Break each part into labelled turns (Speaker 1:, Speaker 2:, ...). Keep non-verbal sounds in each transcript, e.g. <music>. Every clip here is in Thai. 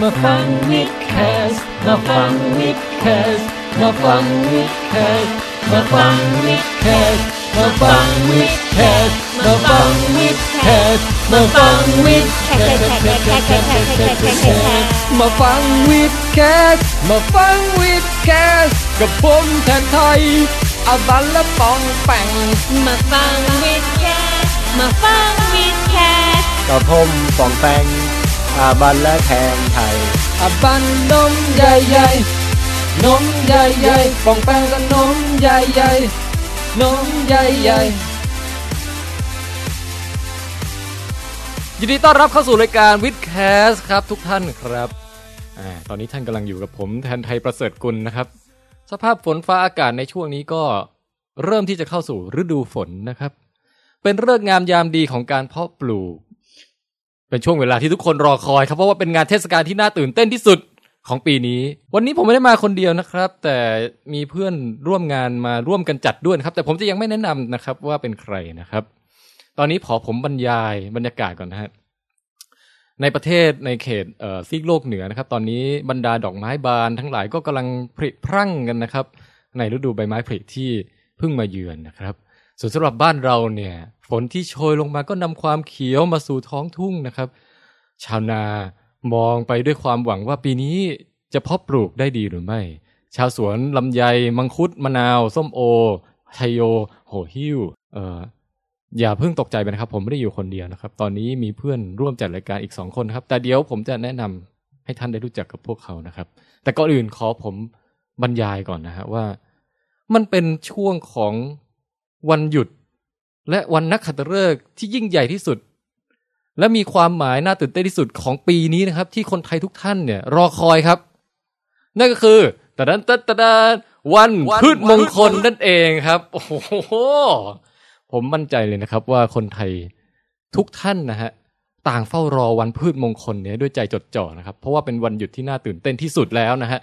Speaker 1: มาฟังวิดแคสมาฟังวิดแคสมาฟังวิดแคสมาฟังวิดแคสมาฟังวิดแคสมาฟังวิดแคสมาฟังวิดแคสมาฟังวิดแคสมาฟังวิดแคสกับผมแทนไทยอาบันและปองแปง
Speaker 2: มาฟังวิดแคสมาฟังวิดแคส
Speaker 3: กับผมปองแปงอาบันและแทนไทย
Speaker 1: อาบันนมใหญ่ๆนมใหญ่ๆปองแปงก็นมใหญ่ๆนมใหญ่ๆ
Speaker 4: ยินดีต้อนรับเข้าสู่รายการวิดแคสครับทุกท่านครับอาตอนนี้ท่านกำลังอยู่กับผมแทนไทยประเสริฐกุลนะครับ สภาพฝนฟ้าอากาศในช่วงนี้ก็เริ่มที่จะเข้าสู่ฤดูฝนนะครับ เป็นเรื่องงามยามดีของการเพาะปลูก เป็นช่วงเวลาที่ทุกคนรอคอยครับเพราะว่าเป็นงานเทศกาลที่น่าตื่นเต้นที่สุดของปีนี้ วันนี้ผมไม่ได้มาคนเดียวนะครับ แต่มีเพื่อนร่วมงานมาร่วมกันจัดด้วยนะครับ แต่ผมจะยังไม่แนะนำนะครับว่าเป็นใครนะครับ ตอนนี้ขอผมบรรยายบรรยากาศก่อนนะฮะ ในประเทศในเขตเอ่อซีกโลกเหนือนะครับ ตอนนี้บรรดาดอกไม้บานทั้งหลายก็กำลังผลิพรั่งกันนะครับ ในฤดูใบไม้ผลิที่เพิ่งมาเยือนนะครับ ส่วนสำหรับบ้านเราเนี่ยฝนที่โชยลงมาก็นำความเขียวมาสู่ท้องทุ่งนะครับ ชาวนามองไปด้วยความหวังว่าปีนี้จะเพาะปลูกได้ดีหรือไม่ ชาวสวนลำไย มังคุดมะนาว ส้มโอชัยโย โหหิ้วเอ่อ อย่าเพิ่งตกใจไปนะครับ ผมไม่ได้อยู่คนเดียวนะครับ ตอนนี้มีเพื่อนร่วมจัดรายการอีกสองคนครับ แต่เดี๋ยวผมจะแนะนำให้ท่านได้รู้จักกับพวกเขานะครับ แต่ก่อนอื่นขอผมบรรยายก่อนนะฮะว่า มันเป็นช่วงของวันหยุด และวันนักขัตฤกษ์ที่ยิ่งใหญ่ที่สุด และมีความหมายน่าตื่นเต้นที่สุดของปีนี้นะครับ ที่คนไทยทุกท่านเนี่ย รอคอยครับ นั่นก็คือตะดันตะตะดันวันพืชมงคลนั่นเองครับ โอ้โห ผมมั่นใจเลยนะครับว่าคนไทยทุกท่านนะฮะต่างเฝ้ารอวันพืชมงคลเนี้ยด้วยใจจดจ่อนะครับ เพราะว่าเป็นวันหยุดที่น่าตื่นเต้นที่สุดแล้วนะฮะ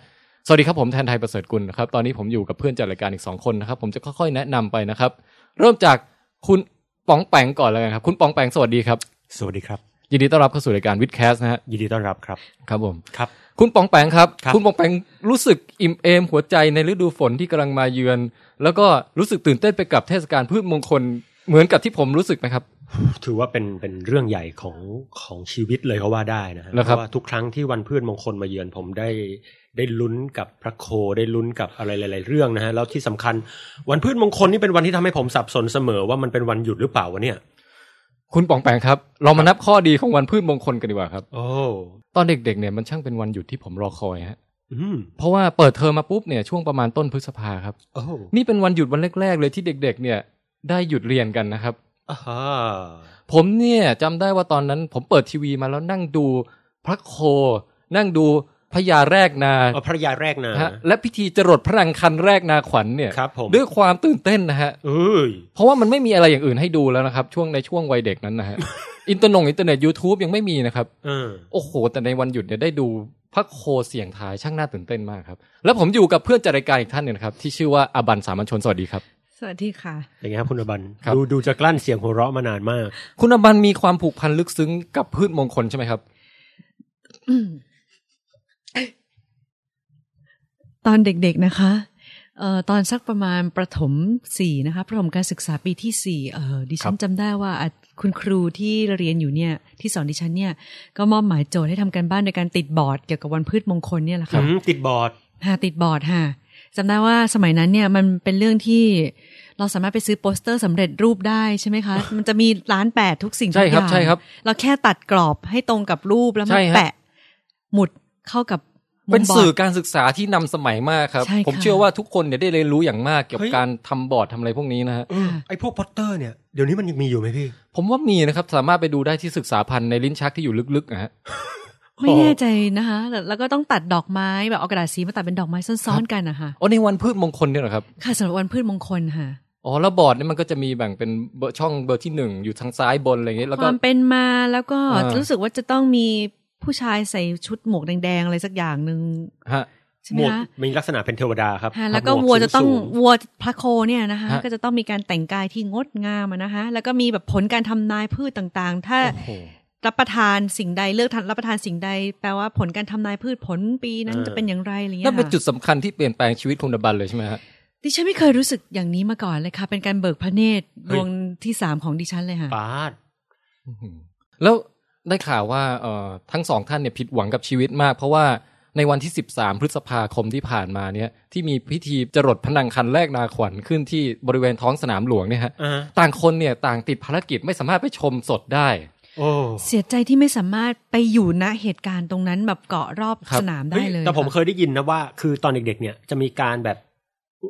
Speaker 4: สวัสดีครับผมแทนไทยประเสริฐกุลนะครับตอนนี้ผมอยู่กับเพื่อนจัดรายการอีกสองคนนะครับ ผมจะค่อยๆแนะนำไปนะครับ เริ่มจากคุณป๋องแปงก่อนเลยครับคุณป๋องแปงสวัสดีครับ
Speaker 3: สวัสดีครับ
Speaker 4: ยินดีต้อนรับเข้าสู่รายการวิดแคสนะฮะ
Speaker 3: ยินดีต้อนรับครับ
Speaker 4: ครับผม
Speaker 3: ครับ
Speaker 4: คุณป๋องแปงครับ
Speaker 3: ครับ
Speaker 4: ณป๋องแปงรู้สึกอิ่มเอมหัวใจในฤดูฝนที่กำลังมาเยือน แล้วก็รู้สึกตื่นเต้นไปกับเทศกาลพืชมงคลเหมือนกับที่ผมรู้สึกไหมครับ
Speaker 5: ถือว่าเป็นเป็นเรื่องใหญ่ของของชีวิตเลยก็ว่าได้นะฮะ
Speaker 4: แล้ว
Speaker 5: เพ
Speaker 4: ครับ
Speaker 5: ราะว่าทุกครั้งที่วันพืชมงคลมาเยือนผมได้ได้ลุ้นกับพระโคได้ลุ้นกับอะไรหลาย ๆ เรื่องนะฮะแล้วที่สำคัญวันพืชมงคลนี่เป็นวันที่ทำให้ผมสับสนเสมอว่ามันเป็นวันหยุดหรือเปล่าวะเนี่ย
Speaker 4: คุณป๋องแปงครับ เรามานับข้อดีของวันพืชมงคลกันดีกว่าครับ
Speaker 5: โอ้
Speaker 4: ตอนเด็กๆเนี่ยมันช่างเป็นวันหยุดที่ผมรอคอยฮะ
Speaker 5: อืม
Speaker 4: เพราะว่าเปิดเทอมมาปุ๊บเนี่ยช่วงประมาณต้นพฤษภาครับ
Speaker 5: โอ้
Speaker 4: นี่เป็นวันหยุดวันแรกๆ เลยที่เด็ก ๆ เนี่ยได้หยุดเรียนกันนะครับ
Speaker 5: อ่าฮะ
Speaker 4: ผมเนี่ยจำได้ว่าตอนนั้นผมเปิดทีวีมาแล้วนั่งดูพระโค นั่งดูพญาแรกนา
Speaker 5: เอาภรรยาแรกนะ
Speaker 4: ฮะและพิธีจรดพระนางคันแรกนาขวัญเนี่ย
Speaker 5: ครับผม
Speaker 4: ด้วยความตื่นเต้นนะฮะ
Speaker 5: เอ้ย
Speaker 4: เพราะว่ามันไม่มีอะไรอย่างอื่นให้ดูแล้วนะครับ ช่วงในช่วงวัยเด็กนั้น
Speaker 5: <laughs>
Speaker 4: นะฮะ อินเตอร์นงอินเทอร์เน็ตยูทูบยังไม่มีนะครับ
Speaker 5: เออ
Speaker 4: โอ้โห แต่ในวันหยุดเนี่ยได้ดูพระโคเสียงทายช่างน่าตื่นเต้นมากครับ แล้วผมอยู่กับเพื่อนจัดรายการอีกท่านหนึ่งนะครับ ที่ชื่อว่าอาบันสามัญชนสวัสดีครับ
Speaker 2: สวัสดีค่ะ
Speaker 5: อย่างไงครับคุณอบัน
Speaker 4: ครับ
Speaker 5: ดูดูจะกลั้นเสียงหัวเราะมานานมาก
Speaker 4: คุณอาบันมีความผูกพันลึกซึ้งกับพืชมงคลใช่ไหมครับ
Speaker 6: ตอนเด็กๆนะคะเอ่อตอนสักประมาณประถมสี่นะคะประถมการศึกษาปีที่สี่เออดิฉันจำได้ว่าอ่ะคุณครูที่เรียนอยู่เนี่ยที่สอนดิฉันเนี่ยก็มอบหมายโจทย์ให้ทำการบ้านโดยการติดบอร์ดเกี่ยวกับวันพืชมงคลเนี่ยแหละค่ะ
Speaker 5: อืมติดบอร์ด
Speaker 6: หาติดบอร์ดค่ะจำได้ว่าสมัยนั้นเนี่ยมันเป็นเรื่องที่เราสามารถไปซื้อโปสเตอร์สำเร็จรูปได้ใช่ไหมคะ มันจะมีร้านแปดทุกสิ่งทุก
Speaker 4: ใช่
Speaker 6: อ
Speaker 4: ครับ
Speaker 6: ย่าง
Speaker 4: ใช่ครับ
Speaker 6: เราแค่ตัดกรอบให้ตรงกับรูปแล้ว
Speaker 4: ใช่
Speaker 6: มา
Speaker 4: ฮะ
Speaker 6: แปะ หมุดเข้ากับมุม
Speaker 4: เป็น
Speaker 6: บ
Speaker 4: สื่อ
Speaker 6: ร์ด
Speaker 4: การศึกษาที่นำสมัยมากครับ
Speaker 6: ใช่ค่ะ
Speaker 4: ผมเชื่อว่าทุกคนเนี่ยได้เรียนรู้อย่างมากเกี่ยวกับ
Speaker 5: เฮ้ย
Speaker 4: การทำบอร์ดทำอะไรพวกนี้นะฮะ
Speaker 5: เออไอพวกพอตเตอร์เนี่ยเดี๋ยวนี้มันยังมีอยู่ไหมพี่
Speaker 4: ผมว่ามีนะครับสามารถไปดูได้ที่ศึกษาพันธุ์ในลิ้นชักที่อยู่ลึกๆนะฮะ
Speaker 6: ไม่แน่ใจนะคะแต่แล้วก็ต้องตัดดอกไม้แบบเอากระดาษสีมาตัดเป็นดอกไม้ซ้อนๆกันนะคะ
Speaker 4: อ๋อในวันพืชมงคลเนี่ยเหรอครับ
Speaker 6: ค่ะสำหรับวันพืชมงคลค่ะ
Speaker 4: อ๋อแล้วบอร์ดเนี่ยมันก็จะมีแบ่งเป็นเบอร์ช่องเบอร์ที่หนึ่งอยู่ทางซ้ายบนอะไรอย่างเงี้ยแล้ว
Speaker 6: ค
Speaker 4: ก็
Speaker 6: วามเป็นมาแล้วก็
Speaker 4: อ่ารู้
Speaker 6: รู้สึกว่าจะต้องมีผู้ชายใส่ชุดหมวกแดงๆอะไรสักอย่างหนึ่ง
Speaker 4: ฮะ
Speaker 6: ใช่ไห
Speaker 5: ห
Speaker 6: ม
Speaker 5: มวก
Speaker 6: คะ
Speaker 5: มีลักษณะเป็นเทวดาครับ
Speaker 6: ฮะแล้วก็
Speaker 5: หม
Speaker 6: วัวจะต้อง
Speaker 5: สูๆ
Speaker 6: วัวพระโคเนี่ยนะคะ
Speaker 4: ฮะ
Speaker 6: ก็จะต้องมีการแต่งกายที่งดงามอะนะคะ แล้วก็มีแบบผลการทำนายพืชต่างๆ ถ้า
Speaker 4: โอ้โห
Speaker 6: รับประทานสิ่งใดเลือกทานรับประทานสิ่งใด แปลว่าผลการทำนายพืชผลปีนั้น
Speaker 5: เออ
Speaker 6: จะเป็นอย่างไรอะไรเงี้ย
Speaker 1: นั่นเป็น
Speaker 6: ค่ะ
Speaker 1: จุดสำคัญที่เปลี่ยนแปลงชีวิตคุณบันเลยใช่ไหมฮะ
Speaker 6: ดิฉันไม่เคยรู้สึกอย่างนี้มาก่อนเลยค่ะ เป็นการเบิกพระเนตร
Speaker 5: เฮ้
Speaker 6: ด
Speaker 5: ย
Speaker 6: วงที่สามของดิฉันเลยค่ะ
Speaker 5: ปาด
Speaker 1: อื้อหือแล้วได้ข่าวว่าเอ่อทั้งสองท่านเนี่ยผิดหวังกับชีวิตมาก เพราะว่าในวันที่ 13 พฤษภาคมที่ผ่านมาเนี่ยที่มีพิธีจรดพนังคันแรกนาขวัญขึ้นที่บริเวณท้องสนามหลวงเนี่ยฮะ
Speaker 5: อ่าฮะ
Speaker 1: ต่างคนเนี่ยต่างติดภารกิจไม่สามารถไปชมสดได้
Speaker 5: โอ้
Speaker 6: เสียใจที่ไม่สามารถไปอยู่ณเหตุการณ์ตรงนั้นแบบเกาะรอบ
Speaker 1: ครับ
Speaker 6: สนามได้
Speaker 5: เฮ้ย
Speaker 6: เลย
Speaker 5: แต่ผม
Speaker 6: ค่ะ
Speaker 5: เคยได้ยินนะว่า คือตอนเด็กๆ เนี่ยจะมีการแบบ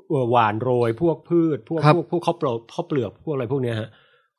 Speaker 5: เอ่อหวานโรยพวกพืช พวก
Speaker 1: ครับ
Speaker 5: พวกพวกข้าวเปลือกข้าวเปลือกพวกอะไรพวกเนี้ยฮะ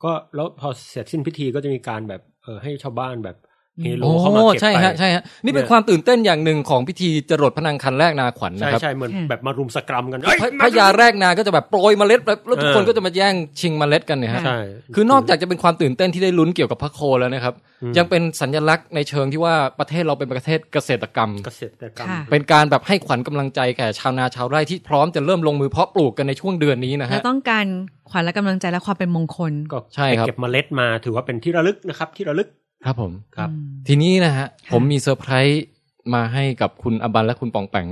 Speaker 5: ก็แล้วพอเสร็จสิ้นพิธีก็จะมีการแบบเออให้ชาวบ้านแบบเฮโล
Speaker 1: โอ้
Speaker 5: เข้ามาเก็บ
Speaker 1: ใช่
Speaker 5: ไป
Speaker 1: ฮะใช่ฮะนี่เป็น
Speaker 5: เนี่ย
Speaker 1: ความตื่นเต้นอย่างหนึ่งของพิธีจรดพนังคันแรกนาขวัญ
Speaker 5: ใช่
Speaker 1: นะครับ
Speaker 5: ใช่เหมือนแบบมารุมสกรัมกันเอ้ย
Speaker 1: พระพ
Speaker 5: มา
Speaker 1: ระยาแรกนาก็จะแบบโปรยเมล็ดแล้วแล้วทุกคน
Speaker 5: เออ
Speaker 1: ก็จะมาแย่งชิงเมล็ดกันเนี่ยฮะ
Speaker 5: ใช่
Speaker 1: คือนอกจากจะเป็นความตื่นเต้นที่ได้ลุ้นเกี่ยวกับพระโคแล้วนะครับ
Speaker 5: อืม
Speaker 1: ยังเป็นสัญลักษณ์ในเชิงที่ว่าประเทศเราเป็นประเทศเกษตรกรรม
Speaker 5: เกษตรกรรม
Speaker 6: ค่ะ
Speaker 1: เป็นการแบบให้ขวัญกำลังใจแก่ชาวนาชาวไร่ที่พร้อมจะเริ่มลงมือเพาะปลูกกันในช่วงเดือนนี้นะ
Speaker 6: และ
Speaker 1: ฮะ
Speaker 6: ต้องการขวัญและกำลังใจและความเป็นมงคล
Speaker 5: ก็
Speaker 1: ใช่ครับ
Speaker 5: ไปเก็บเมล็ดมาถือว่าเป็นที่ระลึกนะครับ ที่ระลึก
Speaker 1: ครับผม
Speaker 5: ครับ
Speaker 6: อืม
Speaker 1: ทีนี้นะฮะ
Speaker 6: ค่ะ
Speaker 1: ผมมีเซอร์ไพรส์มาให้กับคุณอบันและคุณปองแปง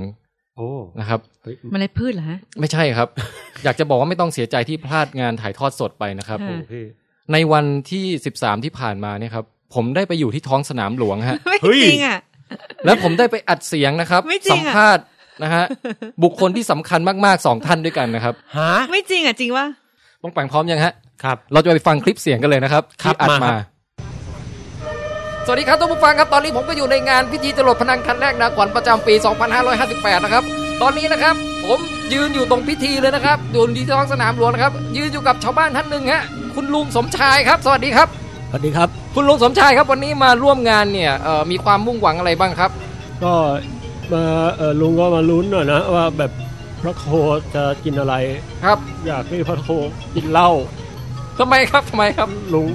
Speaker 5: โอ้
Speaker 1: นะครับ
Speaker 5: เฮ้ย
Speaker 6: เมล็ดพืชเหรอฮะ
Speaker 1: ไม่ใช่ครับ <laughs> อยากจะบอกว่าไม่ต้องเสียใจที่พลาดงานถ่ายทอดสดไปนะครับ
Speaker 6: ค่ะ
Speaker 5: โอ้พี่
Speaker 1: ในวันที่ 13 ที่ผ่านมาเนี่ยครับผมได้ไปอยู่ที่ท้องสนามหลวงฮะ
Speaker 6: ไม่
Speaker 5: เฮ้ย
Speaker 6: จริงอ่ะ
Speaker 1: แล้วผมได้ไปอัดเสียงนะครับ
Speaker 6: ไม่จริ
Speaker 1: สัม
Speaker 6: งอะ
Speaker 1: ภาษณ์นะฮะ บุคคลที่สำคัญมากๆสองท่านด้วยกันนะครับ
Speaker 5: ฮะ
Speaker 6: ไม่จริงอ่ะจริงว่า
Speaker 1: ป้องแปงพร้อมยังฮะ
Speaker 5: ครับ
Speaker 1: เราจะไปฟังคลิปเสียงกันเลยนะครับ
Speaker 5: ครับ
Speaker 1: ที่อัด
Speaker 5: มาครั
Speaker 1: มา
Speaker 5: บ
Speaker 1: สวัสดีครับท่านผู้ฟังครับ ตอนนี้ผมก็อยู่ในงานพิธีจรดพนังคันแรกนาขวัญประจำปี 2558 นะครับ ตอนนี้นะครับ ผมยืนอยู่ตรงพิธีเลยนะครับอยู่ที่ท้องสนามหลวงนะครับ ยืนอยู่กับชาวบ้านท่านหนึ่งฮะ คุณลุงสมชายครับ สวัสดีครับ
Speaker 4: สวัสดีครับ
Speaker 1: คุณลุงสมชายครับ วันนี้มาร่วมงานเนี่ยเอ่อมีความมุ่งหวังอะไรบ้างครับ
Speaker 4: ก็มาเอ่อลุงก็มาลุ้นหน่อยนะว่าแบบพระโคจะกินอะไร
Speaker 1: ครับ
Speaker 4: อยากให้พระโคกินเหล้า
Speaker 1: ทำไมครับทำไมครับ
Speaker 4: ลุง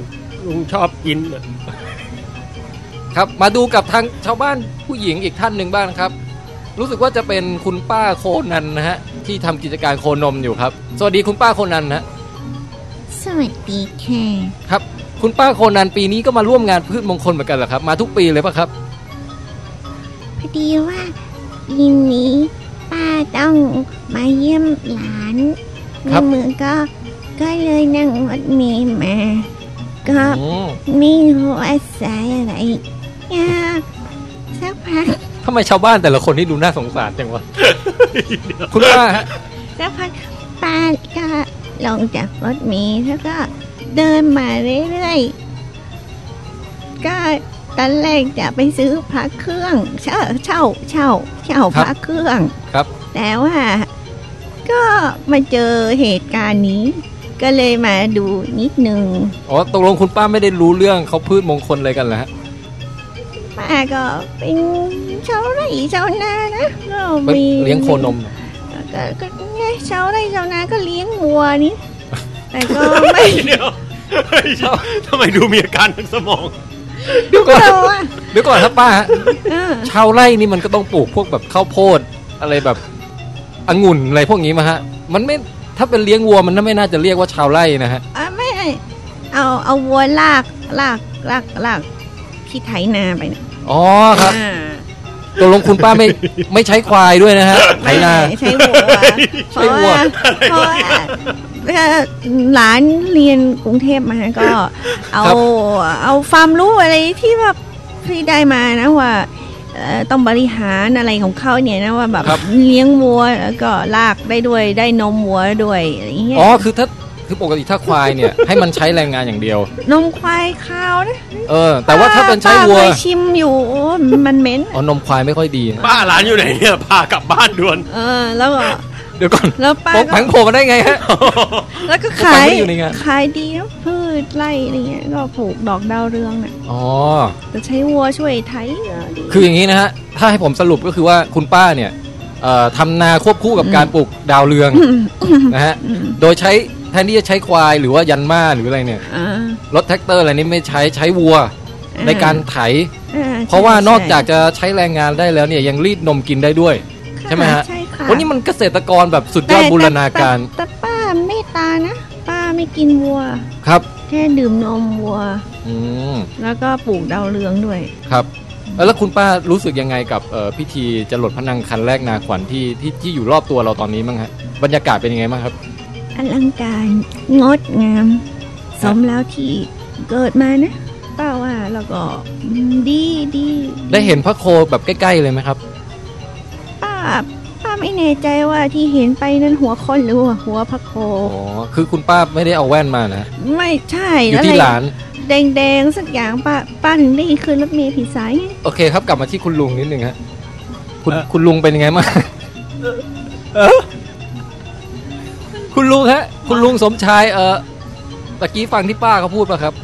Speaker 4: ลุงชอบกินน่ะ
Speaker 1: ครับมาดูกับทางชาวบ้านผู้หญิงอีกท่านหนึ่งบ้างนะครับ รู้สึกว่าจะเป็นคุณป้าโคนันนะฮะที่ทำกิจการโคนมอยู่ครับ สวัสดีคุณป้าโคนันนะ
Speaker 7: สวัสดีค่ะ
Speaker 1: ครับ คุณป้าโคนันปีนี้ก็มาร่วมงานพืชมงคลเหมือนกันเหรอครับ มาทุกปีเลยปะครับ
Speaker 7: พอดีว่ายินนี้ป้าต้องมาเยี่ยมหลานใน
Speaker 1: ครับ
Speaker 7: เมืองก็ก็เลยนั่งรถเมล์มา ก็
Speaker 1: อืม
Speaker 7: ไม่รู้ว่าสายอะไรยากสักพัก
Speaker 1: ทำไมชาวบ้านแต่ละคนที่ดูน่าสงสารจัง
Speaker 4: <laughs>
Speaker 1: วะ คุณป้าฮะ
Speaker 7: สักพักป้าก็ลงจากรถเมล์แล้วก็เดินมาเรื่อยๆก็ตอนแรกจะไปซื้อพระเครื่อง เช่าเช่าเช่าเช่าพระเครื่อง
Speaker 1: ครับ
Speaker 7: แต่ว่าก็มาเจอเหตุการณ์นี้ ก็เลยมาดูนิดนึง
Speaker 1: อ๋อตกลงคุณป้าไม่ได้รู้เรื่องเขาพืชมงคลอะไรกันเหรอฮะ
Speaker 7: ป้าก็เป็นชาวไร่ชาวนานะก็
Speaker 1: เป็น
Speaker 7: มี
Speaker 1: เลี้ยงโคนมเหรอ
Speaker 7: ก็ก็เนี่ยชาวไร่ชาวนาก็เลี้ยงวัวนี่แต่ก็ไม่
Speaker 5: เดี๋ยวเฮ้ยทำไมดูมีอาการทางสมอง
Speaker 1: เดี๋ยวก่อน
Speaker 7: โตอ่ะ
Speaker 1: เดี๋ยวก่อนครับป้าฮะ
Speaker 7: เออ
Speaker 1: ชาวไร่นี่มันก็ต้องปลูกพวกแบบข้าวโพดอะไรแบบองุ่นอะไรพวกนี้มาฮะ มันไม่ถ้าเป็นเลี้ยงวัวมันไม่น่าจะเรียกว่าชาวไร่นะฮะ
Speaker 7: เอาไม่เอาเอาวัวลากลากลากลากที่ไถนาไปนะ
Speaker 1: อ๋อครับ
Speaker 7: อ่า
Speaker 1: ตกลงคุณป้าไม่ ไม่ใช้ควายด้วยนะฮะไถนา
Speaker 7: ใช้วัวเพ
Speaker 1: ใช้วั
Speaker 7: ราะ
Speaker 1: ว
Speaker 7: ว่าเพราะว่าถ้าหลานเรียนกรุงเทพมาก็ เอา
Speaker 1: ครับ
Speaker 7: เอาความรู้อะไรที่แบบที่ได้มานะว่าเอ่อต้องบริหารอะไรของเขาเนี่ยนะว่าแบบ
Speaker 1: ครับ
Speaker 7: เลี้ยงวัวแล้วก็ลากได้ด้วยได้นมวัวด้วยอะไรอย่างเงี้ย
Speaker 1: อ๋อคือถ้าคือปกติถ้าควาย
Speaker 7: <laughs>
Speaker 1: เนี่ย ให้มันใช้แรงงานอย่างเดียว
Speaker 7: นมควายขาวนะ
Speaker 1: เออ แต่ว่าถ้าเป็นใช้
Speaker 7: ป้
Speaker 1: วัว
Speaker 7: เคยชิมอยู่โอ้ยมันเหม็น
Speaker 1: อ๋อนมควายไม่ค่อยดีนะ
Speaker 5: ป้าร้านอยู่ไหนเนี่ยพากลับบ้านด่วน
Speaker 7: เออแล้วก็
Speaker 1: เดี๋ยวก่อน
Speaker 7: แล้วป้า
Speaker 1: ปอง
Speaker 7: ก็
Speaker 1: ผังโผล่มาได้ไงฮะ
Speaker 7: แล้วก็
Speaker 1: ปก
Speaker 7: ขาย
Speaker 1: ไม่อยู่ในงาน
Speaker 7: ขายดีนะพืชไร่อะไรเงี้ยก็ปลูกดอกดาวเรืองน่ะ
Speaker 1: อ๋อ
Speaker 7: แต่ใช้วัวช่วยไถเออดี
Speaker 1: คืออย่างนี้นะฮะ ถ้าให้ผมสรุปก็คือว่าคุณป้าเนี่ยเอ่อทำนาควบคู่กับการปลูกดาวเรืองนะฮะ
Speaker 7: อืม
Speaker 1: โดยใช้แทนที่จะใช้ควายหรือว่ายันมาหรืออะไรเนี่ย
Speaker 7: อ่าร
Speaker 1: ถแท็กเตอร์อะไรนี่ไม่ใช้ใช้วัวในการไถ
Speaker 7: อ่
Speaker 1: เพราะว่านอกจาก
Speaker 7: ใช่
Speaker 1: จะใช้แรงงานได้แล้วเนี่ยยังรีดนมกินได้ด้วย ใช่ไหมฮะ
Speaker 7: ใช่ค่ะ
Speaker 1: วันนี้มันเกษตรกรแบบสุดยอด
Speaker 7: แต่
Speaker 1: บูรณาการ
Speaker 7: แต่แต่แต่ป้าเมตตานะ ป้าไม่กินวัว
Speaker 1: ครับ
Speaker 7: แค่ดื่มนมวัว
Speaker 1: อืม
Speaker 7: แล้วก็ปลูกดาวเรืองด้วย
Speaker 1: ครับเอ้ยแล้วคุณป้ารู้สึกยังไงกับเอ่อพิธีจะหลดพระนังคันแรกนาขวัญที่ที่ที่อยู่รอบตัวเราตอนนี้บ้างฮะบรรยากาศเป็นยังไงบ้างครับ
Speaker 7: อลังการงดงาม สมแล้วที่เกิดมานะป้าว่าแล้วก็อืมดีดี
Speaker 1: ได้เห็นพระโคแบบใกล้ๆเลยไหมครับ
Speaker 7: ป้าป้าไม่แน่ใจว่าที่เห็นไปนั้นหัวคนหรือว่าหัวพระโค
Speaker 1: อ๋อ คือคุณป้าไม่ได้เอาแว่นมานะ
Speaker 7: ไม่ใช่
Speaker 1: อยู่ที่
Speaker 7: อะไร
Speaker 1: ร้าน
Speaker 7: แดงๆสักอย่างป้าป้าถึงได้ขึ้นรถเมล์ผิดสายไง
Speaker 1: โอเคครับกลับมาที่คุณลุงนิดนึงฮะ คุณ
Speaker 8: เอ่อ
Speaker 1: คุณลุงเป็นยังไงบ้างคุณลุงฮะ คุณลุงสมชายเออตะกี้ฟังที่ป้าเขาพูดป่ะครับ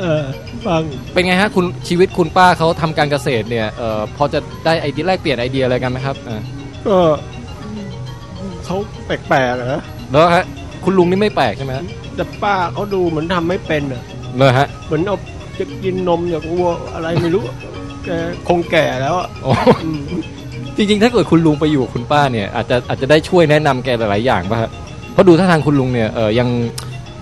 Speaker 8: เออฟัง
Speaker 1: เป็นไงฮะคุณชีวิตคุณป้าเขาทำการเกษตรเนี่ยเออพอจะได้ไอเดียแลกเปลี่ยนไอเดียอะไรกันไหมครับเออ
Speaker 8: ก็เขาแปลกๆอะนะ
Speaker 1: แล้วฮะคุณลุงนี่ไม่แปลกใช่ไหมฮะ
Speaker 8: แต่ป้าเขาดูเหมือนทำไม่เป็นอะ
Speaker 1: เลยฮะ
Speaker 8: เหมือนเอาจะกินนมจากวัวอะไรไม่รู้ แกคงแก่แล้วอะ
Speaker 1: อ๋อ
Speaker 8: อืม
Speaker 1: จริงๆ ถ้าเกิดคุณลุงไปอยู่กับคุณป้าเนี่ยอาจจะอาจจะได้ช่วยแนะนำแกหลายๆอย่างป่ะฮะเพราะดูท่าทางคุณลุงเนี่ยเออยัง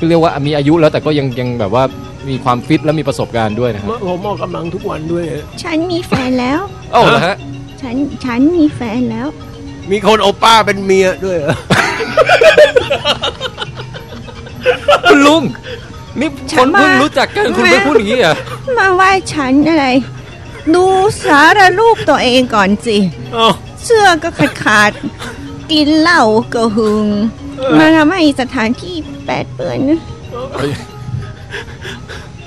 Speaker 1: เรียกว่ามีอายุแล้วแต่ก็ยังยังแบบว่ามีความฟิตและมีประสบการณ์ด้วยนะครับ
Speaker 8: ผมออกกำลังทุกวันด้วย
Speaker 7: ฉันมีแฟนแล้ว
Speaker 1: โอ้าเหรอฮะ
Speaker 7: ฉันฉันมีแฟนแล้ว
Speaker 8: มีคนเอาป้าเป็นเมียด้วยเหรอ
Speaker 1: คุณลุง นี่ค
Speaker 7: ฉั
Speaker 1: น
Speaker 7: นว่า
Speaker 1: เพิ่งรู้จักกันคุณไปพูดอย่างนี้
Speaker 7: <laughs>
Speaker 1: เหรอ่ะ
Speaker 7: มาว่าฉันอะไร ดูสารรูปตัวเองก่อนสิ
Speaker 8: เอ้า
Speaker 7: เสื้อก็ขาดขาดๆกินเหล้าก็หึง มาทำให้สถานที่แปดเปื้อนนะ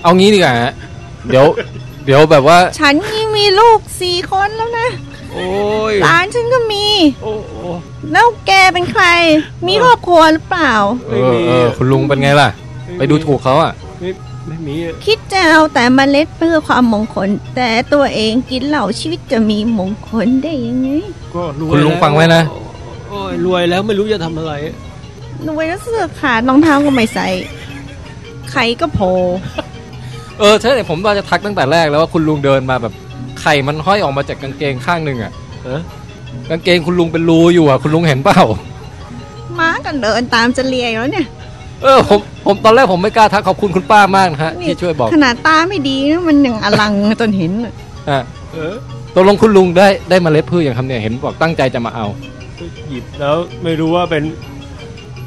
Speaker 1: เอางี้ดีกว่าฮะเดี๋ยว เดี๋ยวแบบว่า
Speaker 7: ฉันนี่มีลูกสี่คนแล้วนะ
Speaker 1: โอ้ย
Speaker 7: หลานฉันก็มี
Speaker 8: โอ้โอ้
Speaker 7: แล้วแกเป็นใคร มีครอบครัวหรือเปล่า
Speaker 1: เออเออคุณลุงเป็นไงล่ะ
Speaker 8: ไม่มี
Speaker 1: ไปดูถูกเขาอ่ะ
Speaker 8: ไม่ไม่มีอะ
Speaker 7: คิดจะเอาแต่เมล็ดเพื่อความมงคล แต่ตัวเองกินเหล้าชีวิตจะมีมงคลได้ยังไง
Speaker 8: ก็รวย
Speaker 1: คุณลุงฟังไว้นะ
Speaker 8: โอ้โอ้ยรวยแล้วไม่รู้จะทำอะไร
Speaker 7: รวยแล้วเสื้อขาดรองเท้าก็ไม่ใส่ใครก็โผล่
Speaker 1: เออใช่แต่ผมว่าจะทักตั้งแต่แรกแล้วว่าคุณลุงเดินมาแบบไข่มันห้อยออกมาจากกางเกงข้างหนึ่งอ่ะ
Speaker 8: เอ๊ะ
Speaker 1: กางเกงคุณลุงเป็นรูอยู่อ่ะคุณลุงเห็นเปล่า
Speaker 7: ม้ากันเดินตามจะเลียอยู่แล้วเนี่ย
Speaker 1: เออผมผมตอนแรกผมไม่กล้าทักขอบคุณคุณป้ามากนะฮะที่ช่วยบอก
Speaker 7: ขนาดตาไม่ดีนะมันยังอลังจนเห็นน่ะ
Speaker 1: อ่ะ
Speaker 8: เออ
Speaker 1: ตกลงคุณลุงได้ได้เมล็ดพืชอย่างคำเนี่ยเห็นบอกตั้งใจจะมาเอา
Speaker 8: หยิบแล้วไม่รู้ว่าเป็น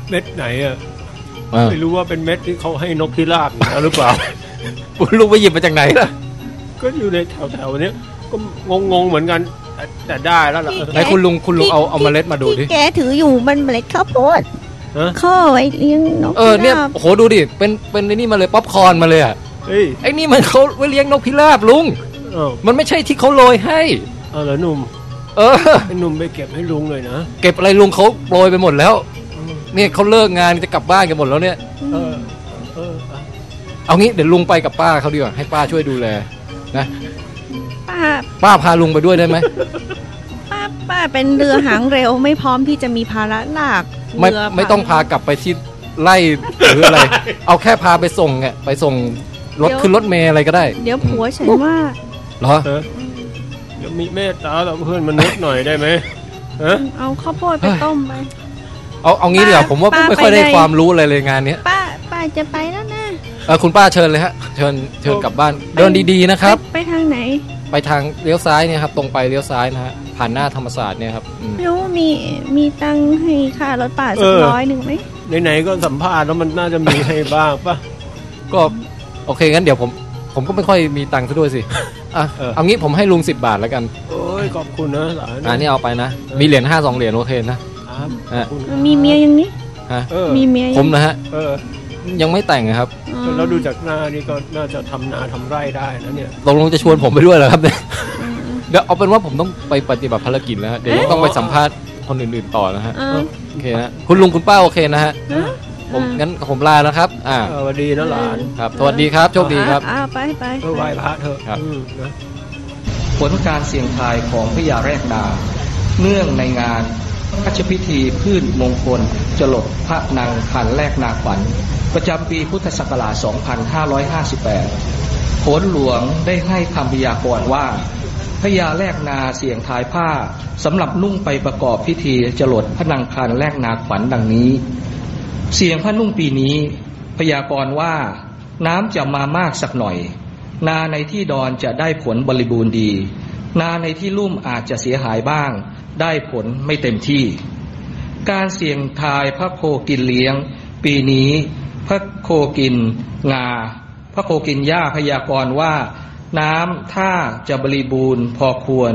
Speaker 8: เม็ดไหนอะ
Speaker 1: เออ
Speaker 8: ไม่รู้ว่าเป็นเม็ดที่เขาให้นกพิราบนะหรือเปล่า
Speaker 1: คุณ <laughs> ลุงไปหยิบมาจากไหนล่ะ
Speaker 8: ก็อยู่ในแถวๆเนี้ยก็งงๆเหมือนกันแต่แต่ได้แล้วล่ะ
Speaker 1: ไหนคุณลุงคุณลุงเอาเอาเมล็ดมาดูดิ
Speaker 7: ที่แกถืออยู่มันเมล็ดข้าวโพด
Speaker 8: ฮะ
Speaker 7: ข้อไว้เลี้ยงนก
Speaker 1: เออ
Speaker 7: พิ
Speaker 1: เนี่ย
Speaker 7: ราบ
Speaker 1: โหดูดิ เป็นเป็นไอ้นี่มาเลยป๊อปคอร์นมาเลยอ่ะ
Speaker 8: เอ้ย
Speaker 1: ไอ้นี่มันเขาไว้เลี้ยงนกพิราบลุง
Speaker 8: เอ้า
Speaker 1: มันไม่ใช่ที่เขาโรยให้
Speaker 8: เอาเหรอหนุ่ม
Speaker 1: เออ
Speaker 8: ให้หนุ่มไปเก็บให้ลุงเลยนะ
Speaker 1: เก็บอะไรลุงเขาโรยไปหมดแล้ว เนี่ยเขาเลิกงานจะกลับบ้านกันหมดแล้วเนี่ย
Speaker 8: เออเออเออ
Speaker 1: เอางี้เดี๋ยวลุงไปกับป้าเขาดีกว่าให้ป้าช่วยดูแลนะ
Speaker 7: ป้า
Speaker 1: ป้าพาลุงไปด้วยได้ไหม
Speaker 7: ป้าป้าเป็นเรือหางเร็วไม่พร้อมที่จะมีภาระหนัก
Speaker 1: ไม่
Speaker 7: เรื
Speaker 1: ไม่ต้องพากลับไปที่ไล่หรืออะไร เอาแค่พาไปส่งไงไปส่งรถขึ้นรถเมย์อะไรก็ได้
Speaker 7: เดี๋ยวผัวฉันว่า
Speaker 1: เหรอ
Speaker 8: เออเดี๋ยวมีเมตตาต่อเพื่อนมนุษย์หน่อยได้ไหมฮะ
Speaker 7: เอาข้าวโพดไปต้มไป
Speaker 1: เอาเอางี้ดีกว่าผมว่า
Speaker 7: ป้า
Speaker 1: ไม่ค่อยได้
Speaker 7: ไปไหน
Speaker 1: ความรู้อะไรเลยงานเนี้ย
Speaker 7: ป้าป้าจะไปแล้วนะ
Speaker 1: เออคุณป้าเชิญเลยฮะเชิญเชิญกลับบ้านเดินดีๆนะครับ
Speaker 7: ไปไปทางไหน
Speaker 1: ไปทางเลี้ยวซ้ายเนี่ยครับตรงไปเลี้ยวซ้ายนะฮะผ่านหน้าธรรมศาสตร์เนี่ยครับอืม
Speaker 7: ไม่รู้มีมีตังค์ให้ค่ารถป้าสักร้อยหนึ่งไหม
Speaker 8: ไหนๆก็สัมภาษณ์แล้วมันน่าจะมีให้บ้างปะ
Speaker 1: ก็โอเคงั้นเดี๋ยวผม ผมก็ไม่ค่อยมีตังค์ซะด้วย
Speaker 5: <laughs>
Speaker 1: สิอ่ะ
Speaker 8: เออ
Speaker 1: เอางี้ผมให้ลุง10 บาทแล้วกัน
Speaker 8: โอ้ยขอบคุณนะหลาน
Speaker 1: อ่านี่เอาไปนะ มีเหรียญ5 2เหรียญโอเคนะ
Speaker 8: ครับ
Speaker 1: อ่ะ
Speaker 8: ขอบคุณ
Speaker 7: มีเมียยังนี่
Speaker 1: ฮะ
Speaker 8: เออ
Speaker 7: มีเมียยัง
Speaker 1: ผมนะฮะ
Speaker 8: เออ
Speaker 1: ยังไม่แต่งนะครับ
Speaker 7: อ๋อ
Speaker 8: แล้วดูจากหน้านี่ก็น่าจะทำนาทำไร่ได้นะเนี่ย
Speaker 1: ตกลงจะชวนผมไปด้วยเหรอครับเนี่ยเดี๋ยวเอาเป็นว่าผมต้องไปปฏิบัติภารกิจแล้วฮะเดี๋ยวยังต้องไปสัมภาษณ์คนอื่นๆต่อนะฮะ
Speaker 7: อ่า
Speaker 1: โอเคนะคุณลุงคุณป้าโอเคนะฮะ
Speaker 7: เออ
Speaker 1: ผมงั้นผมลานะครับ อ่า
Speaker 8: เออสวัสดีนะหลาน
Speaker 1: ครับสวัสดีครับโชคดีครับ
Speaker 7: อ่าไปไป
Speaker 8: เออไหว้พระเถอะ
Speaker 1: ครับ
Speaker 8: อืมนะ
Speaker 9: ผลการเสี่ยงทายของพญาแรกนา เนื่องในงานพระราชพิธีพืชมงคล จลดพระนางขันแรกนาขวัญ ประจำปีพุทธศักราช 2558 ผลหลวงได้ให้คำพยากรณ์ว่าพญาแรกนาเสี่ยงทายผ้าสำหรับนุ่งไปประกอบพิธีจลดพระนางคันแรกนาขวัญดังนี้ เสียงพระนุ่งปีนี้ พยากรณ์ว่า น้ำจะมามากสักหน่อย นาในที่ดอนจะได้ผลบริบูรณ์ดี นาในที่ลุ่มอาจจะเสียหายบ้าง ได้ผลไม่เต็มที่ การเสี่ยงทายพระโคกินเลี้ยง ปีนี้พระโคกินงา พระโคกินหญ้าพยากรณ์ว่า น้ำถ้าจะบริบูรณ์พอควร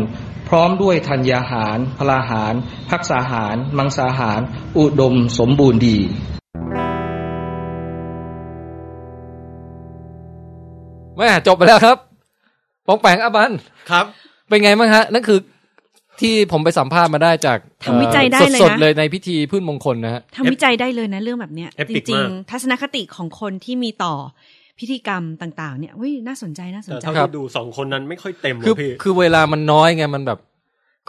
Speaker 9: พร้อมด้วยธัญญาหาร พลาหาร พักษาหาร มังสาหาร อุดมสมบูรณ์ดี
Speaker 4: แม่จบไปแล้วครับปองแปงอบัน
Speaker 5: ครับ
Speaker 4: เป็นไงบ้างฮะ นั่นคือที่ผมไปสัมภาษณ์มาได้จาก
Speaker 6: ทำวิจัยได้เลยนะ
Speaker 4: สดๆเลยในพิธีพืชมงคลนะฮะ
Speaker 6: ทำวิจัยได้เลยนะเรื่องแบบเนี้ย
Speaker 5: Epic
Speaker 6: จริง
Speaker 5: มาก
Speaker 6: ๆ ทัศนคติของคนที่มีต่อพิธีกรรมต่าง ๆ เนี่ยเว้ยน่าสนใจน่าสน
Speaker 5: แต่
Speaker 6: ใจ
Speaker 5: เท่า
Speaker 4: ครับ
Speaker 5: ที่ดูสองคนนั้นไม่ค่อยเต็มเล
Speaker 4: คือย
Speaker 5: พี่
Speaker 4: คือเวลามันน้อยไงมันแบบ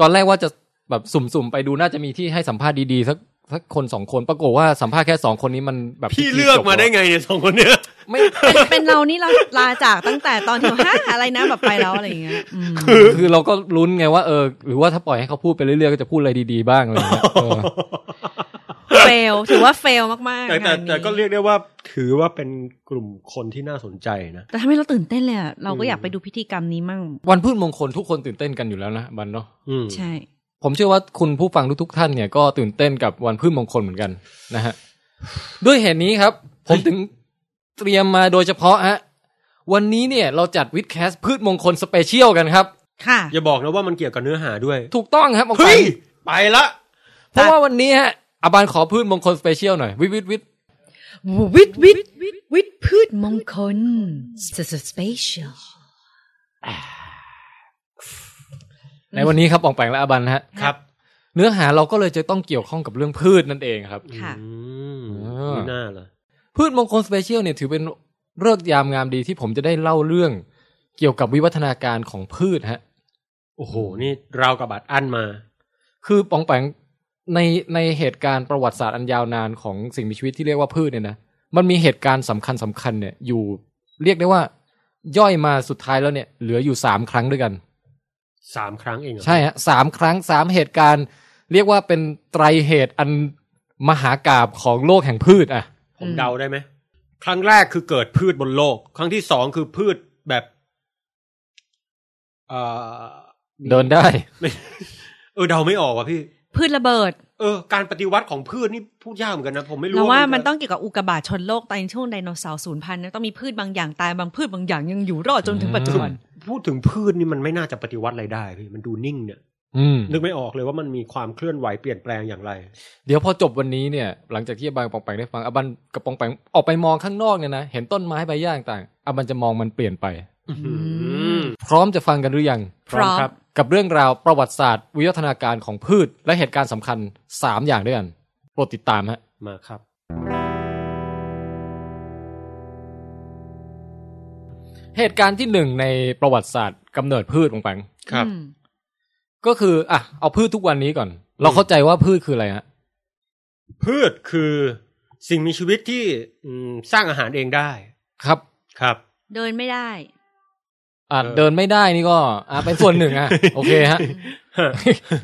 Speaker 4: ก่อนแรกว่าจะแบบสุ่มๆไปดูน่าจะมีที่ให้สัมภาษณ์ดีๆสักสักคนสองคนปรากฏว่าสัมภาษณ์แค่สองคนนี้มันแบบ
Speaker 5: พี่เลือกมาได้ไงเนี่ยสองคนเนี้ย
Speaker 4: ไม่
Speaker 6: เป็นเป็นเรานี่เราลาจากตั้งแต่ตอนที่ <laughs> ห้าอะไรนะแบบไปแล้วอะไรอย่างเงี้ยอืม
Speaker 4: คือเราก็ลุ้นไงว่าเออหรือว่าถ้าปล่อยให้เขาพูดไปเรื่อยๆก็จะพูดอะไรดีๆบ้างอะไรอย่างเงี้ยเออ
Speaker 6: เฟลถือว่าเฟลมากๆ
Speaker 5: แต่แต่
Speaker 6: งานนี้
Speaker 5: แต่ก็เรียกได้ว่าถือว่าเป็นกลุ่มคนที่น่าสนใจนะ
Speaker 6: แต่ทำให้เราตื่นเต้นเลยอะเราก็อยากไปดูพิธีกรรมนี้มั่ง
Speaker 4: วันพืชมงคลทุกคนตื่นเต้นกันอยู่แล้วนะบันเนาะ
Speaker 5: อืม
Speaker 6: ใช่
Speaker 4: ผมเชื่อว่าคุณผู้ฟังทุกๆท่านเนี่ยก็ตื่นเต้นกับวันพืชมงคลเหมือนกันนะฮะด้วยเหตุนี้ครับ ผมถึงเตรียมมาโดยเฉพาะฮะวันนี้เนี่ยเราจัดวิดแคสพืชมงคลสเปเชียลกันครับ
Speaker 6: ค่ะ
Speaker 5: อย่าบอกนะว่ามันเกี่ยวกับเนื้อหาด้วย
Speaker 4: ถูกต้องครับ
Speaker 5: เฮ้ย
Speaker 4: อาไป
Speaker 5: ไปละ
Speaker 4: เพราะว่าวันนี้ฮะอาบานขอพืชมงคลสเปเชียลหน่อยวิทวิทวิท
Speaker 6: วิทวิทวิทพืชมงคลสเปเชียล
Speaker 4: ในวันนี้ครับปองแปงและอาบันฮะ
Speaker 5: ครับ
Speaker 4: เนื้อหาเราก็เลยจะต้องเกี่ยวข้องกับเรื่องพืชนั่นเองครับ
Speaker 6: ค่ะ
Speaker 5: อืม
Speaker 4: เออ
Speaker 5: ไม่น่าเลย
Speaker 4: พืชมงคลสเปเชียลเนี่ยถือเป็นเลิกษ์ยามงามดีที่ผมจะได้เล่าเรื่องเกี่ยวกับวิวัฒนาการของพืชฮะ
Speaker 5: โอ้โห นี่ราวกับบาดอั้นมา
Speaker 4: คือปองแปงในในเหตุการณ์ประวัติศาสตร์อันยาวนานของสิ่งมีชีวิตที่เรียกว่าพืชเนี่ยนะมันมีเหตุการณ์สำคัญสำคัญเนี่ยอยู่เรียกได้ว่า ย่อยมาสุดท้ายแล้วเนี่ยเหลืออยู่สามครั้งด้วยกัน
Speaker 5: สามครั้งเองเหรอ
Speaker 4: ใช่ฮะสามครั้งสามเหตุการณ์ เรียกว่าเป็นไตรเหตุอันมหากาบของโลกแห่งพืชอ่ะ
Speaker 5: ผมเดาได้ไหม ครั้งแรกคือเกิดพืชบนโลก ครั้งที่สองคือพืชแบบเออ
Speaker 4: เดินได้
Speaker 5: ไม่เออเดาไม่ออกว่ะพี่
Speaker 6: พืชระเบิด
Speaker 5: เออ การปฏิวัติของพืชนี่พูดยากเหมือนกันนะ ผมไม่รู้
Speaker 6: เราว่ามัน
Speaker 5: จะ
Speaker 6: ต้องเกี่ยวกับอุกกาบาตชนโลกตายในช่วงไดโนเสาร์สูญพันธุ์นะต้องมีพืชบางอย่างตายบางพืชบางอย่างยังอยู่รอดจนถึงปัจจุบัน
Speaker 5: พูดถึงพืชนี่มันไม่น่าจะปฏิวัติอะไรได้พี่มันดูนิ่งเนี่ย
Speaker 4: อืม
Speaker 5: นึกไม่ออกเลยว่ามันมีความเคลื่อนไหวเปลี่ยนแปลงอย่างไร
Speaker 4: เดี๋ยวพอจบวันนี้เนี่ย หลังจากที่อาบันกับปองแปงได้ฟังอาบันกับปองแปงออกไปมองข้างนอกเนี่ยนะ เห็นต้นไม้ใบหญ้าต่างๆอาบันจะมองมันเปลี่ยนไป
Speaker 5: ม
Speaker 4: พร้อมจะฟังกันหรือยัง
Speaker 6: พร้อมครับ
Speaker 4: กับเรื่องราวประวัติศาสตร์ วิวัฒนาการของพืช และเหตุการณ์สำคัญสามอย่างด้วยกันโปรดติดตามฮะ
Speaker 5: มาครับ
Speaker 4: เหตุการณ์ที่หนึ่งในประวัติศาสตร์กำเนิดพืชปองแปง
Speaker 5: ครับ
Speaker 6: อืม
Speaker 4: ก็คืออ่ะเอาพืชทุกวันนี้ก่อน เราเข้าใจว่าพืชคืออะไรฮะ
Speaker 5: พืชคือสิ่งมีชีวิตที่อืมสร้างอาหารเองได้
Speaker 4: ครับ
Speaker 5: ครับ
Speaker 6: เดินไม่ได้
Speaker 4: อ่ะ
Speaker 5: เออ
Speaker 4: เดินไม่ได้นี่ก็อ่ะเป็นส่วนหนึ่ง <laughs> อ่ะ โอเคฮะ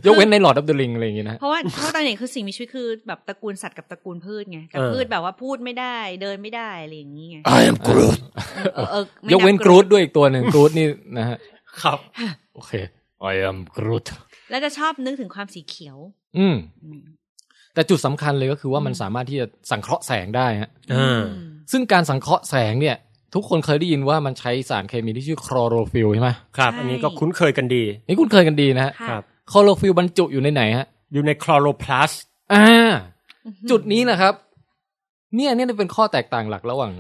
Speaker 4: ยกเว้นในหลอดดับเดลิงอะไรอย่างงี้นะ
Speaker 6: เพราะว่าเพราะตอนนี้คือสิ่งมีชีวิตคือแบบตระกูลสัตว์กับตระกูลพืชไงแต่
Speaker 5: เออ
Speaker 6: พืชแบบว่าพูดไม่ได้ เดินไม่ได้อะไรอย่างนี้ไงเออเออไม่
Speaker 4: <laughs> ยกเว้น
Speaker 6: บ
Speaker 4: กรูดด้วยอีกตัวหนึ่งกรูดนี่นะฮะ
Speaker 5: ครับ
Speaker 4: โอเค I am Groot
Speaker 6: <laughs> แล้วจะชอบนึกถึงความสีเขียว
Speaker 4: อืม
Speaker 6: อืม
Speaker 4: แต่จุดสำคัญเลยก็คือว่ามันสามารถที่จะสังเคราะห์แสงได้ฮะ
Speaker 5: อ่า
Speaker 6: อืม
Speaker 4: ซึ่งการสังเคราะห์แสงเนี่ย ทุกคนเคยได้ยินว่ามันใช้สารเคมีที่ชื่อคลอโรฟิลใช่ไหม
Speaker 5: ครับ อันนี้ก็คุ้นเคยกันดี
Speaker 4: นี่คุณเคยกันดีนะฮะ
Speaker 6: ค่ะ
Speaker 5: ครับ
Speaker 4: คลอโรฟิลบรรจุอยู่ในไหนฮะ
Speaker 5: อยู่ในคลอโรพลาสต์
Speaker 4: อ่า จุดนี้นะครับ เนี่ยเนี่ยเป็นข้อแตกต่างหลักระหว่าง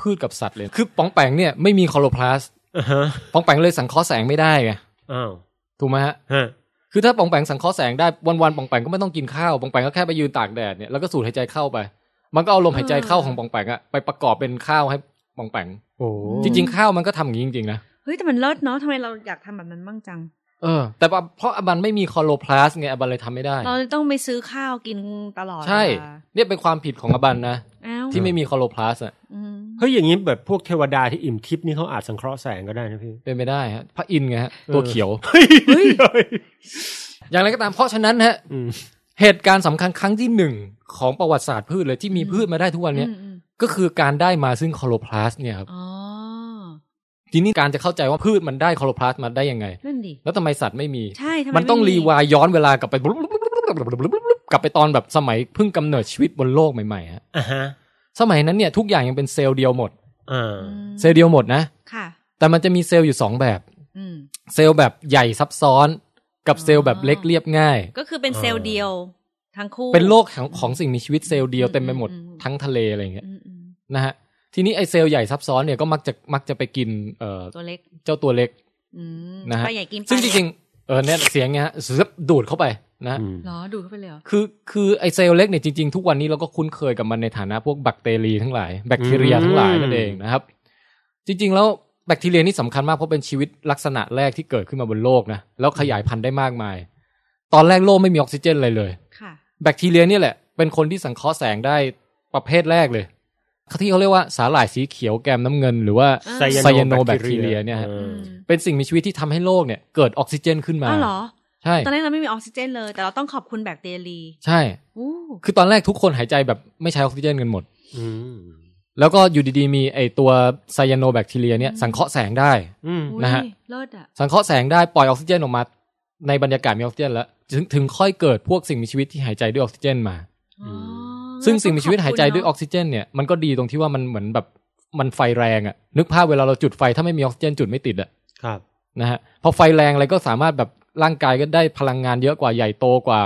Speaker 4: พืชกับสัตว์เลย คือป๋องแปงเนี่ยไม่มีคลอโรพลาสต์
Speaker 5: อ่าฮะ
Speaker 4: ป๋องแปงเลยสังเคราะห์แสงไม่ได้ไง
Speaker 5: อ้าว
Speaker 4: ถูกไหมฮะ
Speaker 5: ฮะ
Speaker 4: คือถ้าปองแปงสังเคราะห์แสงได้วันๆปองแปงก็ไม่ต้องกินข้าวปองแปงก็แค่ไปยืนตากแดดเนี่ยแล้วก็สูดหายใจเข้าไป มันก็เอาลมหายใจเข้าของปองแปงอะไปประกอบเป็นข้าวให้ปองแปง
Speaker 5: โอ้
Speaker 4: จริง ๆ ข้าวมันก็ทำอย่างนี้จริงๆนะ
Speaker 6: เฮ้ยแต่มันเลิศเนาะทำไมเราอยากทำแบบนั้นบ้างจัง
Speaker 4: เออแต่ว่าเพราะอบันไม่มีคอโลพลาสไงอบันเลยทำไม่ได้
Speaker 6: เราต้องไปซื้อข้าวกินตลอด
Speaker 4: ใช่
Speaker 6: เวลา
Speaker 4: เนี่ยเป็นความผิดของอบันนะ
Speaker 6: อ้าว
Speaker 4: ที่ไม่มีคอโลพลาสอะ
Speaker 6: อืม
Speaker 5: เฮ้ยอย่างนี้แบบพวกเทวดาที่อิ่มทิพย์นี่เขาอาจสังเคราะห์แสงก็ได้นะพี่
Speaker 4: เป็นไปได้ฮะพระอินทร์ไงฮะตัวเขียว
Speaker 5: เฮ้ย
Speaker 4: อย่างไรก็ตามเพราะฉะนั้นฮะ
Speaker 5: อืม
Speaker 4: เหตุการณ์สำคัญครั้งที่หนึ่งของประวัติศาสตร์พืชเลยที่มีพืชมาได้ทุกวันเนี้ย ก็คือการได้มาซึ่งคลอโรพลาสต์เนี่ยครับ
Speaker 1: อ๋อ
Speaker 4: ทีนี้การจะเข้าใจว่าพืชมันได้คลอโรพลาสต์มาได้ยังไง
Speaker 1: นั่นดิ
Speaker 4: แล้วทำไมสัตว์ไม่มี
Speaker 1: ใช่ทำไ
Speaker 4: มันต้องรีวายย้อนเวลากลับไปกลับไปตอนแบบสมัยเพิ่งกำเนิดชีวิตบนโลกใหม่ๆฮะ
Speaker 5: อ่าฮะ
Speaker 4: สมัยนั้นเนี่ยทุกอย่างยังเป็นเซลล์เดียวหมด
Speaker 5: อ่า
Speaker 1: อืม
Speaker 4: เซลล์เดียวหมดนะ
Speaker 1: ค่ะ
Speaker 4: แต่มันจะมีเซลล์อยู่สองแบบ
Speaker 1: อืม
Speaker 4: เซลล์แบบใหญ่ซับซ้อน กับ
Speaker 1: อ๋อ
Speaker 4: เซลล์แบบเล็กเรียบง่าย
Speaker 1: ก็คือเป็นเซลล์เดียว ทั้งคู่
Speaker 4: เป็นโลกของของสิ่งมีชีวิตเซลล์เดียว
Speaker 1: อืม
Speaker 4: เต็มไปหมด
Speaker 1: อืมอืม
Speaker 4: ทั้งทะเลอะไรอย่างเงี้ย
Speaker 1: อืมอืม
Speaker 4: นะฮะทีนี้ไอเซลล์ใหญ่ซับซ้อนเนี่ยก็มักจะมักจะไปกินเอ่อ
Speaker 1: ตัวเล็ก
Speaker 4: เจ้าตัวเล็ก
Speaker 1: อืม
Speaker 4: นะฮะ
Speaker 1: ปลาใหญ่กินปลา
Speaker 4: ซึ่งจริงๆเออเนี่ยเสียงเงี้ยซึบดูดเข้าไปนะฮะ
Speaker 1: เหรอดูดเข้าไปเลยเหรอ
Speaker 4: คือคือไอเซลล์เล็กเนี่ยจริง ๆ ทุกวันนี้เราก็คุ้นเคยกับมันในฐานะพวกแบคทีเรียทั้งหลายแบคทีเรีย
Speaker 5: อืม
Speaker 4: ทั้งหลายนั่นเองนะครับ จริง ๆ แล้วแบคทีเรียนี่สำคัญมากเพราะเป็นชีวิตลักษณะแรกที่เกิดขึ้นมาบนโลกนะแล้วขยายพันธุ์ได้มากมาย ตอนแรกโลกไม่มีออกซิเจนเลยเลย
Speaker 1: ค่ะ
Speaker 4: แบคทีเรียเนี่ยแหละเป็นคนที่สังเคราะห์แสงได้ประเภทแรกเลยที่เขาเรียกว่าสาหร่ายสีเขียวแกมน้ำเงิน หรือว่า
Speaker 5: ไซยา
Speaker 4: Cyanobacteria เนี่ยฮะ
Speaker 5: ออ
Speaker 4: เป็นสิ่งมีชีวิตที่ทำให้โลกเนี่ยเกิดออกซิเจนขึ้นมา
Speaker 1: อ้าวเหรอ
Speaker 4: ใช่
Speaker 1: ตอนแรกเราไม่มีออกซิเจนเลย แต่เราต้องขอบคุณแบคทีเรีย
Speaker 4: ใช่
Speaker 1: อู้
Speaker 4: คือตอนแรกทุกคนหายใจแบบไม่ใช้ออกซิเจนกันหมด
Speaker 5: อืม
Speaker 4: แล้วก็อยู่ดีๆ มีไอตัวไซยาโนแบคทีเรียเนี่ยสังเคราะห์แสงได้
Speaker 5: อืม
Speaker 1: อุ๊ย
Speaker 4: นะฮะ
Speaker 1: เลิศอ่ะ
Speaker 4: สังเคราะห์แสงได้ปล่อยออกซิเจนออกมา ในบรรยากาศมีออกซิเจนแล้วถึงถึงค่อยเกิดพวกสิ่งมีชีวิตที่หายใจด้วยออกซิเจนมา
Speaker 1: อ๋อ
Speaker 4: ซึ่งสิ่งมีชีวิตหายใจด้วยอ
Speaker 1: ต้งขบคุณ
Speaker 4: อกซิเจน
Speaker 1: เนะ
Speaker 4: เนี่ยมันก็ดีตรงที่ว่ามันเหมือนแบบมันไฟแรงอะนึกภาพเวลาเราจุดไฟถ้าไม่มีออกซิเจนจุดไม่ติดอะ
Speaker 5: ครับ
Speaker 4: นะฮะพอไฟแรงอะไรก็สามารถแบบร่างกายก็ได้พลังงานเยอะกว่าใหญ่โตกว่า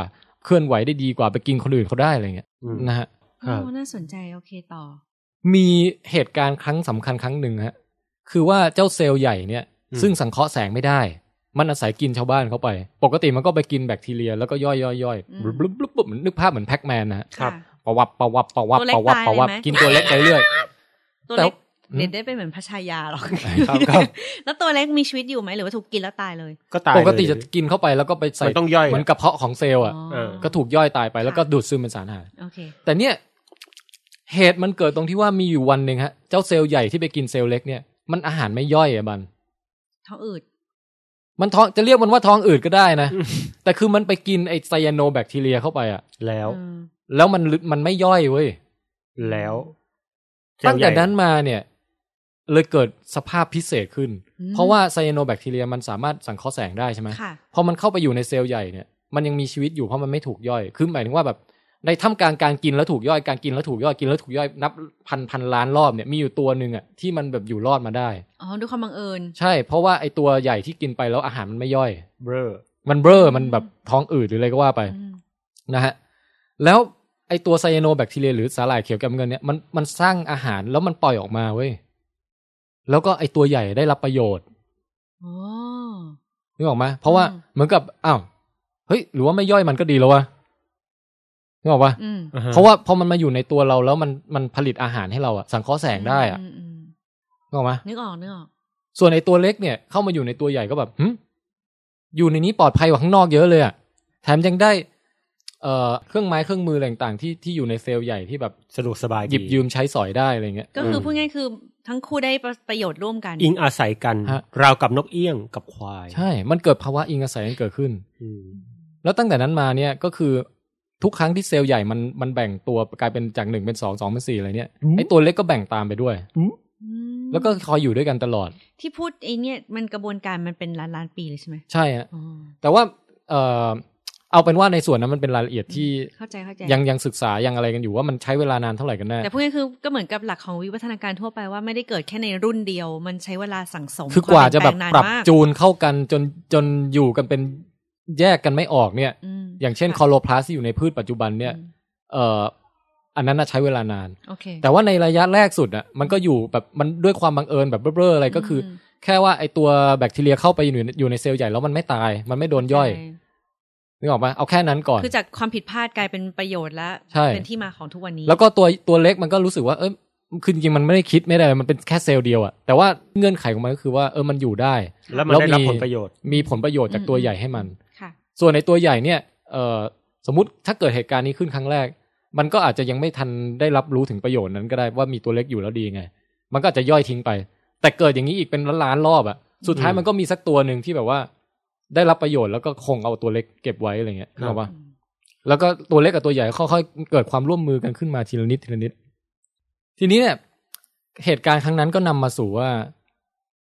Speaker 4: เคลื่อนไหวได้ดีกว่าไปกินคนอื่นเขาได้อะไรเงี้ย
Speaker 5: อืม
Speaker 4: นะฮะ
Speaker 5: ครับ
Speaker 1: โอ้น่าสนใจโอเคต่อ
Speaker 4: มีเหตุการณ์ครั้งสำคัญครั้งหนึ่งฮะ คือว่าเจ้าเซลล์ใหญ่เนี่ย
Speaker 5: อืม
Speaker 4: ซึ่งสังเคราะห์แสงไม่ได้ มันอาศัยกินชาวบ้านเข้าไป ปกติมันก็ไปกินแบคทีเรีย แล้วก็ย่อยย่อยย่อย
Speaker 1: อื
Speaker 4: บลุ
Speaker 1: ม
Speaker 4: บลุบลุบลุบเหมือนนึกภาพเหมือนแพ็กแมนนะฮะ
Speaker 5: ครับ
Speaker 4: ปะวับปะวับปะวับ
Speaker 1: ตัวเล็ก
Speaker 4: ปะวับ
Speaker 1: ตาย
Speaker 4: ปะวับ
Speaker 1: เลยไหม
Speaker 4: กินตัวเล็กไปเรื่อย
Speaker 1: ตัว
Speaker 4: แต่
Speaker 1: เล็ก
Speaker 4: อืม
Speaker 1: เด็ดได้เป็นเหมือนพระชายาหรอก
Speaker 5: ครับครับ
Speaker 1: <laughs> แล้วตัวเล็กมีชีวิตอยู่ไหมหรือว่าถูกกินแล้วตายเลย
Speaker 5: ก็ตาย
Speaker 4: ปกติ
Speaker 5: เลย
Speaker 4: จะกินเข้าไปแล้วก็ไปใส่
Speaker 5: มันต้องย่อยอะ
Speaker 4: เหมือนกระเพาะของเซลล์อ่ะ
Speaker 5: เออ
Speaker 4: ก็ถูกย่อยตายไปแล้วก็ดูดซึมเป็นสารอาหาร
Speaker 1: โอเค
Speaker 4: แต่เนี่ยเหตุมันเกิดตรงที่ว่ามีอยู่วันหนึ่งฮะ เจ้าเซลล์ใหญ่ที่ไปกินเซลล์เล็กเนี่ย มันอาหารไม่ย่อยอะบัน
Speaker 1: ท้องอืด
Speaker 4: มันท้องจะเรียกมันว่าท้องอืดก็ได้นะ แต่คือมันไปกินไอไซยาโนแบคทีเรียเข้าไปอะ
Speaker 5: แล้ว
Speaker 1: เออ
Speaker 4: แล้วมันลึมันไม่ย่อยเว้ย
Speaker 5: แล้ว
Speaker 4: ตั้งแต่นั้นมาเนี่ย เลยเกิดสภาพพิเศษขึ้น เพราะว่าไซยาโนแบคทีเรียมันสามารถสังเคราะห์แสงได้ใช่ไหม
Speaker 1: ค่ะ
Speaker 4: พอมันเข้าไปอยู่ในเซลล์ใหญ่เนี่ยมันยังมีชีวิตอยู่เพราะมันไม่ถูกย่อย คือหมายถึงว่าแบบ ในท่ามกลางการกินแล้วถูกย่อยการกินแล้วถูกย่อยกินแล้วถูกย่อยนับพันพันล้านรอบเนี่ยมีอยู่ตัวหนึ่งอะที่มันแบบอยู่รอดมาได้
Speaker 1: อ๋อด้วยความบังเอิญ
Speaker 4: ใช่ เพราะว่าไอตัวใหญ่ที่กินไปแล้วอาหารมันไม่ย่อย
Speaker 5: เบลอ
Speaker 4: มันเบ้อมันแบบท้องอืดหรืออะไรก็ว่าไป
Speaker 1: อืม
Speaker 4: นะฮะแล้วไอตัวไซยาโนแบคทีเรียหรือสาหร่ายเขียวแกมเงินเนี่ยมันมันสร้างอาหารแล้วมันปล่อยออกมาเว้ยแล้วก็ไอตัวใหญ่ได้รับประโยชน์
Speaker 1: โอ้
Speaker 4: นึกออกไหมเพราะว่า
Speaker 1: อืม
Speaker 4: เหมือนกับอ้าวเฮ้ย หรือว่าไม่ย่อยมันก็ดีแล้ววะนึกออกปะ
Speaker 1: อืม
Speaker 5: อ่ฮ
Speaker 4: เพราะว่าพอมันมาอยู่ในตัวเราแล้วมันมันผลิตอาหารให้เราอะสังเคราะห์แสงได้อะ
Speaker 1: มม
Speaker 4: นึกออกไหม
Speaker 1: นึกออกนึกออก
Speaker 4: ส่วนไอตัวเล็กเนี่ยเข้ามาอยู่ในตัวใหญ่ก็แบบหึอยู่ในนี้ปลอดภัยกว่าข้างนอกเยอะเลยอะแถมยังได้เอ่อเครื่องไม้เครื่องมืออะไรต่างๆที่ที่อยู่ในเซลล์ใหญ่ที่แบบ
Speaker 5: สะดวกสบายดี
Speaker 4: หยิบยืมใช้สอยได้อะไรเงี้ย
Speaker 1: ก็คือพูดง่ายๆคือทั้งคู่ได้ประโยชน์ร่วมกัน
Speaker 5: อิงอาศัยกัน
Speaker 4: ฮะ
Speaker 5: ราวกับนกเอี้ยงกับควาย
Speaker 4: ใช่ มันเกิดภาวะอิงอาศัยกันเกิดขึ้น
Speaker 5: อืม
Speaker 4: แล้วตั้งแต่นั้นมาเนี่ยก็คือทุกครั้งที่เซลล์ใหญ่มันมันแบ่งตัวกลายเป็นจากหนึ่งเป็นสองสองเป็นสี่อะไรเนี่ยไอตัวเล็กก็แบ่งตามไปด้วย
Speaker 1: อืม
Speaker 4: แล้วก็คอยอยู่ด้วยกันตลอด
Speaker 1: ที่พูดไอเนี่ยมันกระบวนการมันเป็นล้านล้านๆปีเลยใช่ไหม
Speaker 4: ใช่ฮะ
Speaker 1: อ๋อ
Speaker 4: แต่ว่าเออเอาเป็นว่าในส่วนนั้นมันเป็นรายละเอียดที่
Speaker 1: เข้าใจเข้าใจ
Speaker 4: ยังยังศึกษายังอะไรกันอยู่ว่ามันใช้เวลานานเท่าไหร่กันแน่
Speaker 1: แต่พูดง่ายๆคือก็เหมือนกับหลักของวิวัฒนาการทั่วไปว่าไม่ได้เกิดแค่ในรุ่นเดียว มันใช้เวลาสั่งสม
Speaker 4: คือกว่าจะแบบ
Speaker 1: คม
Speaker 4: ปรับ
Speaker 1: เลี่ยนแลงนานมาก
Speaker 4: จูนเข้ากันจนจนอยู่กันเป็นแยกกันไม่ออกเนี่ย
Speaker 1: อืม
Speaker 4: อย่างเช่นคอโลพลาสที่อยู่ในพืชปัจจุบันเนี่ย
Speaker 1: อืม
Speaker 4: เอ่ออันนั้นน่ะใช้เวลานาน
Speaker 1: โอเค
Speaker 4: แต่ว่าในระยะแรกสุดอ่ะมันก็อยู่แบบมันด้วยความบังเอิญแบบเบ้อๆอะไรก็คือ
Speaker 1: อืม
Speaker 4: แค่ว่าไอตัวแบคทีเรียเข้าไปอยู่ในอยู่ในเซลล์ใหญ่แล้วมันไม่ตาย มันไม่โดนย่อย
Speaker 1: ใช่
Speaker 4: นึกออกปะเอาแค่นั้นก่อน
Speaker 1: คือจากความผิดพลาดกลายเป็นประโยชน์และ
Speaker 4: ใช่
Speaker 1: เป็นที่มาของทุกวันนี้
Speaker 4: แล้วก็ตัวตัวเล็กมันก็รู้สึกว่าเอ้ยคือจริงๆมันไม่ได้คิดไม่ได้อะไรมันเป็นแค่เซลล์เดียวอ่ะแต่ว่าเงื่อนไขของมันก็คือว่าเออมันอยู่ได้
Speaker 5: แล้วมันได้รับผลประโยชน์
Speaker 4: มีผลประโยชน์จากตัวใหญ่ให้มัน
Speaker 1: ค่ะ
Speaker 4: ส่วนในตัวใหญ่เนี่ย เออสมมติถ้าเกิดเหตุการณ์นี้ขึ้นครั้งแรก มันก็อาจจะยังไม่ทันได้รับรู้ถึงประโยชน์นั้นก็ได้ว่ามีตัวเล็กอยู่แล้วดีไง มันก็อาจจะย่อยทิ้งไป แต่เกิดอย่างนี้อีกเป็นล้านๆรอบอะสุดท้าย
Speaker 5: อืม
Speaker 4: มันก็มีสักตัวหนึ่งที่แบบว่า ได้รับประโยชน์แล้วก็คงเอาตัวเล็กเก็บไว้อะไรเงี้ยนึกออกปะแล้วก็ตัวเล็กกับตัวใหญ่ก็ค่อยๆเกิดความร่วมมือกันขึ้นมาทีละนิดทีละนิด ทีนี้เนี่ย เหตุการณ์ครั้งนั้นก็นำมาสู่ว่า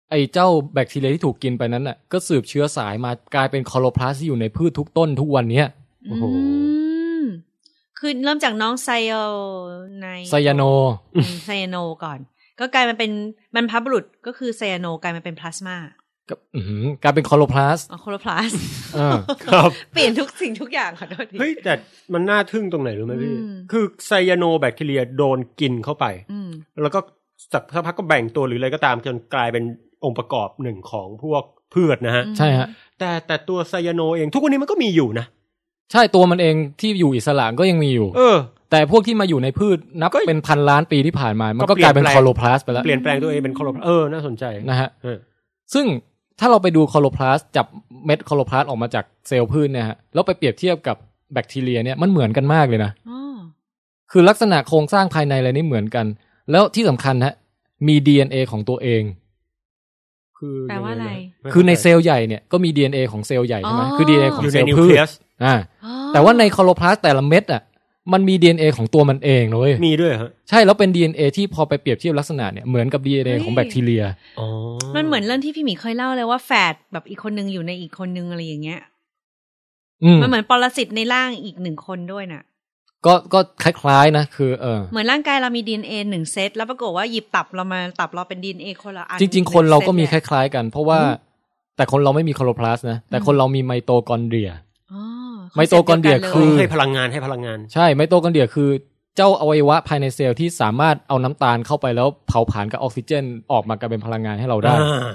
Speaker 4: ไอ้เจ้าแบคทีเรียที่ถูกกินไปนั้นน่ะ ก็สืบเชื้อสายมากลายเป็นคลอโรพลาสที่อยู่ในพืชทุกต้นทุกวันเนี้ย
Speaker 5: โอ้โห
Speaker 1: อืม
Speaker 6: คือเริ่มจากน้องไซโอใน
Speaker 4: ไซยาโน
Speaker 6: อืมไซยาโนก่อน ก็กลายมาเป็นบรรพบุรุษก็คือไซยาโนกลายมาเป็นพลาสมา
Speaker 4: กับอื้อหือกลายเป็นคลอโรพลาส
Speaker 6: อ๋อโคโลพลาส
Speaker 4: เออ
Speaker 5: ครับ
Speaker 1: <laughs>
Speaker 6: เปลี่ยนทุกสิ่งทุกอย่างขอโทษที
Speaker 5: เฮ้ยแต่มันน่าทึ่งตรงไหนรู้ไหมพี่
Speaker 1: อืม
Speaker 5: คือไซยาโนแบคทีเรียโดนกินเข้าไป
Speaker 1: อืม
Speaker 5: แล้วก็สักสักพักก็แบ่งตัวหรืออะไรก็ตามจนกลายเป็นองค์ประกอบหนึ่งของพวกพืชนะฮะ
Speaker 4: ใช่ฮะ
Speaker 5: แต่แต่ตัวไซยาโนเองทุกวันนี้มันก็มีอยู่นะ
Speaker 4: ใช่ตัวมันเองที่อยู่อิสระก็ยังมีอยู่
Speaker 5: เออ
Speaker 4: แต่พวกที่มาอยู่ในพืชนับ
Speaker 5: ก็
Speaker 4: เป็นพันล้านปีที่ผ่านมา มัน
Speaker 5: ก็
Speaker 4: ก็
Speaker 5: เปลี่ย
Speaker 4: กลาน ยเป็น
Speaker 5: แปลง
Speaker 4: คลอโรพลาสไปแล้ว
Speaker 5: เปลี่ยนแปลงตัวเองเป็นคลอโรพลาสเออ น่าสนใจ
Speaker 4: นะฮะ
Speaker 5: เออ
Speaker 4: ซึ่งถ้าเราไปดูคลอโรพลาสจับเม็ดคลอโรพลาสออกมาจากเซลล์พืชเนี่ยฮะแล้วไปเปรียบเทียบกับแบคทีเรียเนี่ยมันเหมือนกันมากเลยนะ
Speaker 1: อ๋อ
Speaker 4: คือลักษณะโครงสร้างภายในอะไรนี่เหมือนกัน แล้วที่สำคัญฮะมี DNA ของตัวเอง
Speaker 5: คือ
Speaker 1: แปลว่าอะไร
Speaker 4: คือในเซลล์ใหญ่เนี่ยก็มี DNA ของเซลล์ใหญ่ใช่ไหม
Speaker 1: อ๋อ
Speaker 4: คือ DNA ของ
Speaker 5: อยู่
Speaker 4: เซ
Speaker 5: ใน
Speaker 4: ลล์
Speaker 5: นิว
Speaker 4: พื
Speaker 5: เค
Speaker 4: ช
Speaker 5: ลียส
Speaker 4: อ่า
Speaker 1: อ๋อ
Speaker 4: แต่ว่าในคลอโรพลาสแต่ละเม็ดอ่ะมันมี DNA ของตัวมันเองนะเว้ย
Speaker 5: มีด้วยเหรอฮะ
Speaker 4: ใช่แล้วเป็น DNA ที่พอไปเปรียบเทียบลักษณะเนี่ยเหมือนกับ DNA ของแบคทีเรีย
Speaker 5: อ๋อ
Speaker 1: มันเหมือนเรื่องที่พี่หมีเคยเล่าเลยว่าแฝดแบบอีกคนนึงอยู่ในอีกคนนึงอะไรอย่างเงี้ย
Speaker 4: อืม
Speaker 6: มันเหมือนปรสิตในร่างอีกหนึ่งคนด้วยน่ะ
Speaker 4: ก็ก็คล้ายๆนะคือเออ
Speaker 6: เหมือนร่างกายเรามีดีเอ็นเอหนึ่งเซตแล้วปรากฏว่าหยิบตับเรามาตับเราเป็นดีเอ็นเอคนละอัน
Speaker 4: จริง ๆ คนเราก็มี
Speaker 6: ห
Speaker 4: ค
Speaker 6: นึ่งซต
Speaker 4: ล้าย ๆ กัน เพราะว่า แต่คนเราไม่มีคลอโรพลาสนะแต่คนเรามีไมโตคอนเดรีย
Speaker 1: อ๋อ
Speaker 4: ไมโตคอนเดรีย
Speaker 1: ซ็ปต์วกัล
Speaker 4: คือ
Speaker 5: ให้พลังงานให้พลังงาน
Speaker 4: ใช่ไมโตคอนเดรียคือ เจ้าอวัยวะภายในเซลล์ที่สามารถเอาน้ำตาลเข้าไปแล้วเผาผลาญกับออกซิเจน ออกมากลายเป็นพลังงานให้เราได้
Speaker 5: อ่า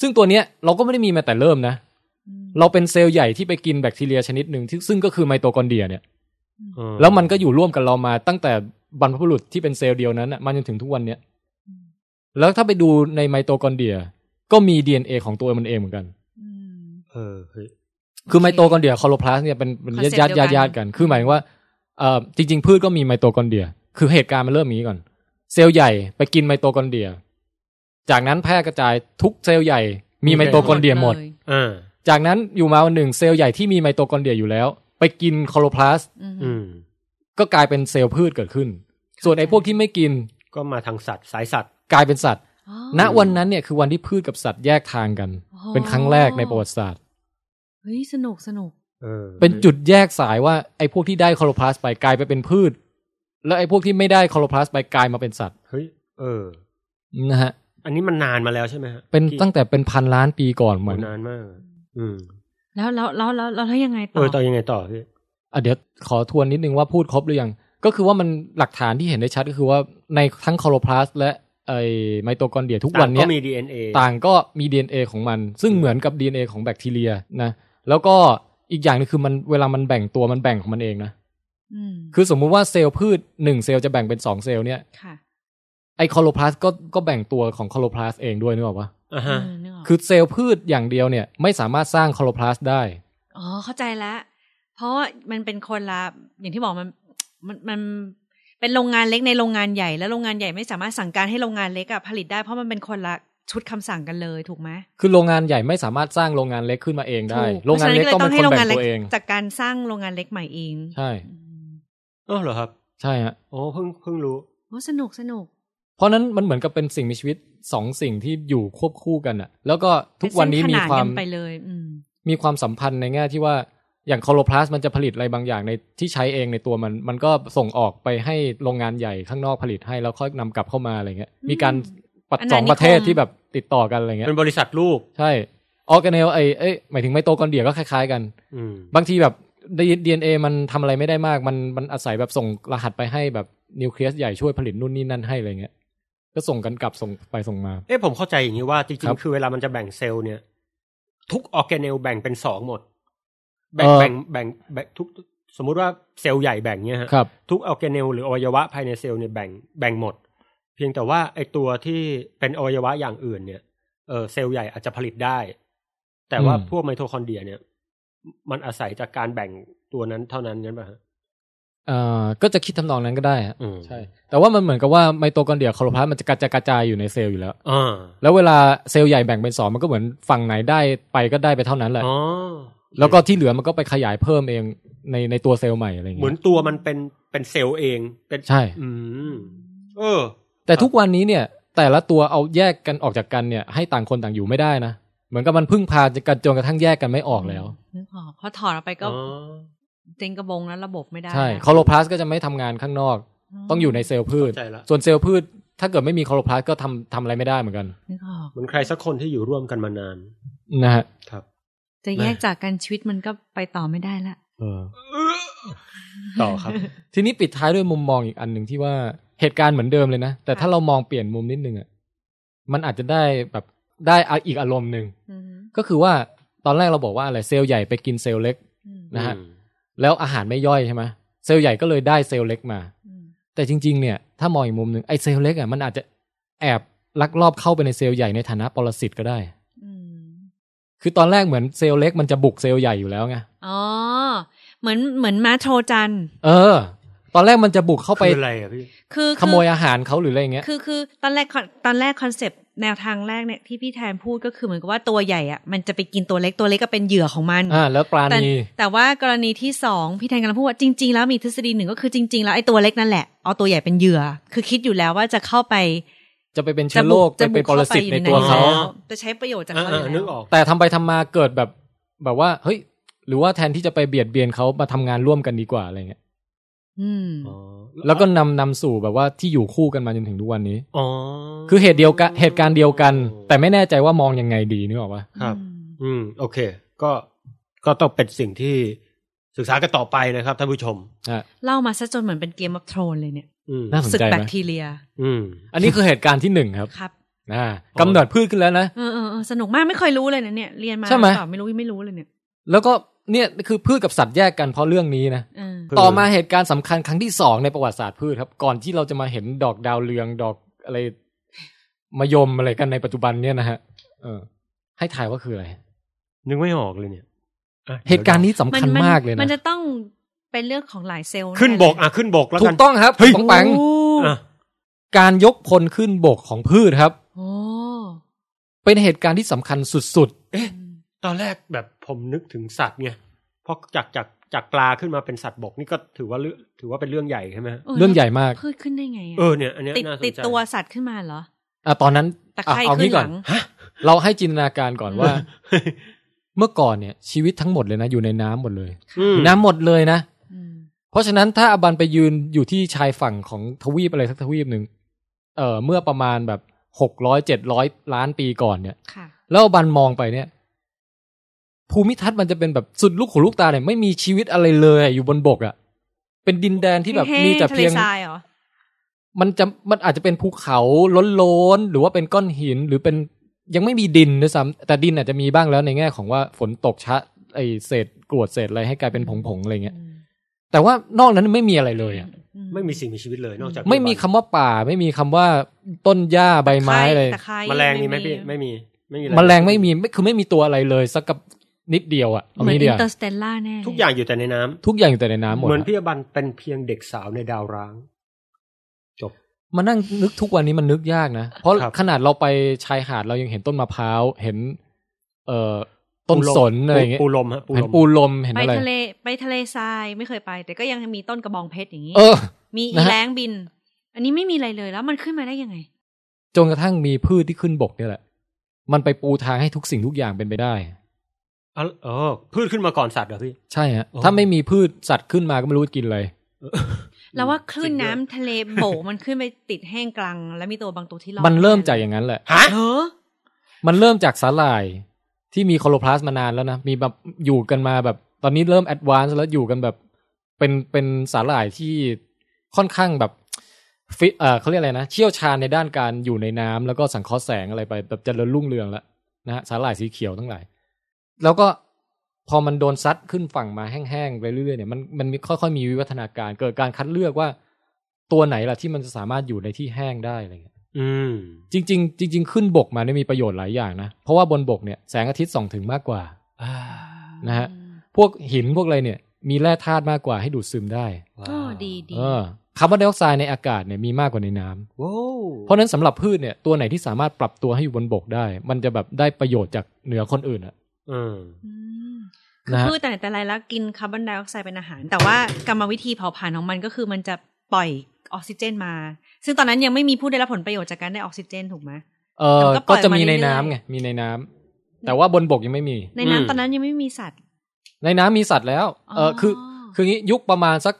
Speaker 4: ซึ่งตัวเนี้ยเราก็ไม่ได้มีมาแต่เริ่มนะ เราเป็นเซลล์ใหญ่ที่ไปกินแบคทีเรียชนิดหนึ่งที่ซึ่งก็คือไมโตคอนเดรียเนี่ย
Speaker 5: อื
Speaker 4: แล้วมันก็อยู่ร่วมกับเรามาตั้งแต่บรรพบุรุษที่เป็นเซลล์เดียวนั้นน่ะมาจนถึงทุกวันเนี้ยแล้วถ้าไปดูในไมโตคอนเดรียก็มี DNA ของตัวมันเองเหมือนกัน
Speaker 1: อืม
Speaker 5: เออเฮ้ย
Speaker 4: คือไมโตคอนเดรียคลอโรพลาสเนี่ยเป็นเป็นญาติ
Speaker 1: Concept
Speaker 4: ญาติ
Speaker 1: เดียวกัน
Speaker 4: ญาติกัน คือหมายถึงว่าเอ่อจริง ๆ พืชก็มีไมโตคอนเดรีย คือเหตุการณ์มันเริ่มอย่างนี้ก่อน เซลล์ใหญ่ไปกินไมโตคอนเดรีย จากนั้นแพร่กระจายทุกเซลล์ใหญ่มีไมโตคอนเดรียหมด
Speaker 1: เลย
Speaker 5: อ่า
Speaker 4: จากนั้นอยู่มาวันหนึ่งเซลล์ใหญ่ที่มีไมโตคอนเดรียอยู่แล้ว ไปกินคลอโรพลาส
Speaker 1: อืม
Speaker 5: อืม
Speaker 4: ก็กลายเป็นเซลล์พืชเกิดขึ้น ส่วนไอ้พวกที่ไม่กิน
Speaker 5: ก็มาทางสัตว์สายสัตว์
Speaker 4: กลายเป็นสัตว์
Speaker 1: อ๋อ
Speaker 4: ณวันนั้นเนี่ยคือวันที่พืชกับสัตว์แยกทางกัน
Speaker 1: อ๋อ
Speaker 4: เป็นครั้งแรกในประวัติศาสตร์
Speaker 1: เฮ้ยสนุกสนุก
Speaker 5: เออ
Speaker 4: เป็นจุดแยกสายว่าไอ้พวกที่ได้คลอโรพลาสไปกลายไปเป็นพืช แล้วไอ้พวกที่ไม่ได้คลอโรพลาสไปกลายมาเป็นสัตว์
Speaker 5: เฮ้ยเออ
Speaker 4: นะฮะ
Speaker 5: อันนี้มันนานมาแล้วใช่ไหมฮะ
Speaker 4: เป็นตั้ง
Speaker 5: ที่
Speaker 4: แต่เป็นพันล้านปีก่อนเหมือน
Speaker 5: โอ้นานมาก อืม
Speaker 1: แล้วแล้วแล้วแล้วแล้วยังไง
Speaker 5: เอ
Speaker 1: ต่อ
Speaker 5: อต่อยังไงต่อพี่
Speaker 4: อ่ะเดี๋ยวขอทวนนิดนึงว่าพูดครบหรือยัง ก็คือว่ามันหลักฐานที่เห็นได้ชัดก็คือว่าในทั้งคลอโรพลาสและไอไมโตคอนเดรียทุกวันเนี้
Speaker 5: ต่างก็
Speaker 4: ย
Speaker 5: มี DNA
Speaker 4: ต่างก็มี DNA ของมัน ซึ่งเหมือนกับ DNA ของแบคทีเรียนะแล้วก็อีกอย่างหนึงคือมันเวลามันแบ่งตัวมันแบ่งของมันเองนะ
Speaker 1: อืม
Speaker 4: คือสมมุติว่าเซลล์พืชหนึ่งเซลล์จะแบ่งเป็นสองเซลล์เนี่ย
Speaker 1: ค่ะ
Speaker 4: ไอคอโลพลาสก็ก็แบ่งตัวของคอโลพลาสเองด้วยนึกออกปะ
Speaker 5: อ่าฮะ
Speaker 1: เออนึกออก
Speaker 4: คือเซลล์พืชอย่างเดียวเนี่ยไม่สามารถสร้างคอโลพลาสได้
Speaker 1: อ๋อเข้าใจแล้วเพราะว่ามันเป็นคนละอย่างที่บอกมันมันมันเป็นโรงงานเล็กในโรงงานใหญ่แล้วโรงงานใหญ่ไม่สามารถสั่งการให้โรงงานเล็กอะผลิตได้เพราะมันเป็นคนละชุดคำสั่งกันเลยถูกไหม
Speaker 4: คือโรงงานใหญ่ไม่สามารถสร้างโรงงานเล็กขึ้นมาเองได้
Speaker 1: ถู
Speaker 4: โรงงานเล็ก
Speaker 1: พะฉะ
Speaker 4: ต้องเป็นคนแบ่ง
Speaker 1: ล็
Speaker 4: ตัวเอง
Speaker 1: จากการสร้างโรงงานเล็กใหม่เอง
Speaker 4: ใช่
Speaker 1: อืม
Speaker 5: เออเหรอครับ
Speaker 4: ใช่ฮะ
Speaker 5: โอ้เพิ่งเพิ่งรู้
Speaker 1: โอ้สนุกสนุก
Speaker 4: เพราะนั้นมันเหมือนกับเป็นสิ่งมีชีวิตสองสิ่งที่อยู่ควบคู่กันอะแล้วก็ทุกวันนี้
Speaker 1: เป็
Speaker 4: มี
Speaker 1: เส้ข
Speaker 4: ความ
Speaker 1: กันไปเลย อืม
Speaker 4: มีความสัมพันธ์ในแง่ที่ว่าอย่างคอโลพลาสมันจะผลิตอะไรบางอย่างในที่ใช้เองในตัวมันมันก็ส่งออกไปให้โรงงานใหญ่ข้างนอกผลิตให้แล้วค่อยนำกลับเข้ามาอะไรเงี้ยมีการปัด
Speaker 1: อัน
Speaker 4: ส
Speaker 1: นั้น
Speaker 4: องประเทศ
Speaker 1: นิคม
Speaker 4: ที่แบบติดต่อกันอะไรเงี้ย
Speaker 5: เป็นบริษัทลูก
Speaker 4: ใช่ ออร์แกเนลไอเอ้ยหมายถึงไมโตคอนเดรียก็คล้ายๆกัน
Speaker 5: อืม
Speaker 4: บางทีแบบดีเอ็นเอมันทำอะไรไม่ได้มาก มันมันอาศัยแบบส่งรหัสไปให้แบบนิวเคลียสใหญ่ช่วยผลิตนู่นนี่นั่นให้อะไรเงี้ย ก็ส่งกันกลับส่งไปส่งมา
Speaker 5: เอ๊ะผมเข้าใจอย่างนี้ว่าจริ
Speaker 4: ครั
Speaker 5: ง
Speaker 4: บ
Speaker 5: ๆ คือเวลามันจะแบ่งเซลล์เนี่ย ทุกออร์แกเนลแบ่งเป็นสองหมด แบ่ง
Speaker 4: เอ่อ
Speaker 5: แบ่งแบ่งแบ่งทุกสมมุติว่าเซลล์ใหญ่แบ่งเนี่ยฮะ
Speaker 4: ครับ
Speaker 5: ทุกออร์แกเนลหรืออวัยวะภายในเซลล์เนี่ยแบ่งแบ่งหมด เพียงแต่ว่าไอตัวที่เป็นอวัยวะอย่างอื่นเนี่ยเออเซลล์ใหญ่อาจจะผลิตได้ แต่ว่าพวกไมโทคอนเดรีย เนี่ย มันอาศัยจากการแบ่งตัวนั้นเท่านั้นงั้นป่ะฮะ
Speaker 4: เอ่อก็จะคิดทำนองนั้นก็ได้ฮะ
Speaker 5: อืม
Speaker 4: ใช่ แต่ว่ามันเหมือนกับว่าไมโตคอนเดรียคลอโรพลาสมันจะกระจายกระจายอยู่ในเซลล์อยู่แล้ว
Speaker 5: อ่า
Speaker 4: แล้วเวลาเซลล์ใหญ่แบ่งเป็นสองมันก็เหมือนฝั่งไหนได้ไปก็ได้ไปเท่านั้นแหละ
Speaker 5: อ๋อ
Speaker 4: แล้วก็ที่เหลือมันก็ไปขยายเพิ่มเองในในตัวเซลล์ใหม่อะไรเงี้ย
Speaker 5: เหมือนตัวมันเป็นเป็นเซลล์เองเป็น
Speaker 4: ใช่
Speaker 5: อืม เออ
Speaker 4: แต่ทุกวันนี้เนี่ย แต่ละตัวเอาแยกกันออกจากกันเนี่ย ให้ต่างคนต่างอยู่ไม่ได้นะเหมือนกับมันพึ่งพากันจนกระทั่งแยกกันไม่ออกแล้ว
Speaker 6: นึกออกพอถอดออกไปก็
Speaker 5: อ๋อ
Speaker 6: เต็งกระบงแล้วระบบไม่ได้
Speaker 4: ใช่คอโลพลาสก็จะไม่ทำงานข้างนอก ต้องอยู่ในเซลล์พืช
Speaker 5: ใจละ
Speaker 4: ส่วนเซลล์พืช ถ้าเกิดไม่มีคอโลพลาสก็ทำทำอะไรไม่ได้เหมือนกัน
Speaker 6: นึกออก
Speaker 5: เหมือนใครสักคนที่อยู่ร่วมกันมานาน
Speaker 4: นะฮะ
Speaker 5: ครับ
Speaker 6: จะแยกจากกันชีวิตมันก็ไปต่อไม่ได้ละ
Speaker 5: ต่อครับ
Speaker 4: ทีนี้ปิดท้ายด้วยมุมมองอีกอันหนึ่งที่ว่าเหตุการณ์เหมือนเดิมเลยนะ แต่ถ้าเรามองเปลี่ยนมุมนิดนึงอ่ะมันอาจจะได้แบบได้อีกอารมณ์หนึ่ง
Speaker 6: อืม
Speaker 4: ก็คือว่าตอนแรกเราบอกว่าอะไรเซลล์ใหญ่ไปกินเซลล์เล็ก
Speaker 6: อืม
Speaker 4: นะฮะ แล้วอาหารไม่ย่อยใช่ไหมเซลล์ใหญ่ก็เลยได้เซลล์เล็กมา
Speaker 6: อืม
Speaker 4: แต่จริง ๆ เนี่ย ถ้ามองอีกมุมหนึ่งไอ้เซลล์เล็กอ่ะมันอาจจะแอบลักลอบเข้าไปในเซลล์ใหญ่ในฐานะปรสิตก็ได้
Speaker 6: อืม
Speaker 4: คือตอนแรกเหมือนเซลล์เล็กมันจะบุกเซลล์ใหญ่อยู่แล้วไง
Speaker 6: อ๋อ เหมือนเหมือนม้าโทรจันทร์
Speaker 4: เออ ตอนแรกมันจะบุกเข้าไป
Speaker 5: คืออะไรอะพี่
Speaker 6: คือ
Speaker 4: ขโมย
Speaker 6: คือ
Speaker 4: อาหารเขาหรืออะไรอย่างเงี้ย
Speaker 6: คือคือตอนแรกคอนตอนแรกคอนเซปต์แนวทางแรกเนี่ยที่พี่แทนพูดก็คือเหมือนกับว่าตัวใหญ่อะมันจะไปกินตัวเล็กตัวเล็กก็เป็นเหยื่อของมัน
Speaker 4: อ่า แล้วปลา
Speaker 6: แต่
Speaker 4: ณี
Speaker 6: แต่ว่ากรณีที่สองพี่แทนกำลังพูดว่าจริง ๆ แล้วมีทฤษฎีหนึ่งก็คือจริง ๆ แล้วไอ้ตัวเล็กนั่นแหละเอาตัวใหญ่เป็นเหยื่อ คือคิดอยู่แล้วว่าจะเข้าไป
Speaker 4: จะไปเป็นเชื้อโรคไปเป็นปรสิตในตัว
Speaker 6: จะบุก
Speaker 4: เขา
Speaker 6: เข้าไปอยู่ในนั้นแล้วจะใช้ประโยชน์จาก
Speaker 5: อ่า
Speaker 6: เขาอ
Speaker 5: อ่า
Speaker 6: ยู่แล้ว
Speaker 5: นึกออก
Speaker 4: แต่ทำไปทำมาเกิดแบบ แบบว่า เฮ้ย หรือว่าแทนที่จะไปเบียดเบียนเขามาทำงานร่วมกันดีกว่าอะไรเงี้ย
Speaker 1: อืม
Speaker 5: อ๋อ
Speaker 4: แล้วก็นำนำสู่แบบว่าที่อยู่คู่กันมาจนถึงทุกวันนี้
Speaker 5: อ๋อ
Speaker 4: คือเหตุเดียวกันเหตุการณ์เดียวกัน
Speaker 5: โอ้
Speaker 4: แต่ไม่แน่ใจว่ามองยังไงดีนึกออกปะ
Speaker 5: ครับ อืม โอเค ก็ก็ต้องเป็นสิ่งที่ศึกษากันต่อไปนะครับท่านผู้ชม
Speaker 4: อ่ะ
Speaker 6: เล่ามาซะจนเหมือนเป็นเกมออฟทรอนเลยเนี่ย
Speaker 5: อืม
Speaker 4: น่าสน
Speaker 6: ศึก
Speaker 4: ใจ
Speaker 6: แบ
Speaker 4: ไห
Speaker 6: ค
Speaker 4: ม
Speaker 6: ทีเรีย
Speaker 5: อืม
Speaker 4: อันนี้คือเหตุการณ์ที่หนึ่งครับ
Speaker 6: ครับ
Speaker 4: อ่ากำเนิดพืชขึ้นแล้วนะ
Speaker 6: เออเออเออสนุกมากไม่เคยรู้เลยนะเนี่ยเรียนมา
Speaker 4: ใช่ไหม
Speaker 6: ตอบไม่รู้ยังไม่รู้เลยเนี่ย
Speaker 4: แล้วก็เนี่ยคือพืชกับสัตว์แยกกันเพราะเรื่องนี้นะ
Speaker 6: เออ
Speaker 5: คือ
Speaker 4: ต่อมาเหตุการณ์สำคัญครั้งที่สองในประวัติศาสตร์พืชครับ ก่อนที่เราจะมาเห็นดอกดาวเรืองดอกอะไรมะยมอะไรกันในปัจจุบันเนี่ยนะฮะเออ ให้ถ่ายว่าคืออะไร
Speaker 5: นึกไม่ออกเลยเนี่ยอ่ะ
Speaker 4: เหตุการณ์นี้สำคัญมากเลย
Speaker 6: มั
Speaker 4: นะ
Speaker 6: จะต้องเป็นเรื่องของหลายเซลล์
Speaker 5: ขึ้นบก
Speaker 6: แเลย
Speaker 5: อ่ะขึ้นบกแล้ว
Speaker 4: ถู
Speaker 5: กั
Speaker 4: ก
Speaker 5: น
Speaker 4: ต้องครับปองแปง
Speaker 6: โอ้
Speaker 5: อ่ะ
Speaker 4: การยกพลขึ้นบกของพืชครับ
Speaker 6: โอ้
Speaker 4: เป็นเหตุการณ์ที่สำคัญสุด
Speaker 5: ตอนแรกแบบผมนึกถึงสัตว์ไงเพราะจากจากจากปลาขึ้นมาเป็นสัตว์บกนี่ก็ถือว่าเรื่องถือว่าเป็นเรื่องใหญ่ใช่ไหม
Speaker 4: ๆ เรื่องใหญ่มาก
Speaker 6: พืชขึ้นได้ไงอะ
Speaker 5: เออเนี่ยอันเนี้ย
Speaker 6: ติด
Speaker 5: น่าสนใจ
Speaker 6: ติดตัวสัตว์ขึ้นมาเหรอ
Speaker 4: อ่ะตอนนั้น
Speaker 6: ตะ
Speaker 4: อ่ะ
Speaker 6: ไคร้
Speaker 4: เอา
Speaker 6: ขึ้
Speaker 4: งี้
Speaker 6: น
Speaker 4: ก่
Speaker 6: ห
Speaker 4: อน
Speaker 6: ลัง
Speaker 4: เราให้จินตนาการก่อนว่า เมื่อก่อนเนี่ย ชีวิตทั้งหมดเลยนะ อยู่ในน้ำหมดเลย
Speaker 5: อืม
Speaker 4: น้ำหมดเลยนะ
Speaker 6: อืม
Speaker 4: เพราะฉะนั้นถ้าอบันไปยืนอยู่ที่ชายฝั่งของทวีปอะไรสักทวีปหนึ่งเอ่อเมื่อประมาณแบบหกร้อยเจ็ดร้อยล้านปีก่อนเนี่ย
Speaker 6: ค่ะ
Speaker 4: แล้วอบันมองไปเนี่ย ภูมิทัศน์มันจะเป็นแบบสุดลูกหูลูกตาเลยไม่มีชีวิตอะไรเลยอยู่บนบกอะ่ะ เป็นดินแดนที่แบบ
Speaker 6: เฮ้ๆ
Speaker 4: มีแต่เพียง
Speaker 6: ทะเลทรายเหรอ
Speaker 4: มันจะมันอาจจะเป็นภูเขาล้นล้นๆหรือว่าเป็นก้อนหินหรือเป็นยังไม่มีดินด้วยซ้ำแต่ดินอาจจะมีบ้างแล้วในแง่ของว่าฝนตกชะ ไอเศษกรวดเศษอะไรให้กลายเป็นผงๆอะไรเงี้ยแต่ว่านอกนั้นไม่มีอะไรเลยอะ
Speaker 6: อื
Speaker 5: ไม่มีสิ่งมีชีวิตเลยนอกจาก
Speaker 4: ไม่มีคำว่าป่า ไม่มีคำว่าต้นหญ้าใบไม้เลย
Speaker 6: ตะไคร้
Speaker 5: แมลงมีไหมพี่ไม่มีไม่มีอะร
Speaker 4: แมลงไม่มีไม่คือไม่มีตัวอะไรเลยสักกับนิดเดียวอะเอา
Speaker 6: เหมือน
Speaker 4: งี้เดี
Speaker 6: อิ
Speaker 4: ยวน
Speaker 6: เตอร์สเตลล่าแน่
Speaker 5: ทุกอย่างอยู่แต่ในน้ำ
Speaker 4: ทุกอย่างอยู่แต่ในน้ำหมด
Speaker 5: เหมือน
Speaker 4: อะ
Speaker 5: พี่อบันเป็นเพียงเด็กสาวในดาวร้าง
Speaker 4: มานั่งนึกทุกวันนี้มันนึกยากนะเพราะ
Speaker 5: ครับ
Speaker 4: ขนาดเราไปชายหาดเรายังเห็นต้นมะพร้าวเห็น เอ่อต้นสนอะไรอย่างเงี้ย
Speaker 5: ปูลมฮะปู
Speaker 4: เห็
Speaker 5: ล
Speaker 4: น
Speaker 5: ม
Speaker 4: ปูลมเห็น
Speaker 6: ไป
Speaker 4: อะไร
Speaker 6: ทะเลไปทะเลทรายไม่เคยไป แต่ก็ยังมีต้นกระบองเพชรอย่างนี้
Speaker 4: เออ
Speaker 6: มีอี
Speaker 4: นะฮะ
Speaker 6: แรงบิน อันนี้ไม่มีอะไรเลยแล้วมันขึ้นมาได้ยังไง
Speaker 4: จนกระทั่งมีพืชที่ขึ้นบกเนี่ยแหละ มันไปปูทางให้ทุกสิ่งทุกอย่างเป็นไปได้
Speaker 5: อ๋อเออพืชขึ้นมาก่อนสัตว์เหรอพี่
Speaker 4: ใช่ฮะ
Speaker 5: อ๋อ
Speaker 4: ถ้าไม่มีพืชสัตว์ขึ้นมาก็ไม่รู้จะกินอะไร
Speaker 6: แล้วว่าคลื่น
Speaker 5: จริงด้วย
Speaker 6: น้ำทะเลโบกมันขึ้นไปติดแห้งกลาง แล้วมีตัวบางตัวที่รอด
Speaker 4: มันเริ่มจากอย่างนั้นแหละ
Speaker 5: ฮะ
Speaker 6: เออ
Speaker 4: มันเริ่มจากสาหร่ายที่มีคลอโรพลาสต์มานานแล้วนะ มีแบบอยู่กันมาแบบ ตอนนี้เริ่มแอดวานซ์แล้วอยู่กันแบบเป็นเป็นสาหร่ายที่ค่อนข้างแบบฟิเออเขาเรียกอะไรนะ เชี่ยวชาญในด้านการอยู่ในน้ำแล้วก็สังเคราะห์แสงอะไรไปแบบเจริญรุ่งเรืองแล้วนะฮะสาหร่ายสีเขียวทั้งหลาย แล้วก็พอมันโดนซัดขึ้นฝั่งมาแห้งๆไปเรื่อยๆเนี่ยมันมันมีค่อยๆมีวิวัฒนาการเกิดการคัดเลือกว่าตัวไหนล่ะที่มันจะสามารถอยู่ในที่แห้งได้อะไรเงี้ย
Speaker 5: อืม
Speaker 4: จริงๆจริง ๆ ขึ้นบกมาเนี่ยมีประโยชน์หลายอย่างนะ เพราะว่าบนบกเนี่ยแสงอาทิตย์ส่องถึงมากกว่านะฮะพวกหินพวกอะไรเนี่ย มีแร่ธาตุมากกว่าให้ดูดซึมได้
Speaker 6: ก็ดีดี
Speaker 4: เออคาร์บอนไดออกไซด์ในอากาศเนี่ยมีมากกว่าในน้ำเพราะฉะนั้นสำหรับพืชเนี่ยตัวไหนที่สามารถปรับตัวให้อยู่บนบกได้ มันจะแบบได้ประโยชน์จากเหนือคนอื่นอะ
Speaker 5: เออ
Speaker 6: อืม
Speaker 4: นะฮะ
Speaker 6: พืชแต่ไหนแต่ไรแล้วกินคาร์บอนไดออกไซด์เป็นอาหาร แต่ว่ากรรมวิธีเผาผลาญของมันก็คือมันจะปล่อย ออกซิเจนมา ซึ่งตอนนั้นยังไม่มีผู้ได้รับผลประโยชน์จากการได้ออกซิเจนถูกไหม
Speaker 4: เออ
Speaker 6: แล้ว
Speaker 4: ก็
Speaker 6: ก็ปล่อย
Speaker 4: จะมี
Speaker 6: มา
Speaker 4: ใน
Speaker 6: เรื่อยๆ
Speaker 4: น้ำไงมีในน้ำแต่ว่าบนบกยังไม่มี
Speaker 6: ใน
Speaker 5: อืม
Speaker 6: น้ำตอนนั้นยังไม่มีสัตว์
Speaker 4: ในน้ำมีสัตว์แล้ว เอออ
Speaker 6: อ
Speaker 4: คือ คืองี้ยุคประมาณสัก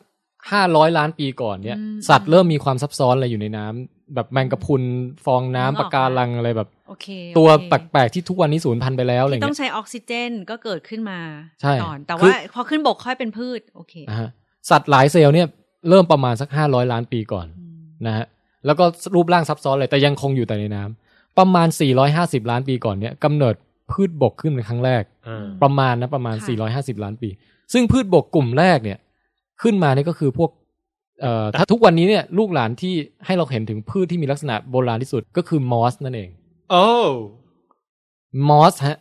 Speaker 4: ห้าร้อยล้านปีก่อนเนี่ย
Speaker 6: อืม
Speaker 4: สัตว์เริ่มมีความซับซ้อนอะไรอยู่ในน้ำแบบแมงกะพรุนฟองน้ำ
Speaker 6: นึกออก
Speaker 4: ปะการังอะไรแบบ
Speaker 6: โอเค
Speaker 4: ตัว
Speaker 6: โอเค
Speaker 4: แปลกๆที่ทุกวันนี้สูญพันธุ์ไปแล้วอะไร
Speaker 6: ที่ต้อ
Speaker 4: เงี้
Speaker 6: ง
Speaker 4: ย
Speaker 6: ใช้ออกซิเจนก็เกิดขึ้นมา
Speaker 4: ใช่
Speaker 6: ก่อนแต่
Speaker 4: คือ
Speaker 6: ว่าพอขึ้นบกค่อยเป็นพืช โอเค
Speaker 4: นะฮะสัตว์หลายเซลล์เนี่ยเริ่มประมาณสักห้าร้อยล้านปีก่อน
Speaker 6: อืม
Speaker 4: นะฮะแล้วก็รูปร่างซับซ้อนเลยแต่ยังคงอยู่แต่ในน้ำประมาณ 450 ล้านปีก่อนเนี่ยกำเนิดพืชบกขึ้นเป็นครั้งแรก
Speaker 5: อ่า
Speaker 4: ประมาณนะประมาณ 450 ล้านปี ซึ่งพืชบกกลุ่มแรกเนี่ย ขึ้นมาเนี่ยก็คือพวกเอ่อถ้าทุกวันนี้เนี่ยลูกหลานที่ให้เราเห็นถึงพืชที่มีลักษณะโบราณที่สุดก็คือมอสนั่นเอง
Speaker 5: โอ้
Speaker 4: มอสฮะ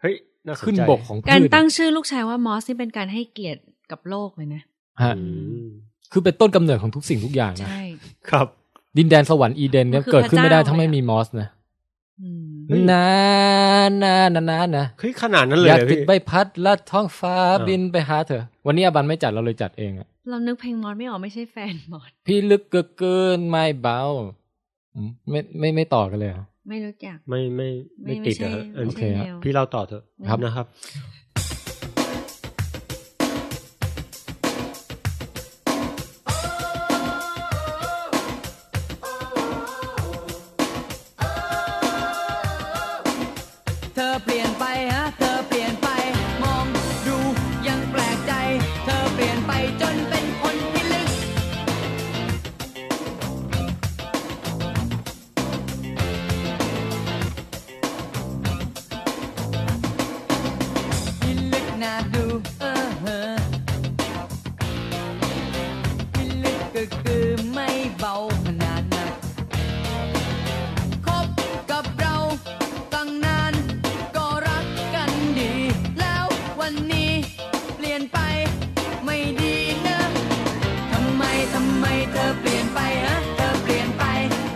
Speaker 5: เฮ้ยน่าสนใจ
Speaker 4: ขึ้นบกของพืช
Speaker 6: การตั้งชื่อลูกชายว่ามอสนี่เป็นการให้เกียรติกับโลกเลยนะ
Speaker 4: ฮะ
Speaker 5: อืม
Speaker 4: คือเป็นต้นกำเนิดของทุกสิ่งทุกอย่างนะ
Speaker 6: ใช่
Speaker 5: ครับ
Speaker 4: ดินแดนสวรรค์อีเดนเนี่ย
Speaker 6: มันคือ
Speaker 4: เกิดขึ้นไม่ได้
Speaker 6: พระเจ้า
Speaker 4: ถ้าไม่มีมอสนะ
Speaker 6: อืม
Speaker 5: เฮ้ย
Speaker 4: นะนะนะนะนะ
Speaker 5: เฮ้ยขนาดนั้นเลย
Speaker 4: อยาก
Speaker 5: เหรอ
Speaker 4: ติด
Speaker 5: พี่
Speaker 4: ใบพัดลัดท้องฟ้า
Speaker 5: อ่า
Speaker 4: บินไปหาเธอ วันนี้อาบันไม่จัดเราเลยจัดเองอะ
Speaker 6: เรานึกเพลงมอสไม่ออกไม่ใช่แฟนมอส
Speaker 4: พี่ลึกเกินไม่เบาอืมไม่ไม่ไม่ต่อกันเลยเหรอ
Speaker 6: ไม่รู้จัก
Speaker 5: ไม่ไม่ไม่
Speaker 6: ไม่
Speaker 5: ติด
Speaker 6: ใช่
Speaker 5: นะฮะเออ
Speaker 6: ไม่
Speaker 4: โอ
Speaker 6: ใช่
Speaker 4: เคฮะ
Speaker 6: แนว
Speaker 5: พี่เราต่อเถอะ
Speaker 4: ครับ
Speaker 5: นะครับ
Speaker 10: เธอเปลี่ยนไปฮะ เธอเปลี่ยนไป มองดูยังแปลกใจ เธอเปลี่ยนไปจนเป็นคนพิลึก พิลึกน่าดูเออเฮอพิลึกก็คือไม่เบาขนาดหนัก คบกับเราตั้งนานก็รักกันดี แล้ววันนี้เปลี่ยนไปไม่ดีนะทำไมทำไมเธอเปลี่ยนไปฮะเธอเปลี่ยนไป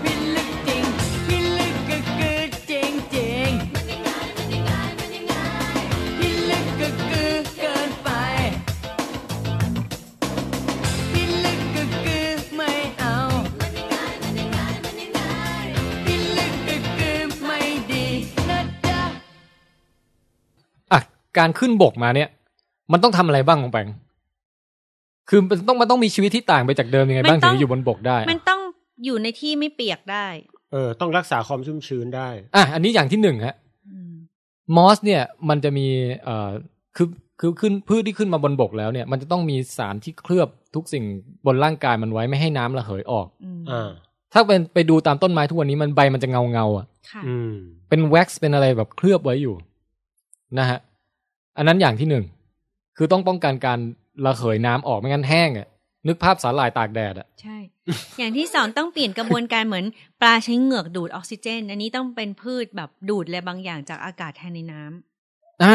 Speaker 10: พิลึกจริงพิลึกก็คือจริงจริงมันยังไงมันยังไงมันยังไงพิลึกก็คือเกินไปพิลึกก็คือไม่เอา ที่ลึกก็คือไม่ดีนะจ๊ะ
Speaker 4: อ่ะการขึ้นบกมาเนี่ย มันต้องทำอะไรบ้างของแปงคือมันต้องมันต้องมีชีวิตที่ต่างไปจากเดิมยังไงบ้าง
Speaker 6: มันต้
Speaker 4: ถึ
Speaker 6: อง
Speaker 4: งจะอยู่บนบกได้
Speaker 6: มันต้องอยู่ในที่ไม่เปียกได้
Speaker 5: เออ ต้องรักษาความชุ่มชื้นได้
Speaker 4: อ่ะอันนี้อย่างที่หนึ่งฮะ
Speaker 6: อืม
Speaker 4: มอสเนี่ยมันจะมีเอ่อคือคือขึ้นพืชที่ขึ้นมาบนบกแล้วเนี่ย มันจะต้องมีสารที่เคลือบทุกสิ่งบนร่างกายมันไว้ไม่ให้น้ำระเหยออก
Speaker 6: อืม
Speaker 5: อ่า
Speaker 4: ถ้าเป็นไปดูตามต้นไม้ทุกวันนี้มันใบมันจะเงาเงาๆอ่ะ
Speaker 6: ค่ะ
Speaker 5: อืม
Speaker 4: เป็นแว็กซ์เป็นอะไรแบบเคลือบไว้อยู่นะฮะ อันนั้นอย่างที่หนึ่ง คือต้องป้องกันการระเหยน้ำออกไม่งั้นแห้งอะนึกภาพสาหร่ายตากแดดอะ
Speaker 6: ใช่ อย่างที่สองต้องเปลี่ยนกระบวนการเหมือนปลาใช้เหงือกดูดออกซิเจน อันนี้ต้องเป็นพืชแบบดูดอะไรบางอย่างจากอากาศแทนในน้ำ
Speaker 4: อ่า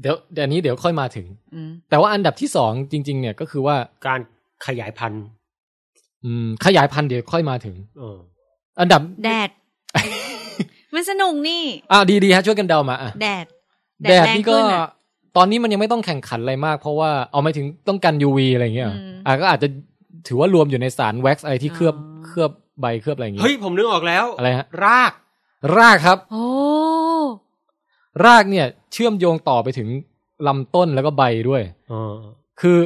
Speaker 4: เดี๋ยวเดี๋ยวนี้เดี๋ยวค่อยมาถึง
Speaker 6: อืม
Speaker 4: แต่ว่าอันดับที่สองจริง ๆ เนี่ยก็คือว่า
Speaker 5: การขยายพันธุ์
Speaker 4: อืม ขยายพันธุ์เดี๋ยวค่อยมาถึง
Speaker 5: เออ
Speaker 4: อันดับ
Speaker 6: แดด มันสนุกนี่
Speaker 4: อ่าดีๆฮะช่วยกันเดามาอ่ะ
Speaker 6: แดด
Speaker 4: แดดนี่ก็
Speaker 6: รงขึ้อะ
Speaker 4: ตอนนี้มันยังไม่ต้องแข่งขันอะไรมาก เพราะว่าเอาไม่ถึงต้องกัน UV อะไรอย่างเงี้ยเหรอ
Speaker 6: อืม
Speaker 4: อ่ะก็อาจจะถือว่ารวมอยู่ในสารแว็กซ์อะไรที่เคลือบ
Speaker 6: อ๋อ
Speaker 4: เคลือบใบเคลือบอะไรอย่างเงี้ย
Speaker 5: เฮ้ย ผมนึกออกแล้ว
Speaker 4: อะไรฮะ
Speaker 5: ราก
Speaker 4: รากครับ
Speaker 6: โอ้
Speaker 4: รากเนี่ย เชื่อมโยงต่อไปถึงลำต้นแล้วก็ใบด้วย
Speaker 5: เออ
Speaker 4: คือ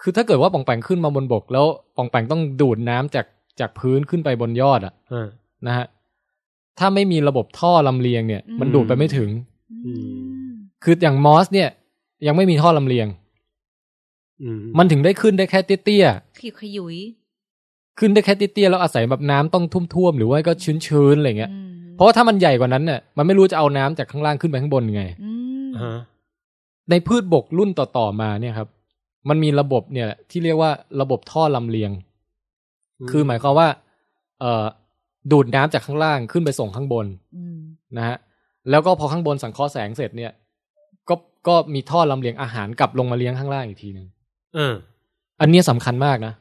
Speaker 4: คือถ้าเกิดว่าป่องแปงขึ้นมาบนบก แล้วป่องแปงต้องดูดน้ำจากจากพื้นขึ้นไปบนยอดอะ
Speaker 5: เออ
Speaker 4: นะฮะถ้าไม่มีระบบท่อลำเลียงเนี่ย มันดูดไปไม่ถึง
Speaker 6: อืม
Speaker 4: คืออย่างมอสเนี่ย ยังไม่มีท่อลำเลียง
Speaker 5: อืม
Speaker 4: มันถึงได้ขึ้นได้แค่เตี้ย
Speaker 6: ขยุกขยุย
Speaker 4: ๆขึ้นได้แค่เตี้ยๆแล้วอาศัยแบบน้ำต้องท่วมๆหรือว่าก็ชื้นๆอะไรเงี้ย
Speaker 6: อืม
Speaker 4: เพราะว่าถ้ามันใหญ่กว่านั้นเนี่ยมันไม่รู้จะเอาน้ำจากข้างล่างขึ้นไปข้างบนยังไง
Speaker 6: อืม
Speaker 5: ฮะ
Speaker 4: ในพืชบกรุ่นต่อ ๆ มาเนี่ยครับ มันมีระบบเนี่ยที่เรียกว่าระบบท่อลำเลียง คือหมายความว่า เอ่อดูดน้ำจากข้างล่างขึ้นไปส่งข้างบน
Speaker 6: อืม
Speaker 4: นะฮะแล้วก็พอข้างบนสังเคราะห์แสงเสร็จเนี่ย ก็ก็มีท่อลำเลียงอาหารกลับลงมาเลี้ยงข้างล่างอีกทีหนึ่ง
Speaker 5: เออ
Speaker 4: อันเนี้ยสำคัญมากนะ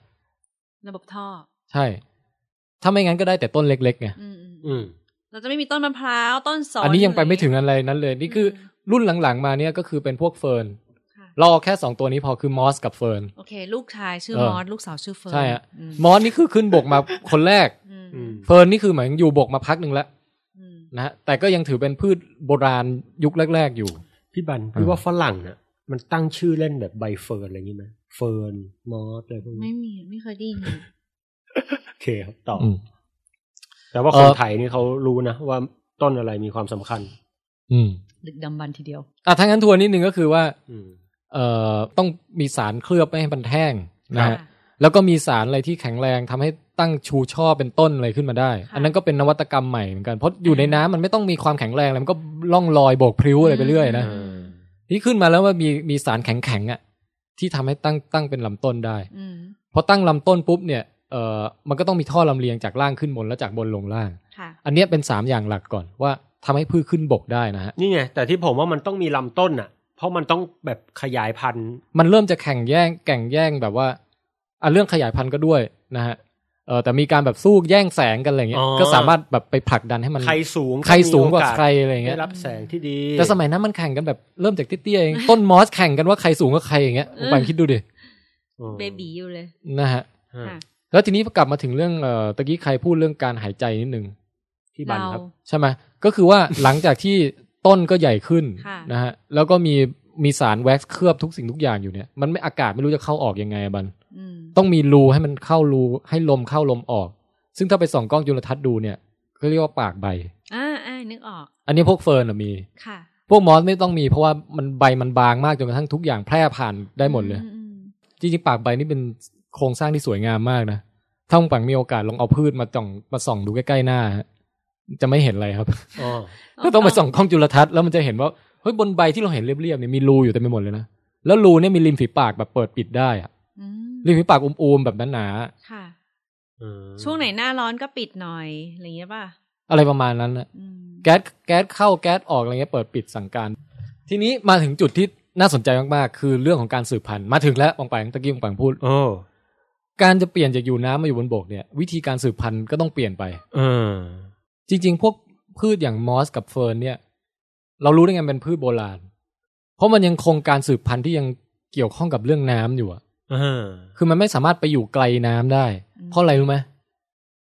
Speaker 6: ระบบท่อ
Speaker 4: ใช่ ถ้าไม่งั้นก็ได้แต่ต้นเล็กๆไง
Speaker 6: อืมอืม
Speaker 5: อืม
Speaker 6: เราจะไม่มีต้นมะพร้าวต้นสน
Speaker 4: อันนี้ยังไปไม่ถึง
Speaker 6: อะร
Speaker 4: อะไรนั้นเลย นี่คืออรุ่นหลังๆมาเนี่ยก็คือเป็นพวกเฟิร์น
Speaker 6: ค่ะ
Speaker 4: เราเอาแค่สองตัวนี้พอคือมอสกับเฟิร์น
Speaker 6: โอเค ลูกชายชื่อ
Speaker 4: เออ
Speaker 6: มอสลูกสาวชื่อเฟิร์น
Speaker 4: ใช่ฮะ
Speaker 6: อืม
Speaker 4: มอสนี่คือขึ้นบกมา คนแรก
Speaker 6: อืม
Speaker 5: อืม
Speaker 4: เฟิร์นนี่คือเหมือนอยู่บกมาพักหนึ่งแล้ว
Speaker 6: อืม
Speaker 4: นะฮะแต่ก็ยังถือเป็นพืชโบราณยุคแรก ๆอยู่
Speaker 5: พี่บัน
Speaker 4: เอ
Speaker 5: พี่
Speaker 4: อ
Speaker 5: ว่าฝรั่งน่ะ มันตั้งชื่อเล่นแบบใบเฟิร์นอะไรอย่างนี้ไหมเฟิร์นมอสอะไรพวก
Speaker 6: ไม่
Speaker 5: นี้
Speaker 6: มีไม่เคยได้ยิน
Speaker 5: โอเคครับต่ออ
Speaker 4: อืม
Speaker 5: แต่ว่าคน
Speaker 4: เอ่อ
Speaker 5: ไทยนี่เขารู้นะว่าต้นอะไรมีความสำคัญ
Speaker 4: อืม
Speaker 6: ดึกดำบรรพ์ทีเดียว
Speaker 4: อ่ะทั้างนั้นทัวร์นิดนึงก็คือว่า
Speaker 5: อืม
Speaker 4: เอ่อต้องมีสารเคลือบไม่ให้มันแห้งนะฮะ
Speaker 6: ค่ะ
Speaker 4: แล้วก็มีสารอะไรที่แข็งแรงทำให้ตั้งชูช่อเป็นต้นอะไรขึ้นมาได้
Speaker 6: ค่ะ
Speaker 4: อันนั้นก็เป็นนวัตกรรมใหม่เหมือนกันเพราะอยู่ในน้ำมันไม่ต้องมีความแข็งแรงอะไรมันก็ล่องลอยโบกพลิ้วอะไรไปเรื่อยนะนี่ขึ้นมาแล้วว่ามีมีสารแข็งๆอ่ะที่ทำให้ตั้งตั้งเป็นลำต้นได้
Speaker 6: อืม
Speaker 4: พอตั้งลำต้นปุ๊บเนี่ยเอ่อมันก็ต้องมีท่อลำเลียงจากล่างขึ้นบนแล้วจากบนลงล่าง
Speaker 6: ค่ะ
Speaker 4: อันเนี้ยเป็นสามอย่างหลักก่อนว่าทำให้พืชขึ้นบกได้นะฮะ
Speaker 5: นี่ไง แต่ที่ผมว่ามันต้องมีลำต้นอ่ะ เพราะมันต้องแบบขยายพันธุ์
Speaker 4: มันเริ่มจะแข่งแย่งแข่งแย่งแบบว่าอ่ะเรื่องขยายพันธุ์ก็ด้วยนะฮะเออแต่มีการแบบสู้แย่งแสงกันอะไรเงี้
Speaker 5: อ๋
Speaker 4: ย
Speaker 5: อ
Speaker 4: ก็สามารถแบบไปผลักดันให้มัน
Speaker 5: ใครสูง
Speaker 4: ใครสูงกว่า
Speaker 5: มีโส
Speaker 4: ใครอะไรอย่างเงี้ย
Speaker 5: ด้รับแสงที่ดี
Speaker 4: แต่สมัยนั้นมันแข่งกันแบบเริ่มจากเตี้ยๆเองต้นมอสแข่งกันว่าใครสูงกว่าใครอย่างเงี้ยผมไปคิดดูดิ
Speaker 5: อืม
Speaker 6: เบบีอยู่เลย
Speaker 4: นะฮะ
Speaker 5: ฮะ
Speaker 6: ค่ะ
Speaker 4: แล้วทีนี้กลับมาถึงเรื่องเอ่อตะกี้ใครพูดเรื่องการหายใจนิดนึง
Speaker 5: ที่บันครับ
Speaker 4: ใช่ไหมก็คือว่า หลังจากที่ต้นก็ใหญ่ขึ้น
Speaker 6: ค่ะ
Speaker 4: นะฮะแล้วก็มีมีสารแว็กซ์เคลือบทุกสิ่งทุกอย่างอยู่เนี่ยมันไม่อากาศไม่รู้จะเข้าออกยังไงอะบัน
Speaker 6: อืม
Speaker 4: ต้องมีรูให้มันเข้ารูให้ลมเข้าลมออก ซึ่งถ้าไปส่องกล้องจุลทรรศน์ดูเนี่ยก็เรียกว่าปากใบ
Speaker 6: อ่าอ่านึกออก
Speaker 4: อันนี้พวกเฟิร์นอะมี
Speaker 6: ค่ะ
Speaker 4: พวกมอสไม่ต้องมีเพราะว่ามันใบมันบางมากจนกระทั่งทุกอย่างแพร่ผ่านได้หมดเลย
Speaker 6: อือืม
Speaker 4: จริงๆปากใบนี่เป็นโครงสร้างที่สวยงามมากนะถ้าคุณปังมีโอกาสลองเอาพืชมาจ่องมาส่องดูใกล้ๆหน้าฮะจะไม่เห็นอะไรครับ <laughs>
Speaker 5: อ๋อ
Speaker 4: ก็ต้องไปส่องกล้องจุลทรรศน์แล้วมันจะเห็นว่าเฮ้ยบนใบที่เราเห็นเรียบๆเนี่ยมีรูอยู่เต็มไปหมดเลยนะแล้วรูเนี่ยมีริมฝีปากแบบเปิดปิดได้อะ
Speaker 6: อืม
Speaker 4: ริมฝีปากอูมๆแบบหนาๆอะ
Speaker 6: ค่ะ
Speaker 5: อืม
Speaker 6: ช่วงไหนหน้าร้อนก็ปิดหน่อยอะไรอย่างเงี้ยป่ะ
Speaker 4: อะไรประมาณนั้นนะ
Speaker 6: อืม
Speaker 4: แก๊สแก๊สเข้าแก๊สออกอะไรเงี้ยเปิดปิดสั่งการ ทีนี้มาถึงจุดที่น่าสนใจมากๆ คือเรื่องของการสืบพันธุ์มาถึงแล้วปองแปงตะกี้ปองแปงพูด
Speaker 5: โอ้
Speaker 4: การจะเปลี่ยนจากอยู่น้ำมาอยู่บนบกเนี่ยวิธีการสืบพันธุ์ก็ต้องเปลี่ยนไป
Speaker 5: เออ
Speaker 4: จริง ๆ พวกพืชอย่างมอสกับเฟิร์นเนี่ย เรารู้ได้ไงเป็นพืชโบราณ เพราะมันยังคงการสืบพันธุ์ที่ยังเกี่ยวข้องกับเรื่องน้ำอยู่อะ
Speaker 5: เออ
Speaker 4: คือมันไม่สามารถไปอยู่ไกลน้ำได้ เพราะอะไรรู้ไหม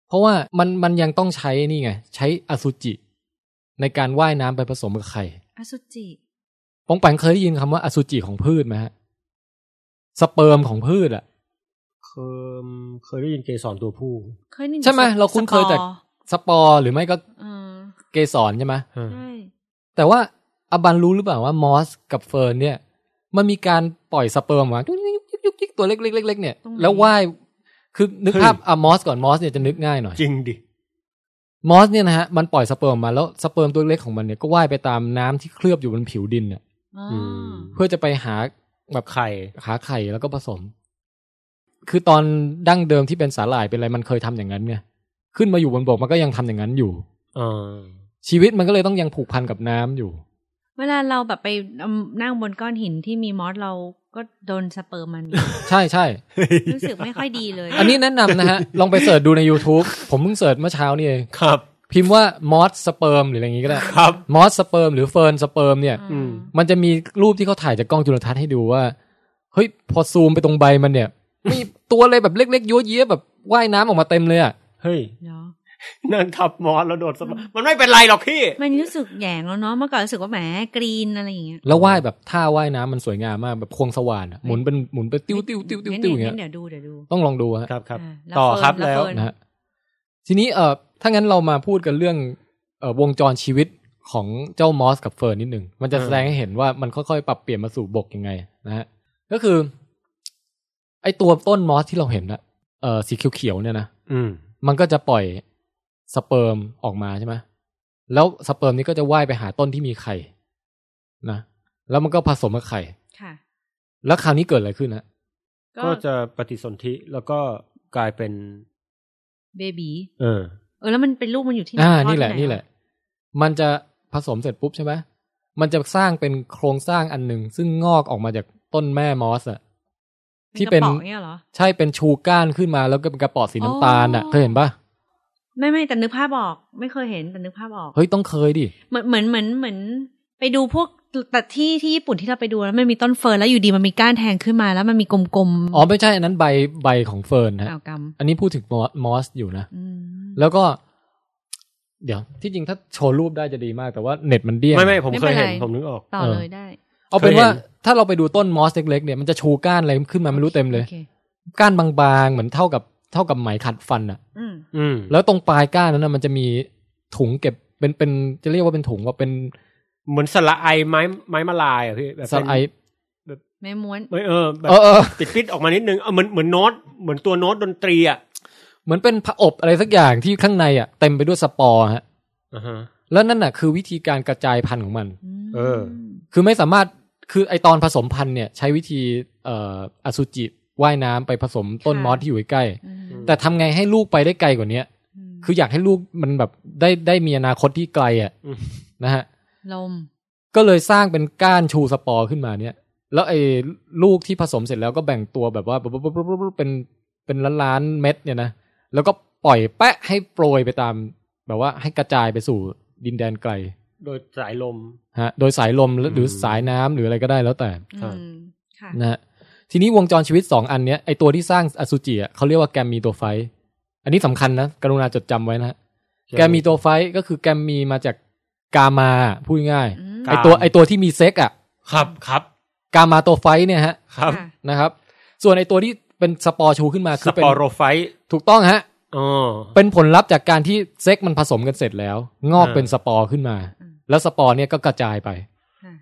Speaker 4: เพราะว่ามันมันยังต้องใช้นี่ไง ใช้อสุจิ ในการว่ายน้ำไปผสมกับไข่
Speaker 6: อสุจิ
Speaker 4: ปองแปงเคยได้ยินคำว่าอสุจิของพืชไหมฮะสเปิร์มของพืชอะ
Speaker 5: เคยเคยได้ยินเกสรตัวผู้
Speaker 6: เคยนึก
Speaker 4: ใช่ไหม
Speaker 6: สปอ
Speaker 4: เราคุ้นเคยแต่
Speaker 6: สปอร์
Speaker 4: สปอร์หรือไม่ก็
Speaker 6: เออ
Speaker 4: เกสรใช่ไหม
Speaker 6: ใช่
Speaker 4: แต่ว่าอบันรู้หรือเปล่าว่ามอสกับเฟิร์นเนี่ย มันมีการปล่อยสเปิร์มออกมายุกยิกยุกยิกยิกตัวเล็กๆเล็กๆเนี่ยแล้วว่ายคือนึก
Speaker 5: เฮ้ย
Speaker 4: ภาพอะมอสก่อนมอสเนี่ยจะนึกง่ายหน่อย
Speaker 5: จริงดิ
Speaker 4: มอสเนี่ยนะฮะมันปล่อยสเปิร์มออกมาแล้วสเปิร์มตัวเล็กของมันเนี่ยก็ว่ายไปตามน้ำที่เคลือบอยู่บนผิวดินเนี่ย
Speaker 6: อ๋อ
Speaker 5: ม
Speaker 6: อ
Speaker 4: เพื่อจะไปหาแบบ
Speaker 5: ไข่
Speaker 4: หาไข่แล้วก็ผสม คือตอนดั้งเดิมที่เป็นสาหร่ายเป็นอะไรมันเคยทำอย่างนั้นไงขึ้นมาอยู่บนบกมันก็ยังทำอย่างนั้นอยู่
Speaker 5: เออ
Speaker 4: ชีวิตมันก็เลยต้องยังผูกพันกับน้ำอยู่
Speaker 6: เวลาเราแบบไปนั่งบนก้อนหินที่มีมอสเราก็โดนสเปิร์มมัน
Speaker 4: ใช่ใช่
Speaker 6: รู้สึกไม่ค่อยดีเลย
Speaker 4: อันนี้แนะนำนะฮะ <laughs> ลองไปเสิร์ชดูใน YouTube ผมเพิ่งเสิร์ชเมื่อเช้านี่เอง
Speaker 5: ครับ
Speaker 4: พิมพ์ว่ามอสสเปิร์มหรืออะไรอย่างงี้ก็ได้
Speaker 5: ครับ
Speaker 4: มอสสเปิร์มหรือเฟิร์นสเปิร์มเนี่ย
Speaker 5: อืม
Speaker 4: มันจะมีรูปที่เขาถ่ายจากกล้องจุลทรรศน์ให้ดูว่า เฮ้ย พอซูมไปตรงใบมันเนี่ย <laughs> มีตัวอะไรแบบเล็กๆ ยั่วเยี้ยแบบว่ายน้ำออกมาเต็มเลยอะ
Speaker 5: เฮ้ย
Speaker 6: เนาะ
Speaker 5: นั่งทับมอสแล้วโดดสมมันไม่เป็นไรหรอกพี่
Speaker 6: มันรู้สึกแหยงแล้วเนาะเมื่อก่อนรู้สึกว่าแหมกรีนอะไรอย่างเงี้ย
Speaker 4: แล้วว่ายแบบท่าว่ายน้ำมันสวยงามมากแบบควงสว่านอะหมุนเป็นหมุนเป็นติ้วติ้วติ้วติ้ว
Speaker 6: งั้น
Speaker 4: ติ้วอย่าง
Speaker 6: งั้
Speaker 4: เงี้ย
Speaker 6: นเดี๋ยวดูเดี๋ยวดู
Speaker 4: ต้องลองดูฮะ
Speaker 5: ครับครับ
Speaker 6: า
Speaker 5: ต่อครับ
Speaker 6: เฟิ
Speaker 5: แล้ว
Speaker 6: เฟิร์น
Speaker 4: นะฮะทีนี้เออถ้างั้นเรามาพูดกันเรื่องเออวงจรชีวิตของเจ้ามอสกับเฟิร์นนิดหนึ่งมันจะ
Speaker 5: เออ
Speaker 4: แสดงให้เห็นว่ามันค่อยๆ ปรับเปลี่ยนมาสู่บกยังไงนะฮะก็คือ ไอตัวต้นมอสที่เราเห็นนะเออสีเขียวๆเนี่ยนะ
Speaker 5: อืม
Speaker 4: มันก็จะปล่อยสเปิร์มออกมาใช่ไหมแล้วสเปิร์มนี้ก็จะว่ายไปหาต้นที่มีไข่นะแล้วมันก็ผสมกับไข่
Speaker 6: ค่ะ
Speaker 4: แล้วคราวนี้เกิดอะไรขึ้นนะ
Speaker 5: ก็
Speaker 6: ก็
Speaker 5: จะปฏิสนธิแล้วก็กลายเป็น
Speaker 6: เบบี
Speaker 5: เออ
Speaker 6: เออแล้วมันเป็นลูกมันอยู่ที่ไห
Speaker 4: อ่า
Speaker 6: พ่อ
Speaker 4: นี่แหละ
Speaker 6: ที่ไ
Speaker 4: นี่แหละ มันจะผสมเสร็จปุ๊บใช่ไหม มันจะสร้างเป็นโครงสร้างอันหนึ่ง ซึ่งงอกออกมาจากต้นแม่มอสอะ
Speaker 6: มี
Speaker 4: ที่
Speaker 6: กระ
Speaker 4: เป็น
Speaker 6: ป๋องเนี่ยเหรอ
Speaker 4: ใช่เป็นชูก้านขึ้นมาแล้วก็เป็นกระป๋อสีน้ำตาลอะ
Speaker 6: อ๋อ
Speaker 4: เคยเห็นปะ
Speaker 6: ไม่ไม่แต่นึกภาพออก ไม่เคยเห็นแต่นึกภาพออก
Speaker 4: เฮ้ยต้องเคยดิ
Speaker 6: เหมือนเหมือนเหมือนเหมือน ไปดูพวกแต่ที่ที่ญี่ปุ่นที่เราไปดูแล้วมันมีต้นเฟิร์นแล้วอยู่ดีมันมีก้านแทงขึ้นมาแล้วมันมีกลมๆ
Speaker 4: อ๋อไม่ใช่อันนั้นใบใบของเฟิร์นนะ
Speaker 6: เอากรรม
Speaker 4: อันนี้พูดถึงมอสมอสอยู่นะ
Speaker 6: อืม
Speaker 4: แล้วก็ เดี๋ยว ที่จริงถ้าโชว์รูปได้จะดีมาก แต่ว่าเน็ตมันเดี้ยง
Speaker 5: ไม่ไม่ผม
Speaker 6: ไม่
Speaker 5: เค
Speaker 6: เป็น
Speaker 5: ยเห็น
Speaker 6: ไร
Speaker 5: ผมนึกออก
Speaker 6: ต่อ
Speaker 4: เออ
Speaker 6: เลยได้
Speaker 4: เอาเป็
Speaker 5: เค
Speaker 4: น
Speaker 5: ยเห็น
Speaker 4: ว่าถ้าเราไปดูต้นมอสเล็กๆเนี่ยมันจะชูก้านอะไรขึ้นมาไม่รู้เต็มเลย
Speaker 6: โอค
Speaker 4: ก้านบางๆ เหมือนเท่ากับเท่ากับไหมขัดฟันอะ
Speaker 6: อืม
Speaker 5: อืม
Speaker 4: แล้วตรงปลายก้านนั้นนะมันจะมีถุงเก็บเป็นเป็นจะเรียกว่าเป็นถุงว่าเป็น
Speaker 5: เหมือนสละไอไม้ไม้มาลายอ่ะพี่แบบ
Speaker 4: ส
Speaker 5: เป็น
Speaker 4: ไลด์
Speaker 6: แม่ม้วน
Speaker 5: ไม่เออแบบ
Speaker 4: เออเออ
Speaker 5: ติดฟิตออกมานิดนึงเออเหมือนเหมือนโน้ตเหมือนตัวโน้ตดนตรีอ่ะ
Speaker 4: เหมือนเป็นผอบอะไรสักอย่างที่ข้างในอะเต็มไปด้วยสปอร์ฮะ
Speaker 5: อ่าฮะ
Speaker 4: แล้วนั่นน่ะคือวิธีการกระจายพันธุ์ของมัน
Speaker 5: เออ
Speaker 4: คือไม่สามารถคือไอตอนผสมพันธุ์เนี่ยใช้วิธีเอ่ออสุจิว่ายน้ำไปผสมต้น
Speaker 6: ค่ะ
Speaker 4: มอสที่อยู่ใกล้
Speaker 6: อืม
Speaker 4: ๆแต่ทำไงให้ลูกไปได้ไกลกว่าเนี้ย คืออยากให้ลูกมันแบบได้ได้มีอนาคตที่ไกลอ่ะ
Speaker 5: อืม
Speaker 4: นะฮะ
Speaker 6: ลม
Speaker 4: ก็เลยสร้างเป็นก้านชูสปอร์ขึ้นมาเนี่ย แล้วไอ้ลูกที่ผสมเสร็จแล้วก็แบ่งตัวแบบว่าปุ๊บปุ๊บปุ๊บปุ๊บปุ๊บเป็นเป็นล้านล้านๆเม็ดเนี่ยนะ แล้วก็ปล่อยแปะให้โปรยไปตาม แบบว่าให้กระจายไปสู่ดินแดนไกล
Speaker 5: โดยสายลม
Speaker 4: ฮะ โดยสายลมหรือ
Speaker 5: อืม
Speaker 4: หรือสายน้ำหรืออะไรก็ได้แล้วแต่
Speaker 5: ครับ
Speaker 6: อืมค่ะ
Speaker 4: นะฮะ ทีนี้วงจรชีวิตสองอันเนี้ยไอตัวที่สร้างอสุจิอ่ะเขาเรียกว่าแกมมีตัวไฟท์อันนี้สำคัญนะ กรุณาจดจำไว้นะฮะ แกมมีตัวไฟท์ก็คือแกมมีมาจากกามาพูดง่าย
Speaker 6: อืม
Speaker 4: ๆไอตัวไอตัวที่มีเซ็กอ่ะ
Speaker 5: ครับครับ
Speaker 4: กามาโตไฟต์เนี่ยฮะ
Speaker 5: ครับ
Speaker 6: ะ
Speaker 4: นะครับ ส่วนไอตัวที่เป็นสปอร์ชูขึ้นมาคื
Speaker 5: ส
Speaker 4: อเป็
Speaker 5: ป
Speaker 4: น
Speaker 5: อโรไฟต์
Speaker 4: ถูกต้องฮะ
Speaker 5: อ๋อ
Speaker 4: เป็นผลลัพธ์จากการที่เซ็กมันผสมกันเสร็จแล้ว งอก
Speaker 5: อ่า
Speaker 4: เป็นสปอร์ขึ้นมา แล้วสปอร์เนี่ยก็กระจายไป
Speaker 6: ค่ะ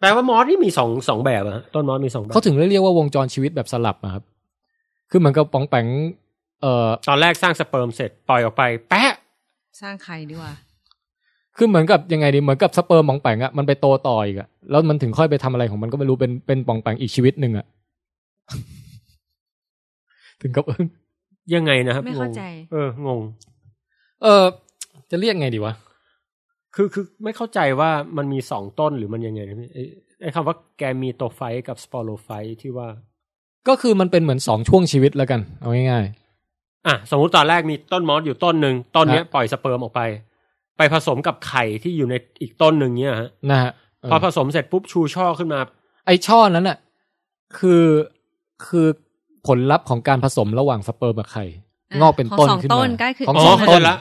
Speaker 5: แปลว่ามอสนี่มีสองสองแบบอะฮะต้นมอสมีสองแบบ
Speaker 4: เขาถึงเรียกว่าวงจรชีวิตแบบสลับอะครับ คือเหมือนกับป๋องแปงเอ่อ
Speaker 5: ตอนแรกสร้างสเปิร์มเสร็จปล่อยออกไป แปะ
Speaker 6: สร้างใครดีกว่า
Speaker 4: คือเหมือนกับยังไงดีเหมือนกับสเปิร์มป๋องแปงอะมันไปโตต่ออีกอะแล้วมันถึงค่อยไปทำอะไรของมันก็ไม่รู้เป็นเป็นป๋องแปงอีกชีวิตหนึ่งอะ <laughs> ถึงกับอึ้ง
Speaker 5: ยังไงนะครับ
Speaker 6: ไม่เข้าง
Speaker 5: ง
Speaker 6: ใจ
Speaker 5: เอองง
Speaker 4: เออ จะเรียกไงดีวะ
Speaker 5: คือคือไม่เข้าใจว่ามันมีสองต้นหรือมันยังไงนะพี่ไอ้ไอ้คำว่าแกมีโตไฟต์กับสปอโรไฟต์ที่ว่า
Speaker 4: ก็คือมันเป็นเหมือนสองช่วงชีวิตแล้วกัน เอาง่าย
Speaker 5: อ่ะสมมุติตอนแรกมีต้นมอสอยู่ต้นหนึ่งต้นเนี้ย
Speaker 4: ฮะ
Speaker 5: ปล่อยสเปิร์มออกไป ไปผสมกับไข่ที่อยู่ในอีกต้นหนึ่งเนี้ยฮะ
Speaker 4: ๆนะฮะเออ
Speaker 5: พอผสมเสร็จปุ๊บชูช่อขึ้นมา
Speaker 4: ไอช่อนั้นน่ะ คือคือผลลัพธ์ของการผสมระหว่างสเปิร์มกับไข่
Speaker 6: อ่ะ
Speaker 4: งอกเป็นต้นขึ้น
Speaker 6: ของสองต้
Speaker 4: มาน
Speaker 6: ก็คือ
Speaker 4: ของ
Speaker 5: อ๋
Speaker 4: ส
Speaker 5: อ
Speaker 4: อง
Speaker 5: เข้า
Speaker 4: ต้
Speaker 5: ใจ
Speaker 4: น
Speaker 5: ละ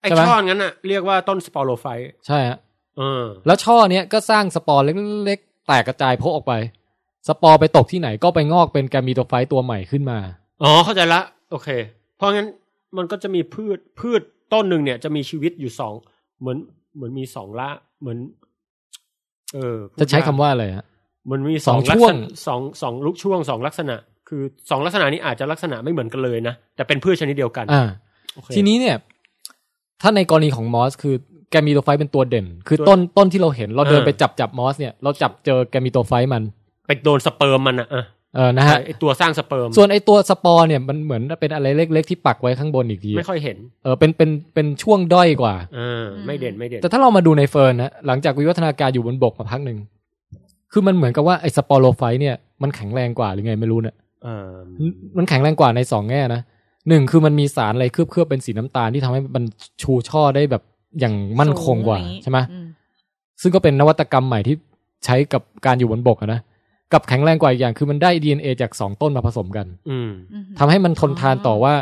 Speaker 5: ไอ
Speaker 4: ใช่ไหม
Speaker 5: ช่อนั้นน่ะ เรียกว่าต้นสปอโรไฟต์
Speaker 4: ใช่ฮะ
Speaker 5: เออ
Speaker 4: แล้วช่อเนี้ยก็สร้างสปอร์เล็กๆแตกกระจายโพะออกไป สปอร์ไปตกที่ไหนก็ไปงอกเป็นแกมีโตไฟต์ตัวใหม่ขึ้นมา
Speaker 5: อ๋อเข้าใจละ โอเค เพราะงั้นมันก็จะมีพืชพืชต้นหนึ่งเนี่ยจะมีชีวิตอยู่สองเหมือนเหมือนมีสองละเหมือน เออพูด
Speaker 4: จะใช้
Speaker 5: ยก
Speaker 4: คำว่าอะไรฮะ
Speaker 5: เหมันมี
Speaker 4: ส
Speaker 5: ส
Speaker 4: อ
Speaker 5: อง ง
Speaker 4: ช่
Speaker 5: ลัก
Speaker 4: ว
Speaker 5: ษ
Speaker 4: ง
Speaker 5: ณะสองสองลูกช่วงสองลักษณะ คือสองลักษณะนี้อาจจะลักษณะไม่เหมือนกันเลยนะ แต่เป็นพืชชนิดเดียวกัน
Speaker 4: อ่า
Speaker 5: โอเค
Speaker 4: ทีนี้เนี่ย ถ้าในกรณีของมอส คือแกมีโตไฟต์เป็นตัวเด่น คือ
Speaker 5: ตัว
Speaker 4: ต้นต้นที่เราเห็นเราเดิน
Speaker 5: เออ
Speaker 4: ไปจับจับมอสเนี่ยเราจับเจอแกมีโตไฟต์มัน
Speaker 5: ไปโดนสเปิร์มมันอ่ะอ่ะ
Speaker 4: เออนะฮะ
Speaker 5: ไอตัวสร้างสเปิร์ม
Speaker 4: ส่วนไอตัวสปอร์เนี่ยมันเหมือนเป็นอะไรเล็ก ๆ ที่ปักไว้ข้างบนอีกที
Speaker 5: ไม่ค่อยเห็น
Speaker 4: เออเป็นเป็นเป็นช่วงด้อยกว่า
Speaker 5: อ่าไม่เด่นไม่เด่น
Speaker 4: แต่ถ้าเรามาดูในเฟิร์นนะหลังจากวิวัฒนาการอยู่บนบกมาพักหนึ่งคือมันเหมือนกับว่าไอสปอโรไฟต์เนี่ยมันแข็งแรงกว่าหรือไงไม่รู้นะ
Speaker 5: เออ
Speaker 4: มันแข็งแรงกว่าในสองแง่นะหนึ่งคือมันมีสารอะไรเคลือบเคลือบๆเป็นสีน้ำตาลที่ทำให้มันชูช่อได้แบบอย่างมั่นคงกว่า
Speaker 6: สูอย่งนี้
Speaker 4: ใช่ไหม
Speaker 6: อื
Speaker 4: ซึ่งก็เป็นนวัตกรรมใหม่ที่ใช้กับการอยู่บนบกอะนะกับแข็งแรงกว่าอีกอย่างคือมันได้ DNA จากสองต้นมาผสมกัน
Speaker 5: อืม
Speaker 6: อืม
Speaker 4: ทำให้มันทนทานต่อว่า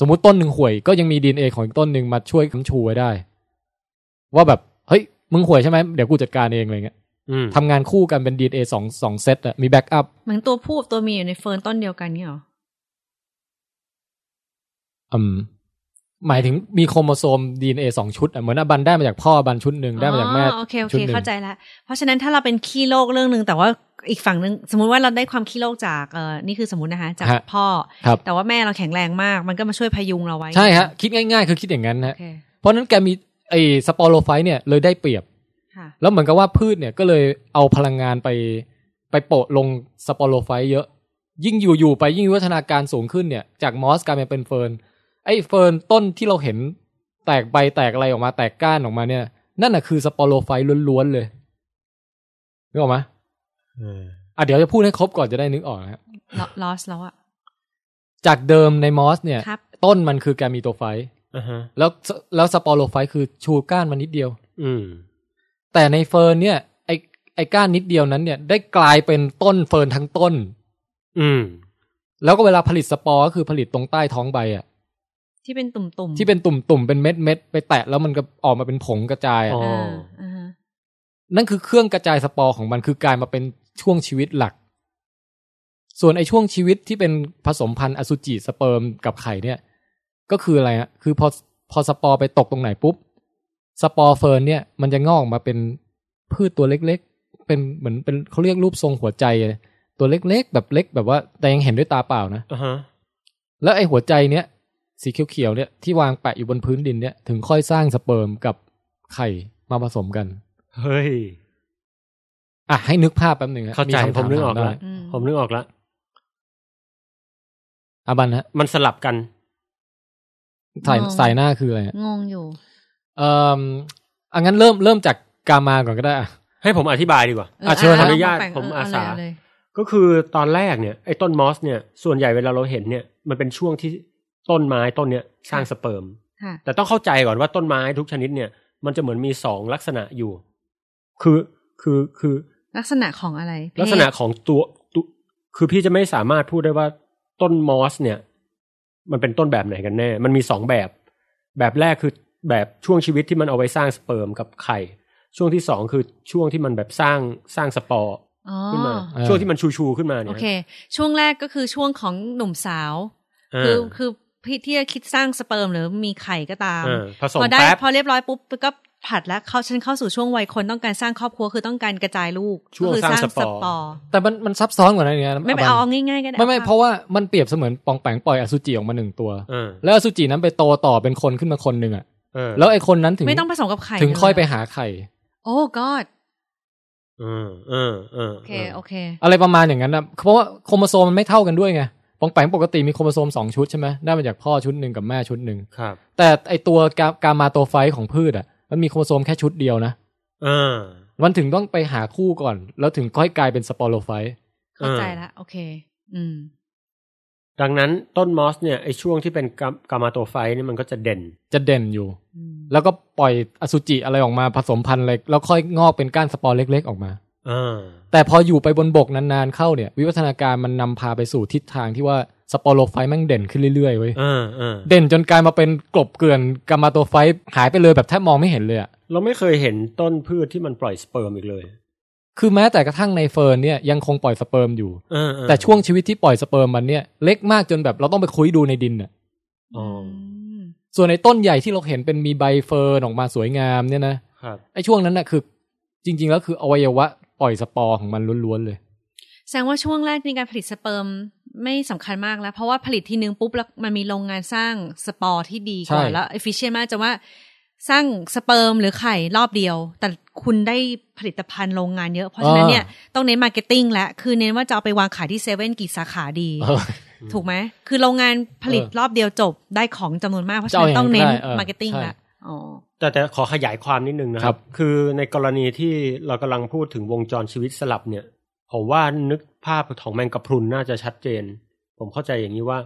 Speaker 4: สมมติต้นหนึ่งห่วยก็ยังมีดีเอของอีกต้นหนึ่งมาช่วยค้ำชูไว้ได้ ว่าแบบเฮ้ย มึงห่วยใช่ไหมเดี๋ยวกูจัดการเองอะไรเงี้ย
Speaker 5: อืม
Speaker 4: ทำงานคู่กันเป็นดีเอสองสองเซตอะมีแบ็กอัพ
Speaker 6: เหมือนตัวผู้กับตัวเมียอยู่ในเฟิร์นต้นเดียวกันเนี่ยเหรอ
Speaker 4: อืมหมายถึงมีโครโมโซมดีเอสองชุดอะเหมือนอบันได้มาจากพ่ออบันชุดหนึ่งได้มาจากแม่
Speaker 6: อ๋อโอเคโอ
Speaker 4: ชุด
Speaker 6: เค
Speaker 4: หนึ่ง
Speaker 6: เข้าใจละเพราะฉะนั้นถ้าเราเป็นขี้โลกเรื่องหนึ่งแต่ว่าอีกฝั่งหนึ่งสมมุติว่าเราได้ความขี้โลกจากเออนี่คือสมมตินะคะจากพ่อ
Speaker 4: ครับ
Speaker 6: แต่ว่าแม่เราแข็งแรงมาก มันก็มาช่วยพยุงเราไว้
Speaker 4: ใช่ฮะ คิดง่ายๆ คือคิดอย่างนั้น
Speaker 6: โอ
Speaker 4: ฮะ
Speaker 6: เค
Speaker 4: เพราะฉะนั้นแกมีไอ้สปอโรไฟต์เนี่ยเลยได้เปรียบ
Speaker 6: ค่ะ
Speaker 4: แล้วเหมือนกับว่าพืชเนี่ยก็เลยเอาพลังงานไปไปโปะลงสปอโรไฟต์เยอะ ยิ่งอยู่อยู่ไปยิ่งวิวัฒนาการสูงขึ้นเนี่ย จากมอสกลายมาเป็นเฟิร์นไอ้เฟิร์นต้นที่เราเห็นแตกใบแตกอะไรออกมาแตกก้านออกมาเนี่ย นั่นน่ะคือสปอโรไฟต์ล้วนๆเลยนึกออกไหมอ่ะเดี๋ยวจะพูดให้ครบก่อนจะได้นึกออกนะฮะ
Speaker 6: loss แล้วอะ
Speaker 4: จากเดิมในมอสเนี่ย
Speaker 6: ครับ
Speaker 4: ต้นมันคือแกมีโตไฟต์
Speaker 5: อ่าฮะ
Speaker 4: แล้วแล้วสปอโรไฟต์คือชูก้านมันนิดเดียว
Speaker 5: อืม
Speaker 4: แต่ในเฟิร์นเนี่ย ไอไอก้านนิดเดียวนั้นเนี่ย ได้กลายเป็นต้นเฟิร์นทั้งต้น
Speaker 5: อืม
Speaker 4: แล้วก็เวลาผลิตสปอร์ก็คือผลิตตรงใต้ท้องใบอ่ะ
Speaker 6: ที่เป็นตุ่มๆ
Speaker 4: ที่เป็นตุ่มๆเป็นเม็ดเม็ดๆไปแตะแล้วมันก็ออกมาเป็นผงกระจายอะ
Speaker 5: อ๋อ
Speaker 6: อ่าอ่าฮะ
Speaker 4: นั่นคือเครื่องกระจายสปอร์ของมันคือกลายมาเป็นช่วงชีวิตหลัก ส่วนไอช่วงชีวิตที่เป็นผสมพันธุ์อสุจิสเปิร์มกับไข่เนี่ย ก็คืออะไรฮะคือพอพอสปอร์ไปตกตรงไหนปุ๊บ สปอร์เฟิร์นเนี่ย มันจะงอกออกมาเป็นพืชตัวเล็กๆ เป็นเหมือนเป็นเขาเรียกรูปทรงหัวใจอะตัวเล็กๆ แบบเล็กแบบว่า แต่ยังเห็นด้วยตาเปล่านะ
Speaker 5: อ่าฮะ
Speaker 4: แล้วไอ้หัวใจเนี้ยสีเขียวๆเนี่ยที่วางแปะอยู่บนพื้นดินเนี่ยถึงค่อยสร้างสเปิร์มกับไข่มาผสมกัน
Speaker 5: เฮ้ย
Speaker 4: อ่ะให้นึกภาพแป๊บหนึ่งฮะ
Speaker 5: เข้าใจ
Speaker 4: คำถ
Speaker 5: ผมนึกออก
Speaker 4: ถาได้
Speaker 5: แล้ว ผมนึกออกละ
Speaker 4: อ่ะบันฮะ
Speaker 5: มันสลับกัน
Speaker 4: สายสายหน้าคืออะไรฮะ
Speaker 6: งงอยู่
Speaker 4: เอ่ออังั้นเริ่มเริ่มจากกามาก่อนก็ได้อ่ะ
Speaker 5: ให้ผมอธิบายดีกว่า
Speaker 4: อ่ะเชิญ
Speaker 5: ขออนุญาต
Speaker 6: เเเ
Speaker 5: ผมอาสา
Speaker 6: เเลย
Speaker 5: ก็คือตอนแรกเนี่ยไอ้ต้นมอสเนี่ย ส่วนใหญ่เวลาเราเห็นเนี่ย มันเป็นช่วงที่ต้นไม้ต้นเนี่ยสร้างสเปิร์ม
Speaker 6: ค่ะ
Speaker 5: แต่ต้องเข้าใจก่อนว่าต้นไม้ทุกชนิดเนี่ย มันจะเหมือนมีสองลักษณะอยู่ คือคือคือ
Speaker 6: ลักษณะของอะไรเพศ
Speaker 5: ลักษณะของตัวตัว คือพี่จะไม่สามารถพูดได้ว่าต้นมอสเนี่ย มันเป็นต้นแบบไหนกันแน่ มันมีสองแบบ แบบแรกคือแบบช่วงชีวิตที่มันเอาไว้สร้างสเปิร์มกับไข่ ช่วงที่สองคือช่วงที่มันแบบสร้างสร้างสปอร์
Speaker 6: อ๋อ
Speaker 5: ขึ้นมา
Speaker 4: อ๋อ
Speaker 5: ช่วงที่มันชูชูๆขึ้นมา
Speaker 6: โอ
Speaker 5: เนี่ย
Speaker 6: เค ช่วงแรกก็คือช่วงของหนุ่มสาว
Speaker 5: า
Speaker 6: คือคือพี่ที่จะคิดสร้างสเปิร์มหรือมีไข่ก็ตาม
Speaker 5: อ่าผสม
Speaker 6: พอได้
Speaker 5: แป๊บ
Speaker 6: พอเรียบร้อยปุ๊บก็ผลัดแล้วเข้าฉันเข้าสู่ช่วงวัยคนต้องการสร้างครอบครัวคือต้องการกระจายลูก
Speaker 5: ช่วง
Speaker 6: ก็คื
Speaker 5: สร้างสปอร์
Speaker 4: แต่มันมันซับซ้อนกว่านั้นเนี่ย
Speaker 6: ไม่ไป
Speaker 4: ะบัน
Speaker 6: เอาเอาง่ายๆก็ได้
Speaker 4: ไม่ไม่
Speaker 6: อ
Speaker 4: เพราะว่ามันเปรียบเสมือนปองแปงปล่อยอสุจิออกมาหนึ่งตัว
Speaker 5: อ่า
Speaker 4: แล้วอสุจินั้นไปโตต่อเป็นคนขึ้นมาคนหนึ่งอ่ะ
Speaker 5: เออ
Speaker 4: แล้วไอ้คนนั้นถึง
Speaker 6: ไม่ต้องผสมกับไข่
Speaker 4: ถึง
Speaker 6: เล
Speaker 4: ค่อยไปหาไข่
Speaker 6: โอ้กอด
Speaker 5: เออเออเออ
Speaker 6: โอเคโอเค
Speaker 4: อะไรประมาณอย่างนั้นนะเพราะว่าโครโมโซมมันไม่เท่ากันด้วยไงปองแปงปกติมีโครโมโซมสองชุดใช่ไหมได้มาจากพ่อชุดหนึ่งกับแม่ชุดหนึ่ง
Speaker 5: ครับ
Speaker 4: แต่ไอตัวกากามาโตไฟต์ของพืชอ่ะ มันมีโครโมโซมแค่ชุดเดียวนะ
Speaker 5: อ่า
Speaker 4: มันถึงต้องไปหาคู่ก่อน แล้วถึงค่อยกลายเป็นสปอโรไฟต์
Speaker 6: เข้าใจละโอเค อืม
Speaker 5: ดังนั้นต้นมอสเนี่ยไอช่วงที่เป็นกากามาโตไฟต์เนี่ยมันก็จะเด่น
Speaker 4: จะเด่นอยู่
Speaker 6: อืม
Speaker 4: แล้วก็ปล่อยอสุจิอะไรออกมาผสมพันธุ์อะไรแล้วค่อยงอกเป็นก้านสปอร์เล็กๆออกมา
Speaker 5: อ่า
Speaker 4: แต่พออยู่ไปบนบกนานๆเข้าเนี่ย วิวัฒนาการมันนำพาไปสู่ทิศทางที่ว่าสปอโรไฟต์แม่งเด่นขึ้นเรื่อยๆเว้ย
Speaker 5: อ่าอ่า
Speaker 4: เด่นจนกลายมาเป็นกลบเกลื่อนกามาโตไฟต์หายไปเลยแบบแทบมองไม่เห็นเลยอะ
Speaker 5: เราไม่เคยเห็นต้นพืชที่มันปล่อยสเปิร์มอีกเลย
Speaker 4: คือแม้แต่กระทั่งในเฟิร์นเนี่ยยังคงปล่อยสเปิร์มอยู่
Speaker 5: อ่าอ่า
Speaker 4: แต่ช่วงชีวิตที่ปล่อยสเปิร์มมันเนี่ยเล็กมากจนแบบเราต้องไปคุยดูในดินน่ะ
Speaker 5: อ๋อ
Speaker 6: ม
Speaker 4: ส่วนในต้นใหญ่ที่เราเห็นเป็นมีใบเฟิร์นออกมาสวยงามเนี่ยนะครับ ไอ้ช่วงนั้นน่ะคือ จริง ๆ แล้วคืออวัยวะปล่อยสปอร์ของมันล้วนๆเลย
Speaker 6: แสดงว่าช่วงแรกในการผลิตสเปิร์มไม่สำคัญมากแล้ว เพราะว่าผลิตทีนึงปุ๊บแล้วมันมีโรงงานสร้างสปอร์ที่ดีกว่า
Speaker 4: ใช่
Speaker 6: แล้ว e f ฟ i c i e n t มากจะว่าสร้างสเปิร์มหรือไข่รอบเดียว แต่คุณได้ผลิตภัณฑ์โรงงานเยอะ เพราะฉะนั้นเนี่ยต้องเน้นมาร์เก็ตติ้งและ คือเน้นว่าจะเอาไปวางขายที่เซเว่นกี่สาขาดี
Speaker 4: เออ
Speaker 6: ถูกไหม คือโรงงานผลิต
Speaker 4: เออ
Speaker 6: รอบเดียวจบได้ของจำนวนมาก เพราะฉะ
Speaker 4: จะเอา
Speaker 6: นั้นต้องเน้น
Speaker 4: อย่างนั้นก็ได้เออ
Speaker 6: มาร์เก็ตติ้ง
Speaker 4: ใช่
Speaker 6: ละอ๋อ
Speaker 5: แต่แต่ขอขยายความนิดนึงนะค
Speaker 4: ครั
Speaker 5: รับ
Speaker 4: บ
Speaker 5: คือในกรณีที่เรากำลังพูดถึงวงจรชีวิตสลับเนี่ย ผมว่านึกภาพของแมงกะพรุนน่าจะชัดเจน ผมเข้าใจอย่างนี้ว่า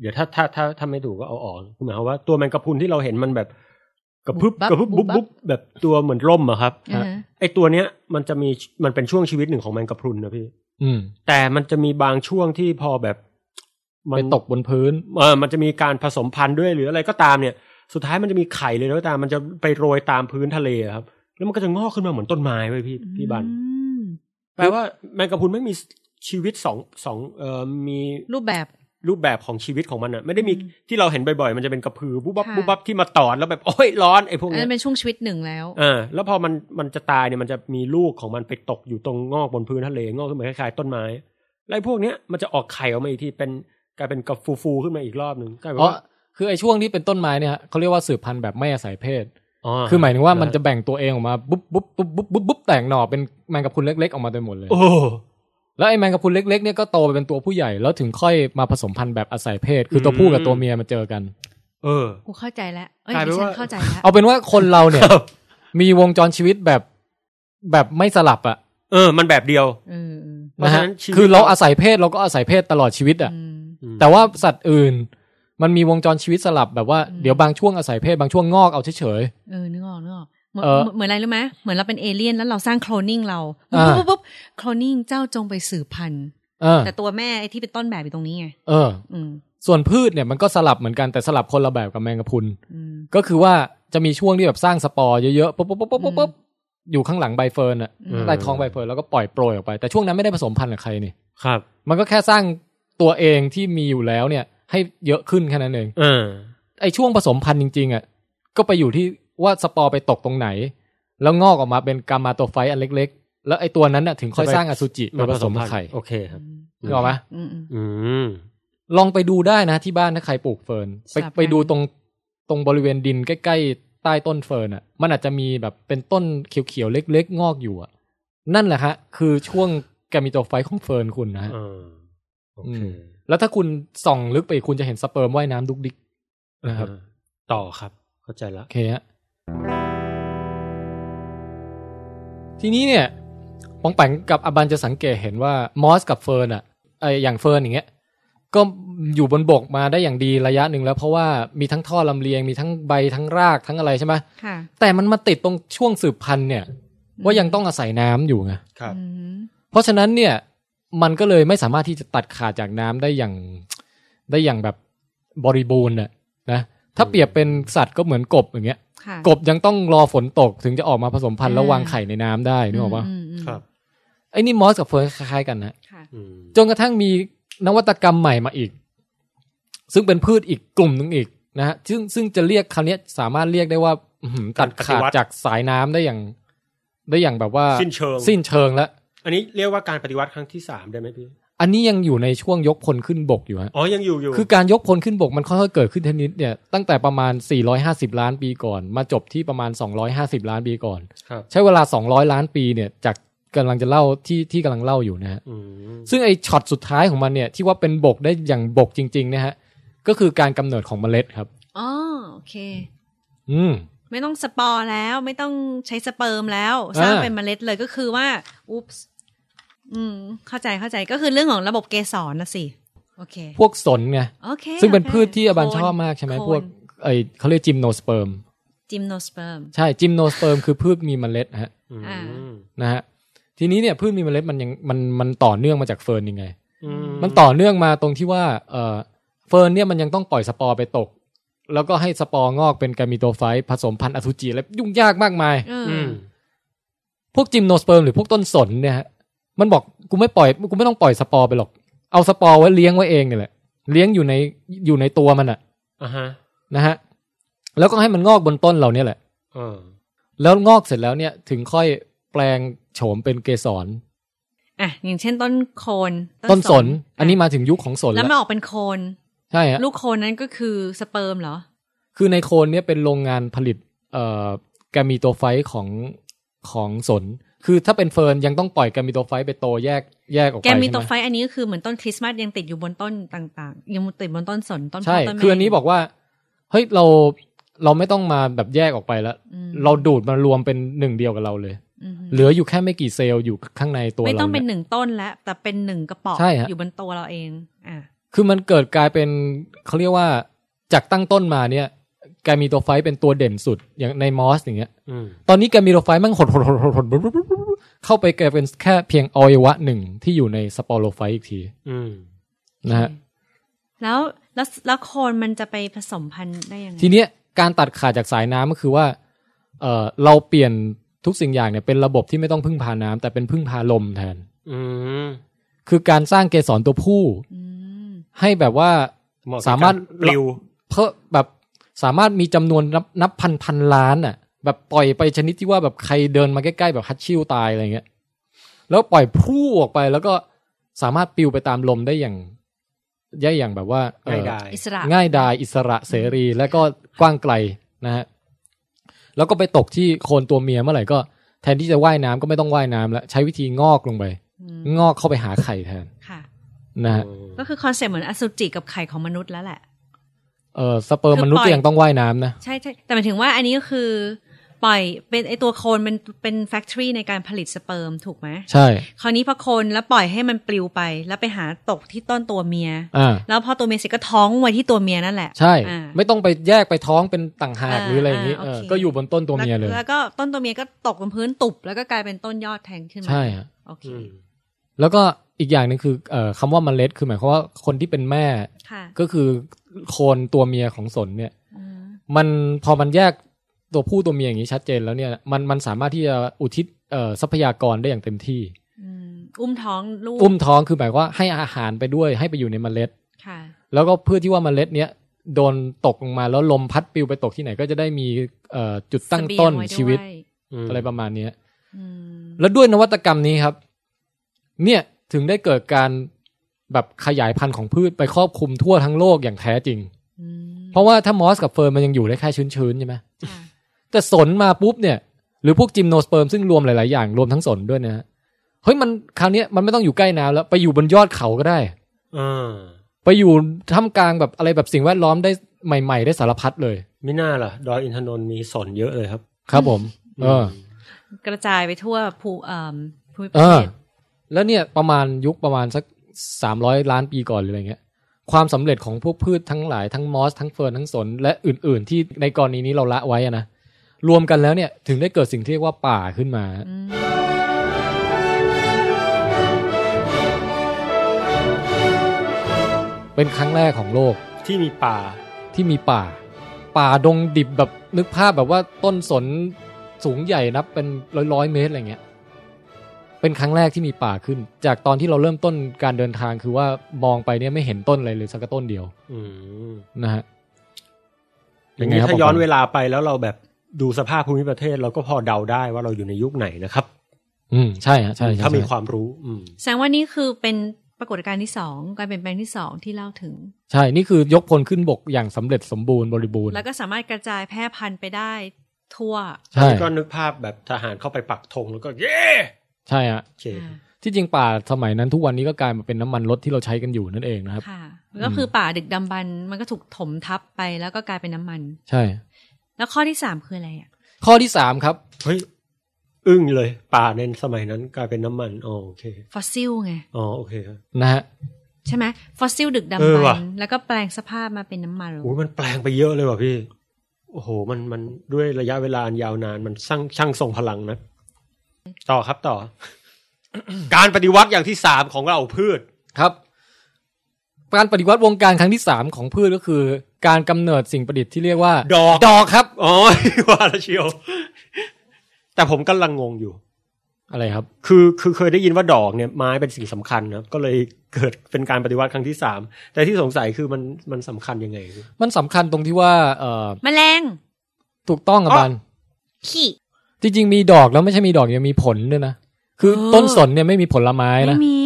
Speaker 5: เดี๋ยวถ้าถ้าถ้าถ้าไม่ถูกก็เอาออกคือหมายความว่าตัวแมงกะพรุนที่เราเห็นมันแบบกระพึบกระพึบบุ๊บบุ๊บแบบตัวเหมือนร่มอะครับ
Speaker 6: อ่าฮะ
Speaker 5: ไอตัวเนี้ยมันจะมีมันเป็นช่วงชีวิตหนึ่งของแมงกะพรุนนะพี่
Speaker 4: อืม
Speaker 5: แต่มันจะมีบางช่วงที่พอแบบมั
Speaker 4: ไปตกบนพื้น
Speaker 5: เออมันจะมีการผสมพันธุ์ด้วยหรืออะไรก็ตามเนี่ย สุดท้ายมันจะมีไข่เลยแล้วก็ตามมันจะไปโรยตามพื้นทะเลอะครับ แล้วมันก็จะงอกขึ้นมาเหมือนต้นไม้ไว้ยพี่พี่บัน
Speaker 6: อืม
Speaker 5: แปลว่าแมงกะพรุนไม่มีชีวิตสองสองเอ่อมี
Speaker 6: รูปแบบ
Speaker 5: รูปแบบของชีวิตของมันอะไม่ได้มีที่เราเห็นบ่อยๆ มันจะเป็นกระพือบุบบับ
Speaker 6: ค่ะ
Speaker 5: บุบบับที่มาตอดแล้วแบบโอ้ยร้อนไอ้พวก
Speaker 6: อัน
Speaker 5: เนี้
Speaker 6: นั้
Speaker 5: ย
Speaker 6: นเป็นช่วงชีวิตหนึ่งแล้ว
Speaker 5: อ่าแล้วพอมันมันจะตายเนี่ยมันจะมีลูกของมันไปตกอยู่ตรงงอกบนพื้นทะเลงอกขึ้นมาคล้ายๆต้นไม้แล้วไอ้พวกเนี้ยมันจะออกไข่ออกมาอีกทีเป็นกลายเป็นกระฟูฟูๆขึ้นมาอีกรอบหนึ่งกลายเป็น
Speaker 4: เพราะ
Speaker 5: ว่า
Speaker 4: คือไอ้ช่วงที่เป็นต้นไม้เนี่ยฮะเขาเรียกว่าสืบพันธุ์แบบไม่อาศัยเพศ
Speaker 5: อ๋อ
Speaker 4: คือหมายถึงว่ามันจะแบ่งตัวเองออกมาบุ๊บบุ๊บบุ๊บบุ๊บบุ๊บบุ๊บแต่งหน่อเป็นแมงกะพรุนเล็กๆออกมาเต็มหมดเลย
Speaker 5: โอ้
Speaker 4: แล้วไอ้แมงกะพรุนเล็กๆเนี่ยก็โตไปเป็นตัวผู้ใหญ่แล้วถึงค่อยมาผสมพันธุ์แบบอาศัยเพศ คือตัวผู้กับตัวเมียมาเจอกัน
Speaker 5: เออ
Speaker 6: กูเข้าใจแล้วเอ้ย
Speaker 5: กลายเป็
Speaker 6: ดิ
Speaker 5: น
Speaker 6: ฉัน
Speaker 5: ว่า
Speaker 6: เข้าใจแล้ว
Speaker 4: เอาเป็นว่าคนเราเนี่ย
Speaker 5: ครับ
Speaker 4: มีวงจรชีวิตแบบแบบไม่สลับอะ
Speaker 5: เออ มันแบบเดียว
Speaker 6: เออเออ
Speaker 5: เพราะ
Speaker 4: นะ
Speaker 5: ฉะ
Speaker 4: ฮะ
Speaker 5: นั้นชีวิต
Speaker 4: คือเราอาศัยเพศเราก็อาศัยเพศตลอดชีวิตอะ
Speaker 6: อืม
Speaker 4: แต่ว่าสัตว์อื่น มันมีวงจรชีวิตสลับแบบว่าเดี๋ยวบางช่วงอาศัยเพศบางช่วงงอกเอาเฉย
Speaker 6: เออนึกออกนึกออก เหมือน
Speaker 8: เอ่อ
Speaker 6: เหมือนอะไรรู้ไหมเหมือนเราเป็นเอเลี่ยนแล้วเราสร้างโคลนนิ่งเรา
Speaker 4: อ่า
Speaker 6: ปุ๊บปุ๊บปุ๊บโคลนนิ่งเจ้าจงไปสืบพันธุ์
Speaker 4: เออ
Speaker 6: แต่ตัวแม่ไอ้ที่เป็นต้นแบบอยู่ตรงนี้ไง
Speaker 4: เออ
Speaker 6: อืม
Speaker 4: ส่วนพืชเนี่ยมันก็สลับเหมือนกันแต่สลับคนละแบบกับแมงกะพรุน
Speaker 6: อืม
Speaker 4: ก็คือว่าจะมีช่วงที่แบบสร้างสปอร์เยอะๆปุ๊บปุ๊บปุ๊บปุ๊บปุ๊บปุ๊บอยู่ข้างหลังใบเฟิร์นอะ
Speaker 6: อืม
Speaker 4: ใต้ท้องใบเฟิร์นแล้วก็ปล่อยโปรยออกไป แต่ช่วงนั้นไม่ได้ผสมพันธุ์กับใครนี่
Speaker 5: ครับ
Speaker 4: มันก็แค่สร้างตัวเองที่มีอยู่แล้วเนี่ย ให้เยอะขึ้นแค่นั้นเอง
Speaker 5: เออ
Speaker 4: ไอช่วงผสมพันธุ์จริงๆอ่ะก็ไปอยู่ที่ว่าสปอร์ไปตกตรงไหน แล้วงอกออกมาเป็นกามาโตัวไฟต์อันเล็ก ๆ แล้วไอตัวนั้นน่ะถึงค่อยสร้างอสุจิมาผสมกับไข่
Speaker 5: โอเคครับ
Speaker 4: นึกออกไหม
Speaker 6: อืมอืม
Speaker 5: อืม
Speaker 4: ลองไปดูได้นะที่บ้านถ้าใครปลูกเฟิร์นไป
Speaker 6: สับกัน
Speaker 4: ไปดูตรงตรงบริเวณดินใกล้ๆใต้ต้นเฟิร์นอ่ะ มันอาจจะมีแบบเป็นต้นเขียวๆเล็ก ๆ งอกอยู่อ่ะนั่นแหละฮะคือช่วงแกามิโตไฟต์ของเฟิร์นคุณนะฮะ
Speaker 5: เออโอเค
Speaker 4: อืม แล้วถ้าคุณส่องลึกไปอีกคุณจะเห็นสเปิร์มว่ายน้ำดุกดิกนะครับ
Speaker 5: อ่าต่อครับ เข้าใจละ
Speaker 4: โอเคฮะทีนี้เนี่ยปองแปงกับอบันจะสังเกตเห็นว่ามอสกับเฟิร์นอะไออย่างเฟิร์นอย่างเงี้ย ก็อยู่บนบกมาได้อย่างดีระยะหนึ่งแล้ว เพราะว่ามีทั้งท่อลำเลียงมีทั้งใบทั้งรากทั้งอะไรใช่ไหม
Speaker 6: ค่ะ
Speaker 4: แต่มันมาติดตรงช่วงสืบพันธุ์เนี่ย ว่ายังต้องอาศัยน้ำอยู่ไง
Speaker 5: ครับ
Speaker 6: อืม
Speaker 4: เพราะฉะนั้นเนี่ย มันก็เลยไม่สามารถที่จะตัดขาดจากน้ำได้อย่างได้อย่างแบบบริบูรณ์น่ะนะถ้าเปรียบเป็นสัตว์ก็เหมือนกบอย่างเงี้ย
Speaker 6: ค่ะ
Speaker 4: กบยังต้องรอฝนตกถึงจะออกมาผสมพันธุ์
Speaker 6: อ่า
Speaker 4: แล้ววางไข่ในน้ำได้นึกออกปะ
Speaker 6: มอืม
Speaker 5: ครับ
Speaker 4: ไอ้นี่มอสกับเฟิร์นคล้ายๆกันนะ
Speaker 6: ค่ะ
Speaker 5: อืม
Speaker 4: จนกระทั่งมีนวัตกรรมใหม่มาอีก ซึ่งเป็นพืชอีกกลุ่มหนึ่งอีกนะฮะซึ่งซึ่งจะเรียกคราวเนี้ยสามารถเรียกได้ว่าอื้อหือตัดขาดจากสายน้ำได้อย่าง ได้อย่างแบบว่า
Speaker 5: สิ้นเชิง
Speaker 4: สิ้นเชิงแล้ว
Speaker 5: อันนี้เรียกว่าการปฏิวัติครั้งที่สามได้ไหมพี่
Speaker 4: อันนี้ยังอยู่ในช่วงยกพลขึ้นบกอยู่ฮะ
Speaker 5: อ๋อ ยังอยู่อยู่
Speaker 4: คือการยกพลขึ้นบกมันค่อยๆเกิดขึ้นเทานิดเนี่ยตั้งแต่ประมาณ 450 ล้านปีก่อน มาจบที่ประมาณ 250 ล้านปีก่อน
Speaker 5: ครับ
Speaker 4: ใช้เวลา 200 ล้านปีเนี่ย จากกำลังจะเล่าที่ที่กำลังเล่าอยู่นะฮะ
Speaker 5: อืม
Speaker 4: ซึ่งไอช็อตสุดท้ายของมันเนี่ย ที่ว่าเป็นบกได้อย่างบกจริงๆนะฮะ ก็คือการกำเนิดของเมล็ดครับ
Speaker 6: อ๋อโอเค
Speaker 4: อืม
Speaker 6: ไม่ต้องสปอร์แล้วไม่ต้องใช้สเปิร์มแล้ว สร้าง
Speaker 4: อ่า
Speaker 6: เป็นเมล็ดเลยก็คือว่า อุ๊ปส์อืม เข้าใจเข้าใจก็คือเรื่องของระบบเกสรนะสิ โอเค
Speaker 4: พวกสนไง
Speaker 6: โอเค
Speaker 4: ซึ่งเป็น
Speaker 6: โอค
Speaker 4: พืชที่อบันชอบมากใช่ไหม
Speaker 6: โคน
Speaker 4: พวกไอเขาเรียกจิมโนสเปิร์ม
Speaker 6: จิมโนสเปิร์ม
Speaker 4: ใช่จิมโนสเปิร์มคือพืชมีเมล็ดฮะ
Speaker 5: อืม
Speaker 6: อ่า
Speaker 4: นะฮะ ทีนี้เนี่ยพืชมีเมล็ดมันยังมันมันต่อเนื่องมาจากเฟิร์นยังไง
Speaker 5: อื
Speaker 4: มันต่อเนื่องมาตรงที่ว่าเอ่อเฟิร์นเนี่ยมันยังต้องปล่อยสปอร์ไปตก แล้วก็ให้สปอร์งอกเป็นกามิโตไฟต์ผสมพันธุ์อสุจิและยุ่งยากมากมาย
Speaker 6: เอ
Speaker 5: อื
Speaker 6: อ
Speaker 5: ม
Speaker 4: พวกจิมโนสเปิร์มหรือพวกต้นสนเนี่ยฮะมันบอกกูไม่ปล่อยกูไม่ต้องปล่อยสปอร์ไปหรอก เอาสปอร์ไว้เลี้ยงไว้เองเนี่ยแหละเลี้ยงอยู่ในอยู่ในตัวมันอะ
Speaker 5: อ่าฮะ
Speaker 4: นะฮะแล้วก็ให้มันงอกบนต้นเราเนี่ยแหละ
Speaker 5: เออ
Speaker 4: แล้วงอกเสร็จแล้วเนี่ยถึงค่อยแปลงโฉมเป็นเกสร
Speaker 6: อ่ะอย่างเช่นต้นโคน
Speaker 4: ต้นสน อันนี้มาถึงยุคของสน
Speaker 6: แล้
Speaker 4: แล้ว ว
Speaker 6: มันออกเป็นโคน
Speaker 4: ใช่ฮะ
Speaker 6: ลูกโคนนั้นก็คือสเปิร์มเหรอ
Speaker 4: คือในโคนเนี่ยเป็นโรงงานผลิตเอ่อแกามีโตัวไฟต์ของของสน คือถ้าเป็นเฟิร์นยังต้องปล่อยแกามีโตัวไฟต์ไปโตแยกแยกออกไป
Speaker 6: แกมี
Speaker 4: ใช่ห
Speaker 6: ตัวไฟอันนี้ก็คือเหมือนต้นคริสต์มาสยังติดอยู่บนต้นต่างๆ ยังติดบนต้นสนต้น
Speaker 4: ใช่
Speaker 6: พ่ต้นแม่
Speaker 4: คืออันนี้บอกว่าเฮ้ยเราเราไม่ต้องมาแบบแยกออกไปแล้ว
Speaker 6: อืม
Speaker 4: เราดูดมารวมเป็นหนึ่งเดียวกับเราเลย
Speaker 6: อืม
Speaker 4: เหลืออยู่แค่ไม่กี่เซลล์อยู่ข้างในตัวเรา
Speaker 6: ไม่ต้องเป็นห
Speaker 4: เนี่ย
Speaker 6: นึ่งต้นแล้วแต่เป็นหนึ่งกระป๋อง
Speaker 4: ใช่ฮะ
Speaker 6: อยู่บนตัวเราเองอ่ะ
Speaker 4: คือมันเกิดกลายเป็นเขาเรียกว่าจากตั้งต้นมาเนี่ยแกามีโตัวไฟต์เป็นตัวเด่นสุดอย่างในมอสอย่างเงี้ย
Speaker 5: อืม
Speaker 4: ตอนนี้แกมีโรไฟต์มันหดหดหดหดหดเข้าไปแกเป็นแค่เพียงอวัยวะหนึ่งที่อยู่ในสปอโรไฟต์อีกที
Speaker 5: อืม
Speaker 4: นะฮะ
Speaker 6: แล้วแล้วแล้วโคนมันจะไปผสมพันธุ์ได้ยังไง
Speaker 4: ทีเนี้ยการตัดขาดจากสายน้ำก็คือว่าเออเราเปลี่ยนทุกสิ่งอย่างเนี่ยเป็นระบบที่ไม่ต้องพึ่งพาน้ำแต่เป็นพึ่งพาลมแทน
Speaker 5: อืม
Speaker 4: คือการสร้างเกสรตัวผู้
Speaker 6: อืม
Speaker 4: ให้แบบว่า
Speaker 5: เหะกับ
Speaker 4: สามารถ
Speaker 5: ปลิว
Speaker 4: เพิ่มแบบสามารถมีจำนวนนับนับพันพันล้านอ่ะ แบบปล่อยไปชนิดที่ว่าแบบใครเดินมาใกล้ๆแบบฮัตชิวตายอะไรเงี้ยแล้วปล่อยพรู่ออกไปแล้วก็สามารถปลิวไปตามลมได้อย่างได้อย่างแบบว่าเอ่อ
Speaker 5: ง่ายดาย
Speaker 6: อิสระ
Speaker 4: ง่ายดายอิสระเสรีและก็กว้างไกลนะฮะแล้วก็ไปตกที่โคนตัวเมียเมื่อไหร่ก็แทนที่จะว่ายน้ำก็ไม่ต้องว่ายน้ำแล้วใช้วิธีงอกลงไป
Speaker 6: อืม
Speaker 4: งอกเข้าไปหาไข่แทน
Speaker 6: ค่ะ
Speaker 4: นะฮะ
Speaker 6: ก็คือคอนเซ็ปต์เหมือนอสุจิกับไข่ของมนุษย์แล้วแหละ
Speaker 4: เออสเปิร์มมนุษย์ก็ยังต้องว่ายน้ำนะ
Speaker 6: ใช่ใช่แต่หมายถึงว่าอันนี้ก็คือ ปล่อยเป็นไอตัวโคลนมันเป็นแฟคทอรี่ในการผลิตสเปิร์มถูกไหม
Speaker 4: ใช่
Speaker 6: คราวนี้พอโคลนแล้วปล่อยให้มันปลิวไป แล้วไปหาตกที่ต้นตัวเมีย
Speaker 4: อ่า
Speaker 6: แล้วพอตัวเมียเสร็จก็ท้องไว้ที่ตัวเมียนั่นแหละ
Speaker 4: ใช่
Speaker 6: อ่า
Speaker 4: ไม่ต้องไปแยกไปท้องเป็นต่างหาก
Speaker 6: อ่า
Speaker 4: หรืออะไรอย่างนี้
Speaker 6: อ่า
Speaker 4: เออ
Speaker 6: โอเค
Speaker 4: ก็อยู่บนต้นตัวเมียเลย
Speaker 6: แวแล้วก็ต้นตัวเมียก็ตกบนพื้นตุบแล้วก็กลายเป็นต้นยอดแทงขึ้นมา
Speaker 4: ใช่ฮะ
Speaker 6: โอเค
Speaker 5: อืม
Speaker 4: แล้วก็อีกอย่างหนึ่งคือเอ่อคำว่าเมล็ดคือหมายความว่าคนที่เป็นแม่
Speaker 6: ค่ะ
Speaker 4: ก็คือโคนตัวเมียของสนเนี่ย
Speaker 6: อืม
Speaker 4: มันพอมันแยกตัวผู้ตัวเมียอย่างนี้ชัดเจนแล้วเนี่ยมันมันสามารถที่จะอุทิศเอ่อทรัพยากรได้อย่างเต็มที่
Speaker 6: อืมอุ้มท้องลูก
Speaker 4: อุ้มท้องคือหมายความว่าให้อาหารไปด้วยให้ไปอยู่ในเมล็ด
Speaker 6: ค่ะ
Speaker 4: แล้วก็เพื่อที่ว่าเมล็ดเนี้ยโดนตกลงมาแล้วลมพัดปลิวไปตกที่ไหนก็จะได้มีเอ่อจุดตั้งต้น
Speaker 6: เสบียได้วย
Speaker 4: ชีวิต
Speaker 5: อืม
Speaker 4: อะไรประมาณเนี้ย
Speaker 6: อืม
Speaker 4: แล้วด้วยนวัตกรรมนี้ครับ เนี่ยถึงได้เกิดการแบบขยายพันธุ์ของพืชไปครอบคลุมทั่วทั้งโลกอย่างแท้จริง
Speaker 6: อืม
Speaker 4: เพราะว่าถ้ามอสกับเฟิร์นมันยังอยู่ได้แค่ชื้นๆใช่ไหม
Speaker 6: ค่ะ
Speaker 4: แต่สนมาปุ๊บเนี่ย หรือพวกจิมโนสเปิร์มซึ่งรวมหลาย ๆ อย่างรวมทั้งสนด้วยนะฮะเฮ้ยมันคราวเนี้ยมันไม่ต้องอยู่ใกล้น้ำแล้วไปอยู่บนยอดเขาก็ได้
Speaker 5: อ่า
Speaker 4: ไปอยู่ท่ามกลางแบบอะไรแบบสิ่งแวดล้อมได้ใหม่ ๆ ได้สารพัดเลย
Speaker 5: มิน่าล่ะ ดอยอินทนนท์มีสนเยอะเลยครับ
Speaker 4: ครับผม เออ
Speaker 6: กระจายไปทั่วภูเอ่มภูมิป
Speaker 4: เอ
Speaker 6: ระเท
Speaker 4: อ
Speaker 6: ศ
Speaker 4: แล้วเนี่ยประมาณยุคประมาณสักสามร้อยล้านปีก่อนหรืออะไรเงี้ย ความสำเร็จของพวกพืชทั้งหลายทั้งมอส ทั้งเฟิร์นทั้งสน และอื่น ๆ ที่ในกรณีนี้เราละไว้อะนะ รวมกันแล้วเนี่ยถึงได้เกิดสิ่งที่เรียกว่าป่าขึ้นมา
Speaker 6: ม
Speaker 4: เป็นครั้งแรกของโลก
Speaker 5: ที่มีป่า
Speaker 4: ที่มีป่า ป่าดงดิบแบบนึกภาพแบบว่าต้นสนสูงใหญ่นับเป็นร้อยร้อยๆเมตรอะไรเงี้ย เป็นครั้งแรกที่มีป่าขึ้น จากตอนที่เราเริ่มต้นการเดินทางคือว่ามองไปเนี่ยไม่เห็นต้นอะไรเลยสักต้นเดียว
Speaker 5: อืม
Speaker 4: นะฮะ
Speaker 5: อย่างนี้ถ้าย้อน
Speaker 4: ผม
Speaker 5: เวลาไปแล้วเราแบบดูสภาพภูมิประเทศ เราก็พอเดาได้ว่าเราอยู่ในยุคไหนนะครับ
Speaker 4: อืมใช่ฮะใช่ใช่
Speaker 5: ถ้ามี
Speaker 4: ใช่
Speaker 5: ความรู้ อืม
Speaker 6: แสดงว่านี่คือเป็นปรากฏการณ์ที่สองการเปลี่ยนแปลงที่สองที่เล่าถึง
Speaker 4: ใช่ นี่คือยกพลขึ้นบกอย่างสำเร็จสมบูรณ์บริบูรณ์
Speaker 6: แล้วก็สามารถกระจายแพร่พันธุ์ไปได้ทั่ว
Speaker 4: ใช่
Speaker 5: ก็นึกภาพแบบทหารเข้าไปปักธงแล้วก็เย้
Speaker 4: ใช่ฮะ
Speaker 5: โอเค
Speaker 6: อ่า
Speaker 4: ที่จริงป่าสมัยนั้นทุกวันนี้ก็กลายมาเป็นน้ำมันรถที่เราใช้กันอยู่นั่นเองนะครับ
Speaker 6: ค่ะก็คือป่าดึกดำบรรพ์มันก็ถูกถมทับไปแล้วก็กลายเป็นน้ำมัน
Speaker 4: ใช่
Speaker 6: แล้วข้อที่สามคืออะไรอ่ะ
Speaker 4: ข้อที่สามครับ
Speaker 5: เฮ้ยอึ้งเลย ป่าในสมัยนั้นกลายเป็นน้ำมันอ๋อโอเค
Speaker 6: ฟอสซิลไง
Speaker 5: อ๋อโอเคครับ
Speaker 4: นะฮะ
Speaker 6: ใช่ไหมฟอสซิลดึกดำ
Speaker 5: เอบ อ
Speaker 6: ร
Speaker 5: ว่ะ
Speaker 6: รพ์แล้วก็แปลงสภาพมาเป็นน้ำมัน
Speaker 5: โอ้ยมันแปลงไปเยอะเลยว่ะพี่ โอ้โห มันมันด้วยระยะเวลาอันยาวนานมันช่างช่างทรงพลังนะ ต่อครับต่อ <coughs> การปฏิวัติอย่างที่สามของเราพืช
Speaker 4: ครับ การปฏิวัติวงการครั้งที่สามของพืชก็คือ การกำเนิดสิ่งประดิษฐ์ที่เรียกว่า
Speaker 5: ดอก
Speaker 4: ดอกครับ
Speaker 5: อ๋อ <laughs> ว่าและเชียว แต่ผมกำลังงงอยู่
Speaker 4: อะไรครับ
Speaker 5: คือคือเคยได้ยินว่าดอกเนี่ยไม้เป็นสิ่งสำคัญนะก็เลยเกิดเป็นการปฏิวัติครั้งที่สามแต่ที่สงสัยคือมันมันสำคัญยังไง
Speaker 4: มันสำคัญตรงที่ว่า เอ่อ
Speaker 6: แมลง
Speaker 4: ถูกต้องกับมัน
Speaker 6: ขี้
Speaker 4: จริง ๆ มีดอกแล้วไม่ใช่มีดอกยังมีผลด้วยนะ คือ
Speaker 6: เออ
Speaker 4: ต้นสนเนี่ยไม่มีผลไม้
Speaker 6: ไม่
Speaker 4: นะ
Speaker 6: มี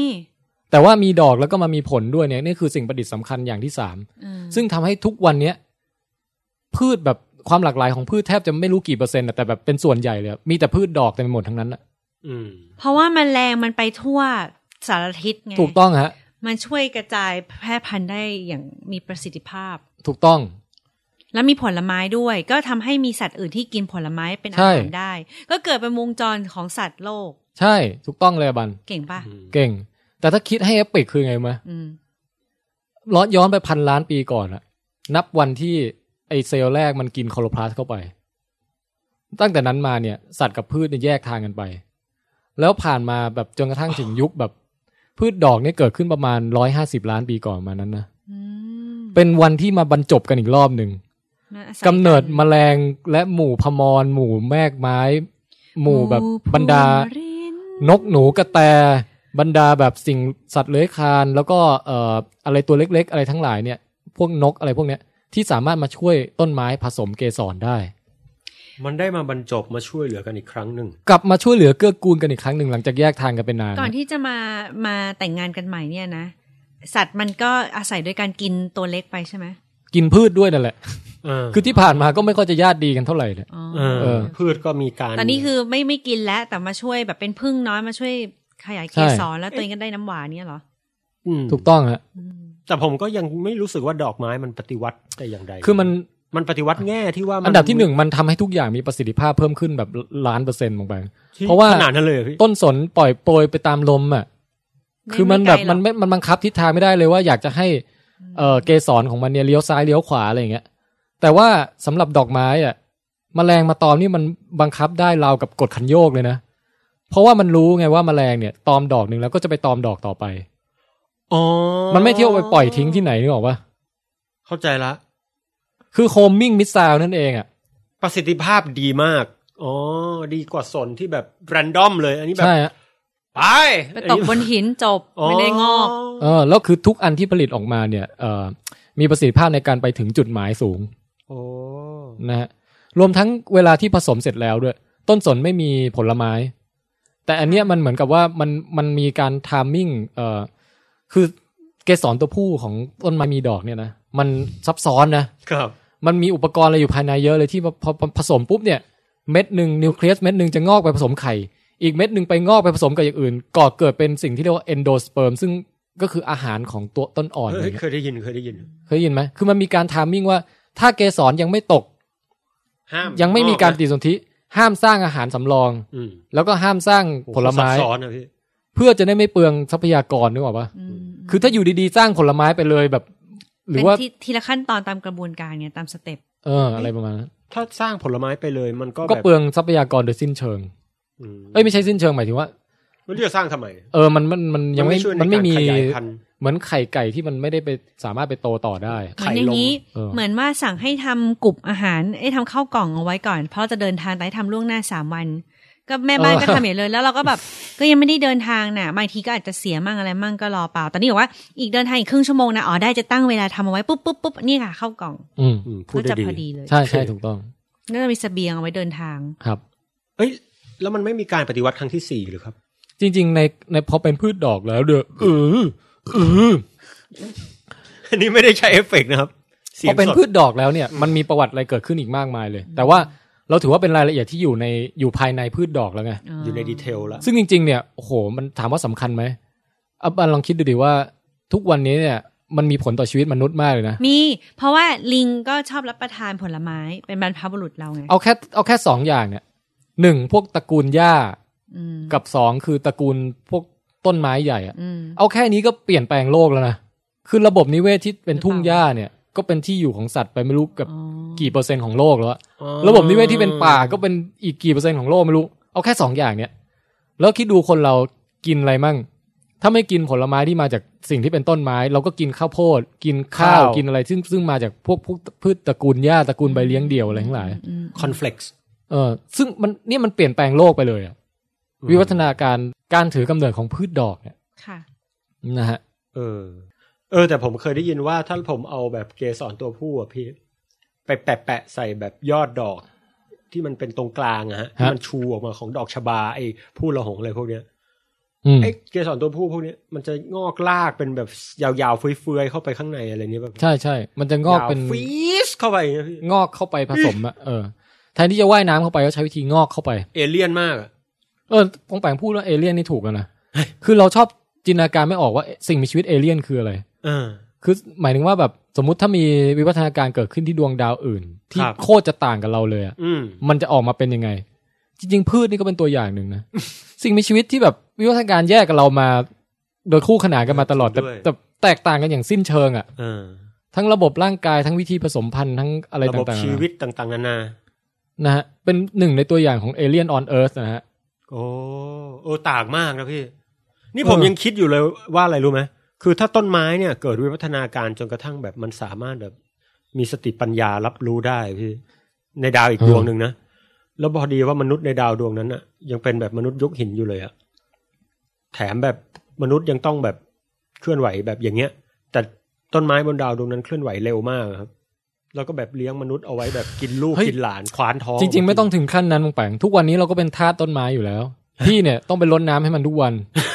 Speaker 4: แต่ว่ามีดอกแล้วก็มามีผลด้วยเนี่ยนี่คือสิ่งประดิษฐ์สำคัญอย่างที่สาม
Speaker 6: เออ
Speaker 4: ซึ่งทำให้ทุกวันเนี้ยพืชแบบความหลากหลายของพืชแทบจะไม่รู้กี่เปอร์เซ็นต์อะแต่แบบเป็นส่วนใหญ่เลยอะมีแต่พืชดอกเต็มไปหมดทั้งนั้นอะ
Speaker 5: อืม
Speaker 6: เพราะว่าแมลงมันไปทั่วสารทิศไง
Speaker 4: ถูกต้องฮะ
Speaker 6: มันช่วยกระจายแพร่พันธุ์ได้อย่างมีประสิทธิภาพ
Speaker 4: ถูกต้อง
Speaker 6: แล้วมีผลไม้ด้วย ก็ทำให้มีสัตว์อื่นที่กินผลไม้เป็นอา
Speaker 4: ใช่
Speaker 6: หารได้ ก็เกิดเป็นวงจรของสัตว์โลก
Speaker 4: ใช่ถูกต้องเลยอะบัน
Speaker 6: เก่งปะ
Speaker 4: เก่ง แต่ถ้าคิดให้เอปิกคือไงรู้ไหม
Speaker 6: อืม
Speaker 4: ร้อนย้อนไปพันล้านปีก่อนอะนับวันที่ไอเซลล์แรกมันกินคลอโรพลาสเข้าไป ตั้งแต่นั้นมาเนี่ย สัตว์กับพืชเนี่ยแยกทางกันไป แล้วผ่านมาแบบจนกระทั่งถึงยุคแบบ พืชดอกเนี่ยเกิดขึ้นประมาณร้อยห้าสิบล้านปีก่อนมานั้นนะ
Speaker 6: อืม
Speaker 4: เป็นวันที่มาบรรจบกันอีกรอบหนึ่ง
Speaker 6: มันอาศัย
Speaker 4: กำเนิด
Speaker 6: กั
Speaker 4: แมลงและหมู่พมร หมู่แมกไม้ หมู่แบบ
Speaker 6: ภู
Speaker 4: บรรดา
Speaker 6: ริน
Speaker 4: นกหนูกระแต บรรดาแบบสิ่งสัตว์เลื้อยคลาน แล้วก็เอ่ออะไรตัวเล็กๆ อะไรทั้งหลายเนี่ย พวกนกอะไรพวกเนี้ยที่สามารถมาช่วยต้นไม้ผสมเกสรได้
Speaker 5: มันได้มาบรรจบมาช่วยเหลือกันอีกครั้งหนึ่ง
Speaker 4: กลับมาช่วยเหลือเกื้อกูลกันอีกครั้งหนึ่งหลังจากแยกทางกันเป็นนาน
Speaker 6: ก่อนที่จะมามาแต่งงานกันใหม่เนี่ยนะ สัตว์มันก็อาศัยโดยการกินตัวเล็กไปใช่ไหม
Speaker 4: กินพืชด้วยนั่นแหละ
Speaker 5: เออ
Speaker 4: คือที่ผ่านมาก็ไม่ค่อยจะญาติดีกันเท่าไหร่เลย
Speaker 6: อ๋อ
Speaker 5: เออ
Speaker 4: เออ
Speaker 5: พืชก็มีการ
Speaker 6: ตอนนี้คือไม่ไม่กินแล้ว แต่มาช่วยแบบเป็นพึ่งน้อยมาช่วยขยายเก
Speaker 4: ใช่
Speaker 6: สรแล้วตัวเองก็ได้น้ำหวานเนี่ยเหรอ
Speaker 5: ม
Speaker 4: ถูกต้องฮะ
Speaker 6: อืม
Speaker 5: แต่ผมก็ยังไม่รู้สึกว่าดอกไม้มันปฏิวัติแต่อย่างใด
Speaker 4: คือมัน
Speaker 5: มันปฏิวัติแง่ที่ว่ามั
Speaker 4: อันดับที่หนึ่งมันทำให้ทุกอย่างมีประสิทธิภาพเพิ่มขึ้นแบบล้านเปอร์เซ็นต์ลงไป
Speaker 5: ที่
Speaker 4: เพราะว่า
Speaker 5: ขนาดนั้นเลยเหรอพี่
Speaker 4: ต้นสนปล่อยโปรยไปตามลมอ่ะ
Speaker 6: ไม่
Speaker 4: คือมันแบบ
Speaker 6: ไม่ไกลหรอก
Speaker 4: มันไม่มันบังคับทิศทางไม่ได้เลยว่าอยากจะให้เออเกสรของมันเนี่ยเลี้ยวซ้ายเลี้ยวขวาอะไรอย่างเงี้ย แต่ว่าสำหรับดอกไม้อ่ะแมลงมาตอมนี่มันบังคับได้ราวกับกดขันโยกเลยนะ เพราะว่ามันรู้ไงว่าแมลงเนี่ยตอมดอกหนึ่งแล้วก็จะไปตอมดอกต่อไป
Speaker 5: อ๋อ
Speaker 4: มันไม่เที่ยวไปปล่อยทิ้งที่ไหนนึกออกปะ
Speaker 5: เข้าใจละ
Speaker 4: คือโฮมมิ่งมิสซาวนั่นเองอ่ะ
Speaker 5: ประสิทธิภาพดีมาก อ๋อ ดีกว่าสนที่แบบแรนดอมเลย อันนี้แบบ
Speaker 4: ใช่ฮะ
Speaker 5: ไป
Speaker 6: ไปตกบนหินจบไม่ได้งอก
Speaker 4: เออแล้วคือทุกอันที่ผลิตออกมาเนี่ยเออมีประสิทธิภาพในการไปถึงจุดหมายสูง
Speaker 5: โอ้
Speaker 4: นะฮะรวมทั้งเวลาที่ผสมเสร็จแล้วด้วย ต้นสนไม่มีผลไม้ แต่อันเนี้ยมันเหมือนกับว่ามันมันมีการทามมิ่งเออคือเกสรตัวผู้ของต้นไม้มีดอกเนี่ยนะมันซับซ้อนนะครับ มันมีอุปกรณ์อะไรอยู่ภายในเยอะเลยที่พอพอพอผสมปุ๊บเนี่ยเม็ดหนึ่งนิวเคลียสเม็ดหนึ่งจะงอกไปผสมไข่ อีกเม็ดหนึ่งไปงอกไปผสมกับอย่างอื่น ก่อเกิดเป็นสิ่งที่เรียกว่าเอนโดสเปิร์มซึ่งก็คืออาหารของตัวต้นอ่อนอะไร
Speaker 5: เฮ้ย
Speaker 4: เงี้ย
Speaker 5: เคยได้ยินเคยได้ยิน
Speaker 4: เคยได้ยินไหม คือมันมีการทามมิ่งว่า ถ้าเกสรยังไม่ตก
Speaker 5: ห้าม
Speaker 4: <coughs> ยังไม่มีการป
Speaker 5: ติด
Speaker 4: ฏิสนธิ ห้ามสร้างอาหารสำรอง แล้วก็ห้ามสร้างผลไม้
Speaker 5: ซับซ้อนนะพี่
Speaker 4: เพื่อจะได้ไม่เปลืองทรัพยากรนึกออกปะคือถ้าอยู่ดีๆ สร้างผลไม้ไปเลยแบบ หรื
Speaker 6: เป็
Speaker 4: อน ว่า
Speaker 6: ที่ทีละขั้นตอนตามกระบวนการเนี่ยตามสเต็ป
Speaker 4: เออ อะไรประมาณนั้น
Speaker 5: ถ้าสร้างผลไม้ไปเลยมันก็
Speaker 4: ก็
Speaker 5: แบบ
Speaker 4: เปลืองทรัพยากรโดยสิ้นเชิง
Speaker 5: อืม
Speaker 4: เอ้ยไม่ใช่สิ้นเชิงหมายถึงว่า
Speaker 5: ไม่รู้จะสร้างทำไม
Speaker 4: เออ มัน มัน มันยังไม่
Speaker 5: ช่วใ
Speaker 4: มันไม่มี
Speaker 5: การขยายพันธุ์
Speaker 4: เหมือนไข่ไก่ที่มันไม่ได้ไปสามารถไปโตต่อได้
Speaker 6: เหมือนอย่างนี้
Speaker 4: ไข่ลงเออ
Speaker 6: เหมือนว่าสั่งให้ทำกลุ่มอาหารไอ้ยทำข้าวกล่องเอาไว้ก่อน เพราะจะเดินทางแต่ให้ทำล่วงหน้าสามวัน ก็แม่บ้านก็ทำอย่างเลย แล้วเราก็แบบ ก็ยังไม่ได้เดินทางน่ะบางทีก็อาจจะเสียมั่งอะไรมั่งก็รอเปล่าตอนนี้บอกว่าอีกเดินทางอีกครึ่งชั่วโมงนะอ๋อได้จะตั้งเวลาทำเอาไว้ปุ๊บปุ๊บปุ๊บนี่ค่ะเข้าวกล่อง
Speaker 4: อืม
Speaker 5: อืมพูด
Speaker 6: ก็
Speaker 5: ได้
Speaker 6: จะ
Speaker 5: ดี
Speaker 6: พอดีเลย
Speaker 4: ใช่ใช่ถูกต้อง
Speaker 6: ก็จะมีเสบียงเอาไว้เดินทาง
Speaker 4: ครับ
Speaker 5: เอ้ย แล้วมันไม่มีการปฏิวัติครั้งที่สี่หรือครับ
Speaker 4: จริง ๆ ใน ในพอเป็นพืชดอกแล้วเด้อเออเออ
Speaker 5: อันนี้ไม่ได้ใช้เอฟเฟกต์นะครับเสีย
Speaker 4: พ
Speaker 5: ง
Speaker 4: อเป็น
Speaker 5: สด
Speaker 4: พืชดอกแล้วเนี่ยมันมีประวัติอะไรเกิดขึ้นอีกมากมายเลย แต่ว่าเราถือว่าเป็นรายละเอียดที่อยู่ในอยู่ภายในพืชดอกแล้วไง
Speaker 5: อยู่ในดีเทลละ
Speaker 4: ซึ่งจริง ๆ เนี่ยโอ้โหมันถามว่าสำคัญไหมอ่ะบันลองคิดดูดิว่า ทุกวันนี้เนี่ย มันมีผลต่อชีวิตมนุษย์มากเลยนะ
Speaker 6: มี เพราะว่าลิงก็ชอบรับประทานผลไม้เป็นบรรพบุรุษเราไง
Speaker 4: เอาแค่เอาแค่สองอย่างเนี่ยหนึ่งพวกตระกูลหญ้า
Speaker 6: อืม
Speaker 4: กับสองคือตระกูลพวกต้นไม้ใหญ่อะ
Speaker 6: อืม
Speaker 4: เอาแค่นี้ก็เปลี่ยนแปลงโลกแล้วนะคือระบบนิเวศที่เป็นทุ่งหญ้าเนี่ย ก็เป็นที่อยู่ของสัตว์ไปไม่รู้กับ
Speaker 6: อ๋อ
Speaker 4: กี่เปอร์เซ็นต์ของโลกแล้วอะ ระบบนิเวศที่เป็นป่าก็เป็นอีกกี่เปอร์เซ็นต์ของโลกไม่รู้ เอาแค่สองอย่างเนี้ยแล้วคิดดูคนเรากินอะไรมั่ง ถ้าไม่กินผลไม้ที่มาจากสิ่งที่เป็นต้นไม้ เราก็กินข้าวโพด กินข้าวกินอะไรซึ่งซึ่งมาจากพวกพวกพืชตระกูลหญ้าตระกูลใบเลี้ยงเดี่ยวอะไรทั้งหลาย
Speaker 5: คอนฟ lict
Speaker 4: เออซึ่งมันเนี่ยมันเปลี่ยนแปลงโลกไปเลยอะวิวัฒนาการการถือกำเนิดของพืชดอกเนี่ย
Speaker 6: ค่ะ
Speaker 4: นะฮะ
Speaker 5: เออ เออ แต่ผมเคยได้ยินว่าถ้าผมเอาแบบเกสรตัวผู้อะพี่ ไปแปะแปะๆใส่แบบยอดดอก ที่มันเป็นตรงกลางอะฮะที่มันชูออกมาของดอกชบาไอ้ผู้ละหงอะไรพวกเนี้ย
Speaker 4: อืม
Speaker 5: ไอ้เกสรตัวผู้พวกเนี้ยมันจะงอกลากเป็นแบบยาวๆเฟื่อยๆเข้าไปข้างในอะไรเนี้ยแบบ
Speaker 4: ใช่ใช่มันจะงอกเป็น
Speaker 5: ยาวฟีสเข้าไปอย่างเงี้ยพี่
Speaker 4: งอกเข้าไปผสมอะเออแทนที่จะว่ายน้ำเข้าไปก็ใช้วิธีงอกเข้าไป
Speaker 5: เอเลี่ยนมากอะ
Speaker 4: เออปองแปงพูดว่าเอเลี่ยนนี่ถูกแล้วนะ คือเราชอบจินตนาการไม่ออกว่าสิ่งมีชีวิตเอเลี่ยนคืออะไร
Speaker 5: เออ
Speaker 4: คือหมายถึงว่าแบบสมมติถ้ามีวิวัฒนาการเกิดขึ้นที่ดวงดาวอื่น ที่
Speaker 5: ครับ
Speaker 4: โคตรจะต่างกับเราเลยอะ
Speaker 5: อืม
Speaker 4: มันจะออกมาเป็นยังไง จริง ๆ พืชนี่ก็เป็นตัวอย่างหนึ่งนะ สิ่งมีชีวิตที่แบบวิวัฒนาการแยกกับเรามา โดยคู่ขนานกันมาตลอดแต่
Speaker 5: ด้วย
Speaker 4: แต่แตกต่างกันอย่างสิ้นเชิงอะ
Speaker 5: เออ
Speaker 4: ทั้งระบบร่างกายทั้งวิธีผสมพันธุ์ทั้งอะไร
Speaker 5: ระ
Speaker 4: ต่าง
Speaker 5: บ
Speaker 4: ๆ
Speaker 5: บ
Speaker 4: นานา
Speaker 5: ชีวิตต่างๆ นานา
Speaker 4: นะฮะเป็นหนึ่งในตัวอย่างของเอเลี่ยนออนเอิร์ธนะฮะ
Speaker 5: โอ้โอ้ต่างมากนะพี่ นี่ผม
Speaker 4: เออ
Speaker 5: ยังคิดอยู่เลยว่าอะไรรู้ไหมคือถ้าต้นไม้เนี่ย เกิดวิวัฒนาการจนกระทั่งแบบมันสามารถแบบ มีสติปัญญารับรู้ได้พี่ ในดาวอีกดวงหนึ่งนะ แล้วพอดีว่ามนุษย์ในดาวดวงนั้นอะยังเป็นแบบมนุษย์ยกหินอยู่เลยอะแถมแบบมนุษย์ยังต้องแบบเคลื่อนไหวแบบอย่างเงี้ย แต่ต้นไม้บนดาวดวงนั้นเคลื่อนไหวเร็วมากครับ แล้วก็แบบเลี้ยงมนุษย์เอาไว้แบบกินลูกกินหลานคว้านท้อง
Speaker 4: จริงๆ ไม่ต้องถึงขั้นนั้นมงแปงทุกวันนี้เราก็เป็นทาสต้นไม้อยู่
Speaker 5: <laughs>
Speaker 4: แล้ว พี่เนี่ยต้องไปรดน้ำให้มันทุกวัน <laughs>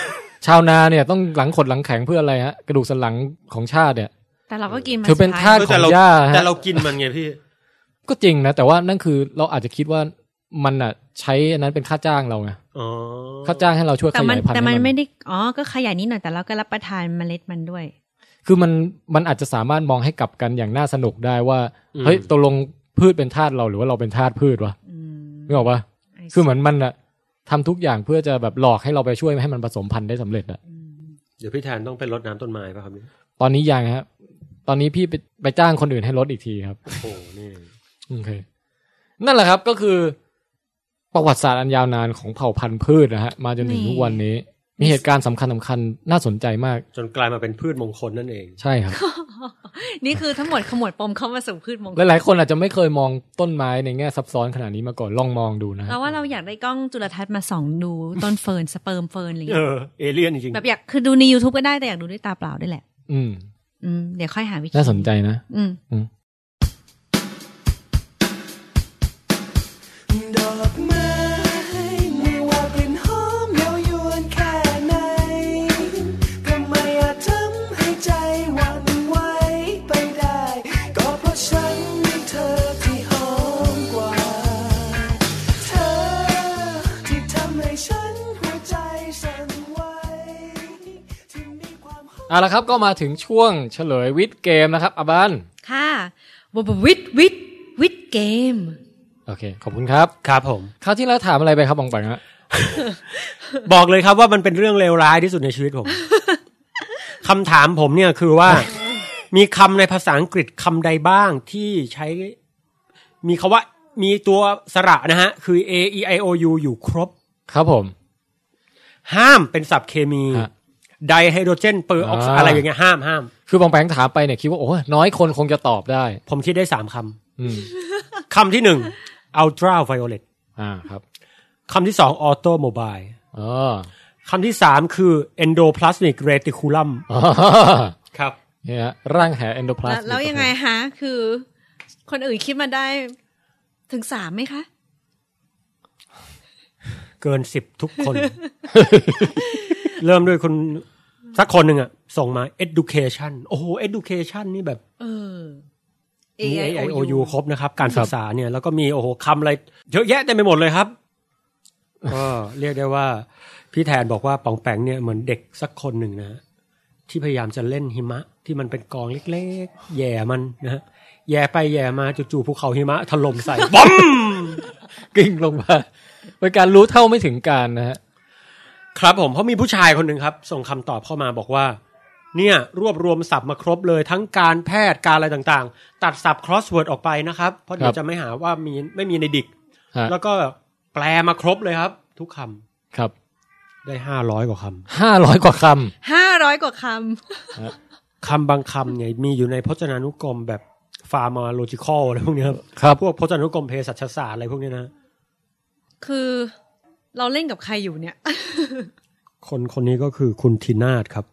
Speaker 4: ชาวนาเนี่ยต้องหลังขดหลังแข็งเพื่ออะไรฮะกระดูกสันหลังของชาติเนี่ย
Speaker 6: แต่เราก็กินมา
Speaker 4: ถือเป็น
Speaker 6: สุด
Speaker 4: ทา
Speaker 6: ท้า
Speaker 4: ส
Speaker 6: ย
Speaker 5: เออแต่เรา
Speaker 4: ของหญ้าฮะ
Speaker 5: แต่เรากินมันไงพี่
Speaker 4: ก็จริงนะ แต่ว่านั่นคือเราอาจจะคิดว่ามันอ่ะ ใช้อันนั้นเป็นค่าจ้างเราไง
Speaker 5: อ๋อ
Speaker 4: ค่าจ้างให้เราช่วยข
Speaker 6: แต่มัน
Speaker 4: ยายพันธุ์
Speaker 6: แต่มัน
Speaker 4: ให้
Speaker 6: ไม่ได้อ๋อก็ขยายนิดหน่อยแต่เราก็รับประทานเมล็ดมันด้วย <laughs>
Speaker 4: คือมันมันอาจจะสามารถมองให้กลับกันอย่างน่าสนุกได้ว่า
Speaker 5: อืม
Speaker 4: เฮ้ยตกลงพืชเป็นธาตุเราหรือว่าเราเป็นธาตุพืชวะ
Speaker 6: อืม
Speaker 4: นึกออกปะคือเหมือนมันอะทำทุกอย่างเพื่อจะแบบหลอกให้เราไปช่วยให้มันผสมพันธุ์ได้สำเร็จอะ
Speaker 5: เดี๋ยวพี่แทนต้องไปรดน้ำต้นไม้ป่ะครับเนี่ย
Speaker 4: ตอนนี้ยังครับ ตอนนี้พี่ไปไปจ้างคนอื่นให้ลดอีกทีครับ
Speaker 5: โอ้โหนี่
Speaker 4: โอเค นั่นแหละครับก็คือ ประวัติศาสตร์อันยาวนานของเผ่าพันธุ์พืชนะฮะ มาจนถึงทุกวันนี้ มีเหตุการณ์สำคัญสำคัญน่าสนใจมาก
Speaker 5: จนกลายมาเป็นพืชมงคลนั่นเอง
Speaker 4: ใช่ครับ
Speaker 6: นี่คือทั้งหมดขมวดปมเข้ามาสู่พืชมงค
Speaker 4: ห
Speaker 6: ล
Speaker 4: ลายๆคนอาจจะไม่เคยมองต้นไม้ในแง่ซับซ้อนขนาดนี้มาก่อนลองมองดูนะฮะ
Speaker 6: เราว่าเราอยากได้กล้องจุลทรรศน์มาส่องดูต้นเฟิร์นสเปิร์มเฟิร์นอะไรอย่าง
Speaker 5: เอ
Speaker 6: เงี้ย
Speaker 5: อ เอเลี่ยนจริง
Speaker 6: แบบอยากคือดูใน YouTube ก็ได้แต่อยากดูด้วยตาเปล่าด้วยแหละ
Speaker 4: อืม
Speaker 6: อืมเดี๋ยวค่อยหาวิธี
Speaker 4: น่าสนใจนะ
Speaker 6: อืม
Speaker 11: ดอกไม้ไม่ว่ากลิ่นหอมเย้ายวนแค่ไหนก็ไม่อาจทำให้ใจหวั่นไหวไปได้ ก็เพราะฉันมีเธอที่หอมกว่า เธอที่ทำให้ฉันหัวใจสั่นไหวที่มีความ
Speaker 4: เอาละครับก็มาถึงช่วงเฉลยวิดเกมนะครับอาบัน
Speaker 6: ค่ะบบบวิดวิดวิดเกม
Speaker 4: โอเค ขอบคุณครับ
Speaker 5: ๆ ครับผม
Speaker 4: คราวที่แล้วถามอะไรไปครับบองแปงฮะ
Speaker 5: <laughs> บอกเลยครับว่ามันเป็นเรื่องเลวร้ายที่สุดในชีวิ
Speaker 4: <laughs>
Speaker 5: ตผม คำถามผมเนี่ยคือว่า มีคำในภาษาอังกฤษคำใดบ้างที่ใช้ มีคำว่ามีตัวสระนะฮะ คือ a e i o u อยู่ครบ
Speaker 4: ครับผม
Speaker 5: ห้ามเป็นศัพท์เคมี
Speaker 4: ฮะ
Speaker 5: ไดไฮโดรเจนเปอร์ออกไซด์
Speaker 4: อ่า
Speaker 5: อะไรอย่างเงี้ยห้ามห้าม
Speaker 4: คือบองแปงถามไปเนี่ยคิดว่าโอ้ยน้อยคนคงจะตอบได้
Speaker 5: ผมคิดได้สามค
Speaker 4: อืม
Speaker 5: ำ คำที่หนึ่ง ultra violet
Speaker 4: อ่าครับ
Speaker 5: คำที่สอง automobile
Speaker 4: เออ
Speaker 5: คำที่สามคือ endoplasmic reticulum
Speaker 4: อ๋อ
Speaker 5: ครับ
Speaker 4: เนี่ยฮะร่างแหเอนโดพลาส
Speaker 6: แล้วแล้วยังไงฮะ คือ คนอื่นคิดมาได้ถึงสามไหมคะ
Speaker 5: เกินสิบทุกคน <laughs> เริ่มด้วยคนสักคนหนึ่งอะส่งมา education โอ้โห education นี่แบบ
Speaker 6: เออ
Speaker 5: มี AIOU ครบนะครับ การศึกษาเนี่ย แล้วก็มีโอ้โหคำอะไร เยอะแยะเต็มไปหมดเลย <laughs> ครับ ก็เรียกได้ว่า พี่แทนบอกว่าปองแปงเนี่ยเหมือนเด็กสักคนหนึ่งนะฮะที่พยายามจะเล่นหิมะ ที่มันเป็นกองเล็กๆ แย่มันนะฮะแย่ไปแย่มาจู่ๆภูเขาหิมะถล่มใส่ <laughs> บอม
Speaker 4: กิ่งลงมาเป็นการรู้เท่าไม่ถึงการนะฮะ
Speaker 5: ครับผมเพราะมีผู้ชายคนหนึ่งครับ ส่งคำตอบเข้ามาบอกว่า เนี่ย รวบรวมศัพท์มาครบเลยทั้งการแพทย์การอะไรต่างๆ ตัดศัพท์ crossword ออกไปนะครับ เพราะเดี๋ยว
Speaker 4: ครับ
Speaker 5: จะไม่หาว่ามีไม่มีในดิก
Speaker 4: ฮะ
Speaker 5: แล้วก็แปลมาครบเลยครับ ทุกคำ
Speaker 4: ครับ
Speaker 5: ได้ห้าร้อยกว่าคำ
Speaker 4: ห้าร้อยกว่าค
Speaker 6: ห้าร้อยกว่าค
Speaker 5: คำบางคำเนี่ยมีอยู่ในพจนานุกรมแบบ pharmacological อะไรพวกเนี้ยครับ
Speaker 4: ำค
Speaker 5: พว
Speaker 4: รับ
Speaker 5: กพจนานุกรมเภสัชศาสตร์อะไรพวกเนี้ยนะ
Speaker 6: ำ คือเราเล่นกับใครอยู่เนี่ย
Speaker 5: คนคนนี้ก็คือคุณทินาศ
Speaker 4: <laughs>
Speaker 5: ครับ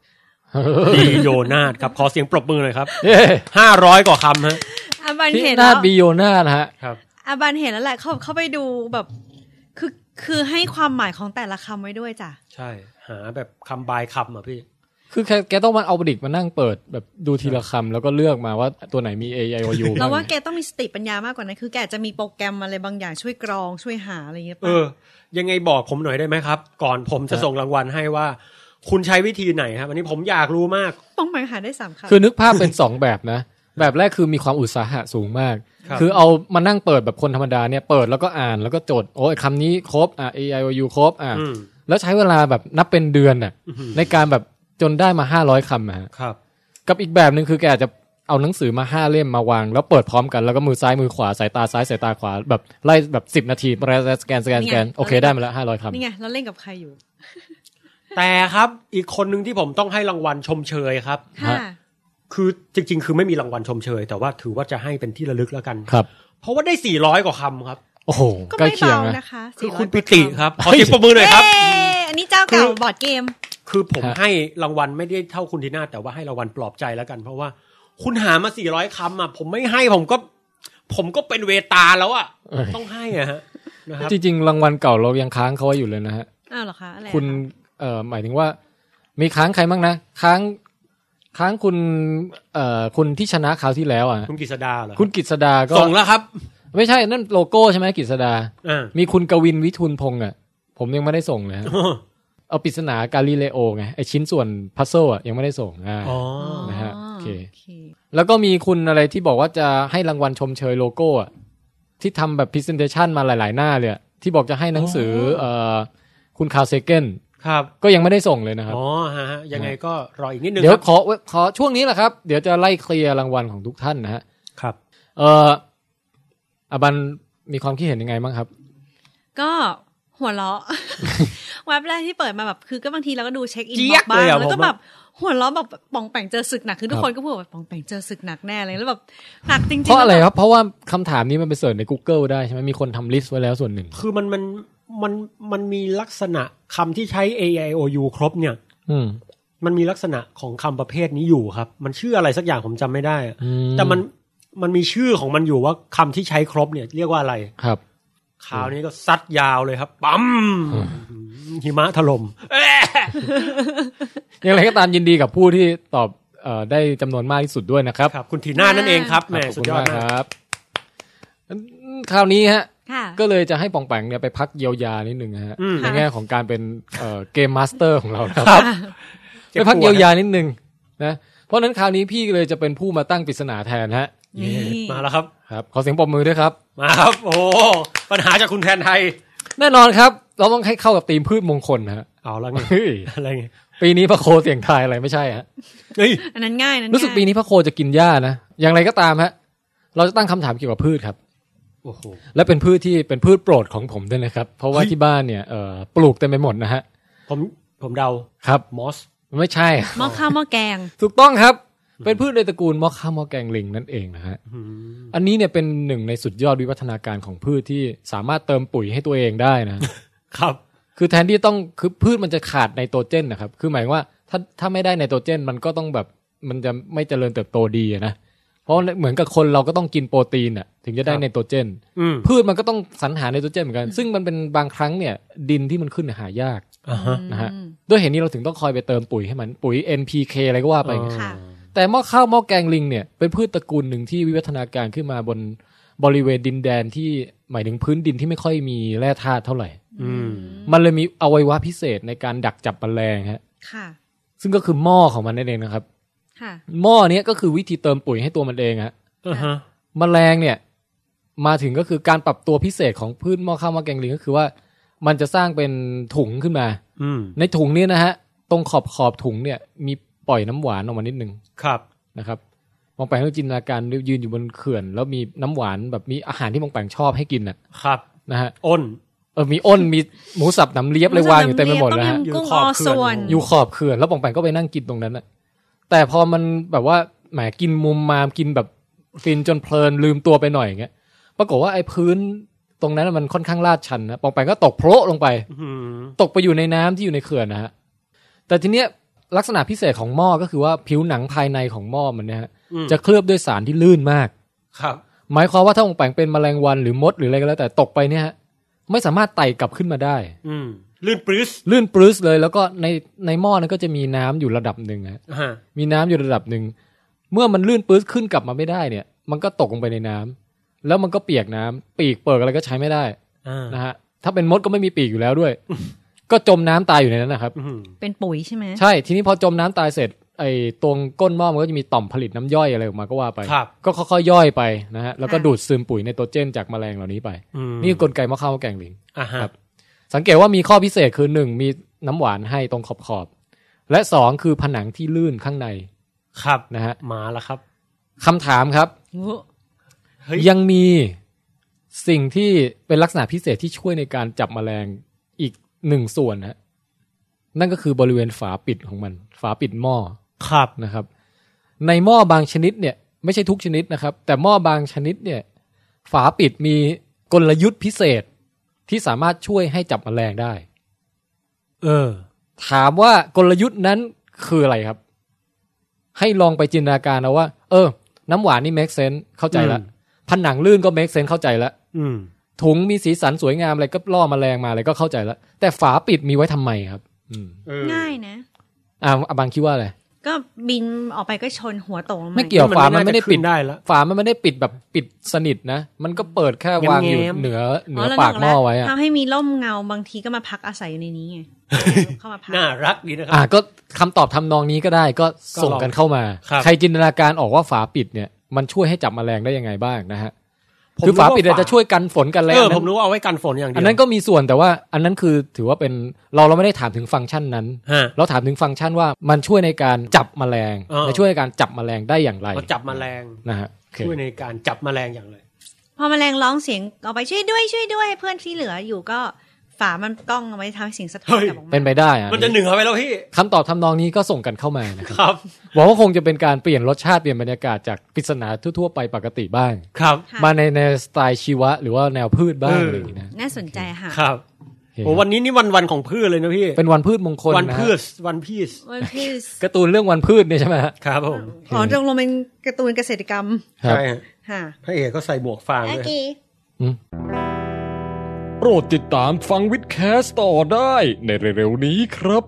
Speaker 5: ดีโยนาศครับขอเสียงปรบมือหน่อยครับ
Speaker 4: เย้
Speaker 5: ห้าร้อยกว่าคำฮะ
Speaker 6: <laughs> อาบัน
Speaker 4: ที่
Speaker 6: เห็น
Speaker 4: นา
Speaker 6: แล้
Speaker 4: ด
Speaker 6: ว
Speaker 4: บิโยนานะฮะ
Speaker 6: อาบันเห็นแล้วแหละเขาเขาไปดูแบบ คือคือให้ความหมายของแต่ละคำไว้ด้วยจ้ะ
Speaker 5: ใช่ หาแบบคำบายคำอ่ะพี่
Speaker 4: คือแกแกต้องมาเอาดิกมานั่งเปิดแบบดูทีละคำแล้วก็เลือกมาว่าตัวไหนมี A I O U
Speaker 6: เราว่าแกต้องมีสติปัญญามากกว่านั้น คือแกจะมีโปรแกรมอะไรบางอย่างช่วยกรองช่วยหาอะไรอย่างเงี้ย
Speaker 5: เอ
Speaker 6: ปะ
Speaker 5: อ ยังไงบอกผมหน่อยได้ไหมครับ ก่อนผมจะส่งรางวัลให้ว่า คุณใช้วิธีไหนครับ อันนี้ผมอยากรู้มาก
Speaker 6: ป้องหมายหาได้สามคำ
Speaker 4: คือนึกภาพเป็นส <laughs> องแบบนะ แบบแรกคือมีความอุตสาหะสูงมาก
Speaker 5: ครับ
Speaker 4: คือเอามานั่งเปิดแบบคนธรรมดาเนี่ยเปิดแล้วก็อ่านแล้วก็จดโอ้ยคำนี้ครบอ่ะ A I O U ครบอ่ะ
Speaker 5: อืม
Speaker 4: แล้วใช้เวลาแบบนับเป็นเดือนน่ะ
Speaker 5: อื้อหือ
Speaker 4: ในการแบบจนได้มาห้าร้อยคำนะฮะ
Speaker 5: ครับ
Speaker 4: กับอีกแบบหนึ่งคือแกอาจจะเอาหนังสือมาห้าเล่มมาวาง แล้วเปิดพร้อมกันแล้วก็มือซ้ายมือขวาสายตาซ้ายสายตาขวา แบบไล่แบบสิบนาทีไล่สแกนสแกนสแกน
Speaker 6: นี่ไง
Speaker 4: โอเคได้มาแล้วห้าร้อยคำ
Speaker 6: นี่ไงเราเล่นกับใครอยู่
Speaker 5: แต่ครับอีกคนหนึ่งที่ผมต้องให้รางวัลชมเชยครับ
Speaker 6: ค่ะ
Speaker 5: คือจริง ๆ คือไม่มีรางวัลชมเชย แต่ว่าถือว่าจะให้เป็นที่ระลึกแล้วกัน
Speaker 4: ครับ
Speaker 5: เพราะว่าได้ 400 กว่าคำครับ
Speaker 4: โอ้โห
Speaker 6: ก็
Speaker 4: ใกล้
Speaker 6: ไม่
Speaker 4: เคียง
Speaker 6: เบา
Speaker 4: นะ
Speaker 6: นะคะ
Speaker 5: คือ
Speaker 6: 400
Speaker 5: คุณปิติครับ
Speaker 4: 400
Speaker 5: ขอเสียงปรบมือหน่อยครับ
Speaker 6: เย้อันนี้เจ้าเก่าบอร์ดเกม
Speaker 5: คือผม
Speaker 4: ฮะ
Speaker 5: ให้รางวัลไม่ได้เท่าคุณทีน่าแต่ว่าให้รางวัลปลอบใจแล้วกัน เพราะว่าคุณหามา 400คำอ่ะผมไม่ให้ผมก็ ผมก็เป็นเวตาแล้วอ่ะ
Speaker 4: เออ
Speaker 5: ต้องให้อะฮะนะครับ
Speaker 4: จริงๆรางวัลเก่าเรายังค้างเขาไว้อยู่เลยนะฮะ
Speaker 6: อ้าวเหรอคะอะไรอะะ
Speaker 4: คุณเอ่อหมายถึงว่า มีค้างใครบ้างนะค้างค้างคุณเอ่อคุณที่ชนะคราวที่แล้วอ่ะ
Speaker 5: คุณกฤษดาเหรอ
Speaker 4: คุณกฤษดาก็
Speaker 5: ส่งแล้วครับ
Speaker 4: ไม่ใช่นั่น <laughs> โลโก้ใช่ไหมกฤษดา
Speaker 5: อ่า <laughs>
Speaker 4: มีคุณกวินวิทูลพงษ์อ่ะ ผมยังไม่ได้ส่งเลยฮะ เอาปริศนากาลิเลโอไงไอชิ้นส่วนพัซโซอ่ะยังไม่ได้ส่งอ่า
Speaker 5: อ๋อ
Speaker 4: นะฮะ
Speaker 6: อ๋อ
Speaker 4: โอเค
Speaker 6: โอเค
Speaker 4: แล้วก็มีคุณอะไรที่บอกว่าจะให้รางวัลชมเชยโลโก้อะที่ทำแบบ presentation มาหลาย ๆ หน้าเลยอะที่บอกจะให้หนังสืออเอ่อคุณคาเซเกน
Speaker 5: ครับ
Speaker 4: ก็ยังไม่ได้ส่งเลยนะครับ
Speaker 5: อ๋อฮะฮะยังไงก็รออีกนิดนึง
Speaker 4: เดี๋ย
Speaker 5: ค
Speaker 4: ว
Speaker 5: รับ
Speaker 4: ขอขอช่วงนี้แหละครับ เดี๋ยวจะไล่เคลียร์รางวัลของทุกท่านนะฮะ
Speaker 5: ครับ
Speaker 4: เอออาบันมีความคิดเห็นยังไงบ้างครับ
Speaker 6: ก็หัวเราะ <laughs> เว็บแรกที่เปิดมาแบบคือก็บางทีเราก็ดูเช็คอิน
Speaker 5: เจี๊
Speaker 6: บ
Speaker 5: ย
Speaker 6: อบ กบ้าง
Speaker 5: เลยอะ
Speaker 6: แล้วก็
Speaker 5: ผมอะ
Speaker 6: แบบหัวเราะแบบปองแปงเจอศึกหนักคือทุก
Speaker 4: ครับ
Speaker 6: คนก็พูดว่าปองแปงเจอศึกหนักแน่เลยแล้วแบบหนักจริงๆ
Speaker 4: เพราะอะไร
Speaker 6: แล้
Speaker 4: ค
Speaker 6: วแบ
Speaker 4: รับ
Speaker 6: บ
Speaker 4: เพราะว่าคำถามนี้มันไปเสิร์ชใน Google ได้ใช่ไหมมีคนทำลิสต์ไว้แล้วส่วนหนึ่ง
Speaker 5: คือมันมันมันมันมีลักษณะคำที่ใช้ A I O U ครบเนี่ย
Speaker 4: อืม
Speaker 5: มันมีลักษณะของคำประเภทนี้อยู่ครับ มันชื่ออะไรสักอย่างผมจำไม่ได้อะ
Speaker 4: อืม
Speaker 5: แต่มันมันมีชื่อของมันอยู่ว่าคำที่ใช้ครบเนี่ย เรียกว่าอะไร
Speaker 4: ครับ
Speaker 5: คราวนี้ก็ซัดยาวเลยครับปั๊มหิมะถล่ม
Speaker 4: <laughs> อย่างไรก็ตามยินดีกับผู้ที่ตอบเอ่อได้จำนวนมากที่สุดด้วยนะครับ
Speaker 5: ครับ คุณทีน่านั่นเองครับแหม
Speaker 4: ขอบ
Speaker 5: สุ
Speaker 4: คุ
Speaker 5: ด
Speaker 4: ณ
Speaker 5: ยอด
Speaker 4: มาก
Speaker 5: มา
Speaker 4: ค
Speaker 5: ก
Speaker 4: รับอืมคราวนี้ฮะ
Speaker 6: ค่ะ
Speaker 4: ก็เลยจะให้ปองแปงเนี่ยไปพักเยียวยานิดนึงนะฮะ
Speaker 5: อืม
Speaker 4: ในแง่ของการเป็นเอ่อเกมมาสเตอร์ของเรานะครับ
Speaker 5: เจ็บ
Speaker 4: ไปพัก
Speaker 5: ปวด
Speaker 4: เยียวยานิดนึงนะเพราะฉะนั้นคราวนี้พี่เลยจะเป็นผู้มาตั้งปริศนาแทนฮะ
Speaker 6: นี่
Speaker 5: มาแล้วครับ
Speaker 4: ครับขอเสียงปรบมือด้วยครับ
Speaker 5: มาครับ โอ้โหปัญหาจากคุณแทนไทย
Speaker 4: แน่นอนครับ เราต้องให้เข้ากับธีมพืชมงคลฮะ
Speaker 5: เอาละไง
Speaker 4: เฮ้ย
Speaker 5: อะไรไง
Speaker 4: ปีนี้พระโคเสียงทายอะไรไม่ใช่ฮะ
Speaker 5: เฮ้ย
Speaker 6: อันนั้นง่ายอันนั้น
Speaker 4: รู้สึก
Speaker 6: ง่าย
Speaker 4: ปีนี้พระโคจะกินหญ้านะอย่างไรก็ตามฮะ เราจะตั้งคำถามเกี่ยวกับพืชครับ
Speaker 5: โอ้โห
Speaker 4: และเป็นพืชที่เป็นพืชโปรดของผมด้วยนะครับ เพราะว่าที่บ้านเนี่ยเอ่อปลูกเต็มไปหมดนะฮะ
Speaker 5: ผมผมเดา
Speaker 4: ครับ
Speaker 5: มอส
Speaker 4: ไม่ใช่
Speaker 6: หม้อข้าวหม้อแกง
Speaker 4: ถูกต้องครับ เป็นพืชในตระกูลมอคค่ามอแกงลิงนั่นเองนะฮะอันนี้เนี่ยเป็นหนึ่งในสุดยอดวิวัฒนาการของพืชที่สามารถเติมปุ๋ยให้ตัวเองได้นะ
Speaker 5: <laughs> ครับ
Speaker 4: คือแทนที่ต้องคือพืชมันจะขาดไนโตรเจนนะครับ คือหมายความว่าถ้าถ้าไม่ได้ไนโตรเจนมันก็ต้องแบบมันจะไม่เจริญเติบโตดีอะนะเพราะเหมือนกับคนเราก็ต้องกินโปรตีนอ่ะถึงจะได้ไนโตรเจน
Speaker 5: อืม
Speaker 4: พืชมันก็ต้องสรรหาไนโตรเจนเหมือนกัน ซึ่งมันเป็นบางครั้งเนี่ย ดินที่มันขึ้นหายาก
Speaker 5: อ่าฮะ
Speaker 4: นะฮะด้วยเหตุนี้เราถึงต้องคอยไปเติมปุ๋ยให้มันปุ๋ย NPK อะไรก็ว่าไป
Speaker 6: ค่ะ
Speaker 4: แต่หม้อข้าวหม้อแกงลิงเนี่ยเป็นพืชตระกูลหนึ่งที่วิวัฒนาการขึ้นมาบนบริเวณดินแดนที่หมายถึงพื้นดินที่ไม่ค่อยมีแร่ธาตุเท่าไหร่
Speaker 5: อืม
Speaker 4: มันเลยมีอวัยวะพิเศษในการดักจับแมลงฮะ
Speaker 6: ค่ะ
Speaker 4: ซึ่งก็คือหม้อของมันนั่นเองนะครับ
Speaker 6: ค่ะ
Speaker 4: หม้อเนี้ยก็คือวิธีเติมปุ๋ยให้ตัวมันเองฮะ
Speaker 5: อ่าฮะ
Speaker 4: มแมลงเนี่ยมาถึงก็คือการปรับตัวพิเศษของพืชหม้อข้าวหม้อแกงลิงก็คือว่า มันจะสร้างเป็นถุงขึ้นมา
Speaker 5: อืม
Speaker 4: ในถุงเนี่ยนะฮะ ตรงขอบขอบถุงเนี่ย มีปล่อยน้ำหวานออกมานิดนึง
Speaker 5: ครับ
Speaker 4: นะครับมองแปงก็จินตนาการยืนอยู่บนเขื่อน แล้วมีน้ำหวานแบบมีอาหารที่มองแปงชอบให้กินน่ะ
Speaker 5: ครับ
Speaker 4: นะฮะ
Speaker 5: อ้น
Speaker 4: เออมีอ้นมีหมูสับหน้ำเลียบเลยวางอยู่เต็มไปหมด
Speaker 6: ต้
Speaker 4: แล้ว
Speaker 6: ม
Speaker 4: ฮะ
Speaker 6: ยำกุ้ง
Speaker 5: อยู่ข
Speaker 6: อ
Speaker 5: อบ
Speaker 6: อ
Speaker 5: เขื่อน
Speaker 6: ส่วน
Speaker 4: อยู่ขอบเขื่อนแล้วปองแปงก็ไปนั่งกินตรงนั้นน่ะ แต่พอมันแบบว่าแหมกินมุมมามกินแบบฟินจนเพลินลืมตัวไปหน่อยอย่างเงี้ยปรากฏว่าไอ้พื้นตรงนั้นนะมันค่อนข้างลาดชันนะปองแปงก็ตกโพะลงไป
Speaker 5: อืม
Speaker 4: ตกไปอยู่ในน้ำที่อยู่ในเขื่อนนะฮะแต่ทีเนี้ยลักษณะพิเศษของหม้อก็คือว่าผิวหนังภายในของหม้อมันเนี่ยฮะ
Speaker 5: อืม
Speaker 4: จะเคลือบด้วยสารที่ลื่นมาก
Speaker 5: ครับ
Speaker 4: หมายความว่าถ้าปองแปงเป็นแมลงวันหรือมดหรืออะไรก็แล้วแต่ตกไปเนี่ยฮะไม่สามารถไต่กลับขึ้นมาได้
Speaker 5: อืม ลื่นปริ้ส
Speaker 4: ลื่นปลื้สเลย แล้วก็ในในหม้อนั้นก็จะมีน้ำอยู่ระดับหนึ่งฮะ
Speaker 5: อ่าฮะ
Speaker 4: มีน้ำอยู่ระดับหนึ่ง เมื่อมันลื่นปื้ดขึ้นกลับมาไม่ได้เนี่ย มันก็ตกลงไปในน้ำแล้วมันก็เปียกน้ำปีกเปิกอะไรก็ใช้ไม่ได้
Speaker 5: อ่า
Speaker 4: นะฮะถ้าเป็นมดก็ไม่มีปีกอยู่แล้วด้วย <laughs> ก็จมน้ำตายอยู่ในนั้นนะครับ
Speaker 5: อืม
Speaker 6: เป็นปุ๋ยใช่ไหม
Speaker 4: ใช่ทีนี้พอจมน้ำตายเสร็จไอ้ตรงก้นหม้อมันก็จะมีต่อมผลิตน้ำย่อยอะไรออกมาก็ว่าไป
Speaker 5: ครับ
Speaker 4: ก็ค่อยๆย่อยไปนะฮะแล้วก็ดูดซึมปุ๋ยในโตัวเจนจากแมลงเหล่านี้ไป
Speaker 5: อืม
Speaker 4: นี่คือกลไกมะข้าวมะแกงลิง
Speaker 5: อ่าฮะ
Speaker 4: ครับ สังเกตว่ามีข้อพิเศษคือหนึ่งมีน้ำหวานให้ตรงขอบขอบๆและสองคือผนังที่ลื่นข้างใน
Speaker 5: ครับ
Speaker 4: นะฮะ
Speaker 5: มาแล้วครับ
Speaker 4: คำถามครับ
Speaker 6: โว้
Speaker 5: เฮ้ย
Speaker 4: ยังมีสิ่งที่เป็นลักษณะพิเศษที่ช่วยในการจับแมลงอีกหนึ่งส่วนฮะนั่นก็คือบริเวณฝาปิดของมัน ฝาปิดหม้อ
Speaker 5: ครับ
Speaker 4: นะครับ ในหม้อบางชนิดเนี่ย ไม่ใช่ทุกชนิดนะครับ แต่หม้อบางชนิดเนี่ย ฝาปิดมีกลยุทธ์พิเศษที่สามารถช่วยให้จับแมลงได้
Speaker 5: เออ
Speaker 4: ถามว่ากลยุทธ์นั้นคืออะไรครับ ให้ลองไปจินตนาการเอาว่า เออ น้ำหวานนี่ make sense เข้าใจละ
Speaker 5: อืม
Speaker 4: ผนังลื่นก็ make sense เข้าใจละ
Speaker 5: อืม
Speaker 4: ถุงมีสีสันสวยงามอะไรก็ล่อมแมลงมาอะไรก็เข้าใจละแต่ฝาปิดมีไว้ทำไมครับ อืม
Speaker 5: เออ
Speaker 6: ง่ายนะ
Speaker 4: อ่าอาบังคิดว่าอะไร
Speaker 6: ก็บินออกไปก็ชนหัวตกลงา
Speaker 4: ไม่เกี่ยว
Speaker 5: มัน
Speaker 4: ฝา
Speaker 5: ไม่น่า
Speaker 4: มันไม่ได้
Speaker 5: จะ
Speaker 4: ปิด
Speaker 5: ขึ้นได้ละ
Speaker 4: ฝามันไม่ได้ปิดแบบปิดสนิทนะ มันก็เปิดแค่วางอยู่
Speaker 5: แง้มๆ
Speaker 4: เหนือเหนื
Speaker 6: อ๋อ
Speaker 4: อ
Speaker 6: แล้ว
Speaker 4: ปากหม้อไว้
Speaker 6: นึกก
Speaker 4: อะ
Speaker 6: แล้วทำให้มีร่มเงาบางทีก็มาพักอาศัยอยู่ในนี้ไง เข้ามาพัก
Speaker 5: น่ารักดีนะค
Speaker 4: อ่ะ
Speaker 5: รับ
Speaker 4: ก็คำตอบทำนองนี้ก็ได้ก็ส่งกันเข้ามา
Speaker 5: ครับ
Speaker 4: ใครจินตนาการออกว่าฝาปิดเนี่ย มันช่วยให้จับแมลงได้ยังไงบ้างนะฮะ
Speaker 5: ผม
Speaker 4: คือ
Speaker 5: นึก
Speaker 4: ฝา
Speaker 5: ว่
Speaker 4: ปิดเนี่ยจะช่วยกันฝนกันแรง
Speaker 5: เออ
Speaker 4: นั้น
Speaker 5: ผมรู้ว่าเอาไว้กันฝนอย่างเดียว
Speaker 4: อั
Speaker 5: อั
Speaker 4: นนั้นก็มีส่วนแต่ว่าอันนั้นคือถือว่าเป็นเราเราไม่ได้ถามถึงฟังก์ชันนั้น
Speaker 5: ฮะ
Speaker 4: เราถามถึงฟังก์ชันว่ามันช่วยในการจับแมลง
Speaker 5: อ่า
Speaker 4: และช่วยในการจับแมลงได้อย่างไร
Speaker 5: เขาจับแมลง
Speaker 4: นะฮะโอเค
Speaker 5: ช่วยในการจับแมลงอย่างไร
Speaker 6: พอแมลงร้องเสียงออกไปช่วยด้วยช่วยด้วย เพื่อนที่เหลืออยู่ก็ฝามันกล้องเอาไว้ทำให้เสียงสะท้อน
Speaker 5: เฮ้ย
Speaker 6: กลับออกมา
Speaker 4: เป็นไปได้อะ
Speaker 5: มันจะเหนือไปแล้วพี่
Speaker 4: คำตอบทำนองนี้ก็ส่งกันเข้ามานะครับ
Speaker 5: ครับ
Speaker 4: หวังว่าคงจะเป็นการเปลี่ยนรสชาติเปลี่ยนบรรยากาศจากปริศนาทั่วๆไปปกติบ้าง
Speaker 5: ครับ
Speaker 6: ค่ะ
Speaker 4: มาในในสไตล์ชีวะ หรือว่าแนวพืชบ้างอะไรอย่างนี้นะ
Speaker 6: น่าสนใจค่ะ
Speaker 5: ครับ
Speaker 4: โอเค
Speaker 5: โหวันนี้นี่วันวันของพืชเลยนะพี่
Speaker 4: เป็นวันพืชมงคล
Speaker 5: วัน
Speaker 4: นะ
Speaker 5: พื
Speaker 4: ฮะ
Speaker 5: ชวันพีช
Speaker 6: วันพีซ
Speaker 4: การ์ตูนเรื่องวันพืชเนี่ยใช่ไหมฮะ
Speaker 5: ครับผม
Speaker 6: อ๋อตรงลงเป็นการ์ตูนเกษตรกรรม
Speaker 4: ครับ
Speaker 5: ใช่ฮะ
Speaker 6: ค่ะ
Speaker 5: พระเอกก็ใส่หมวกฟางด้วย
Speaker 7: กี้
Speaker 10: โปรดติดตามฟังวิดแคสต่อได้ในเร็วๆนี้ครับ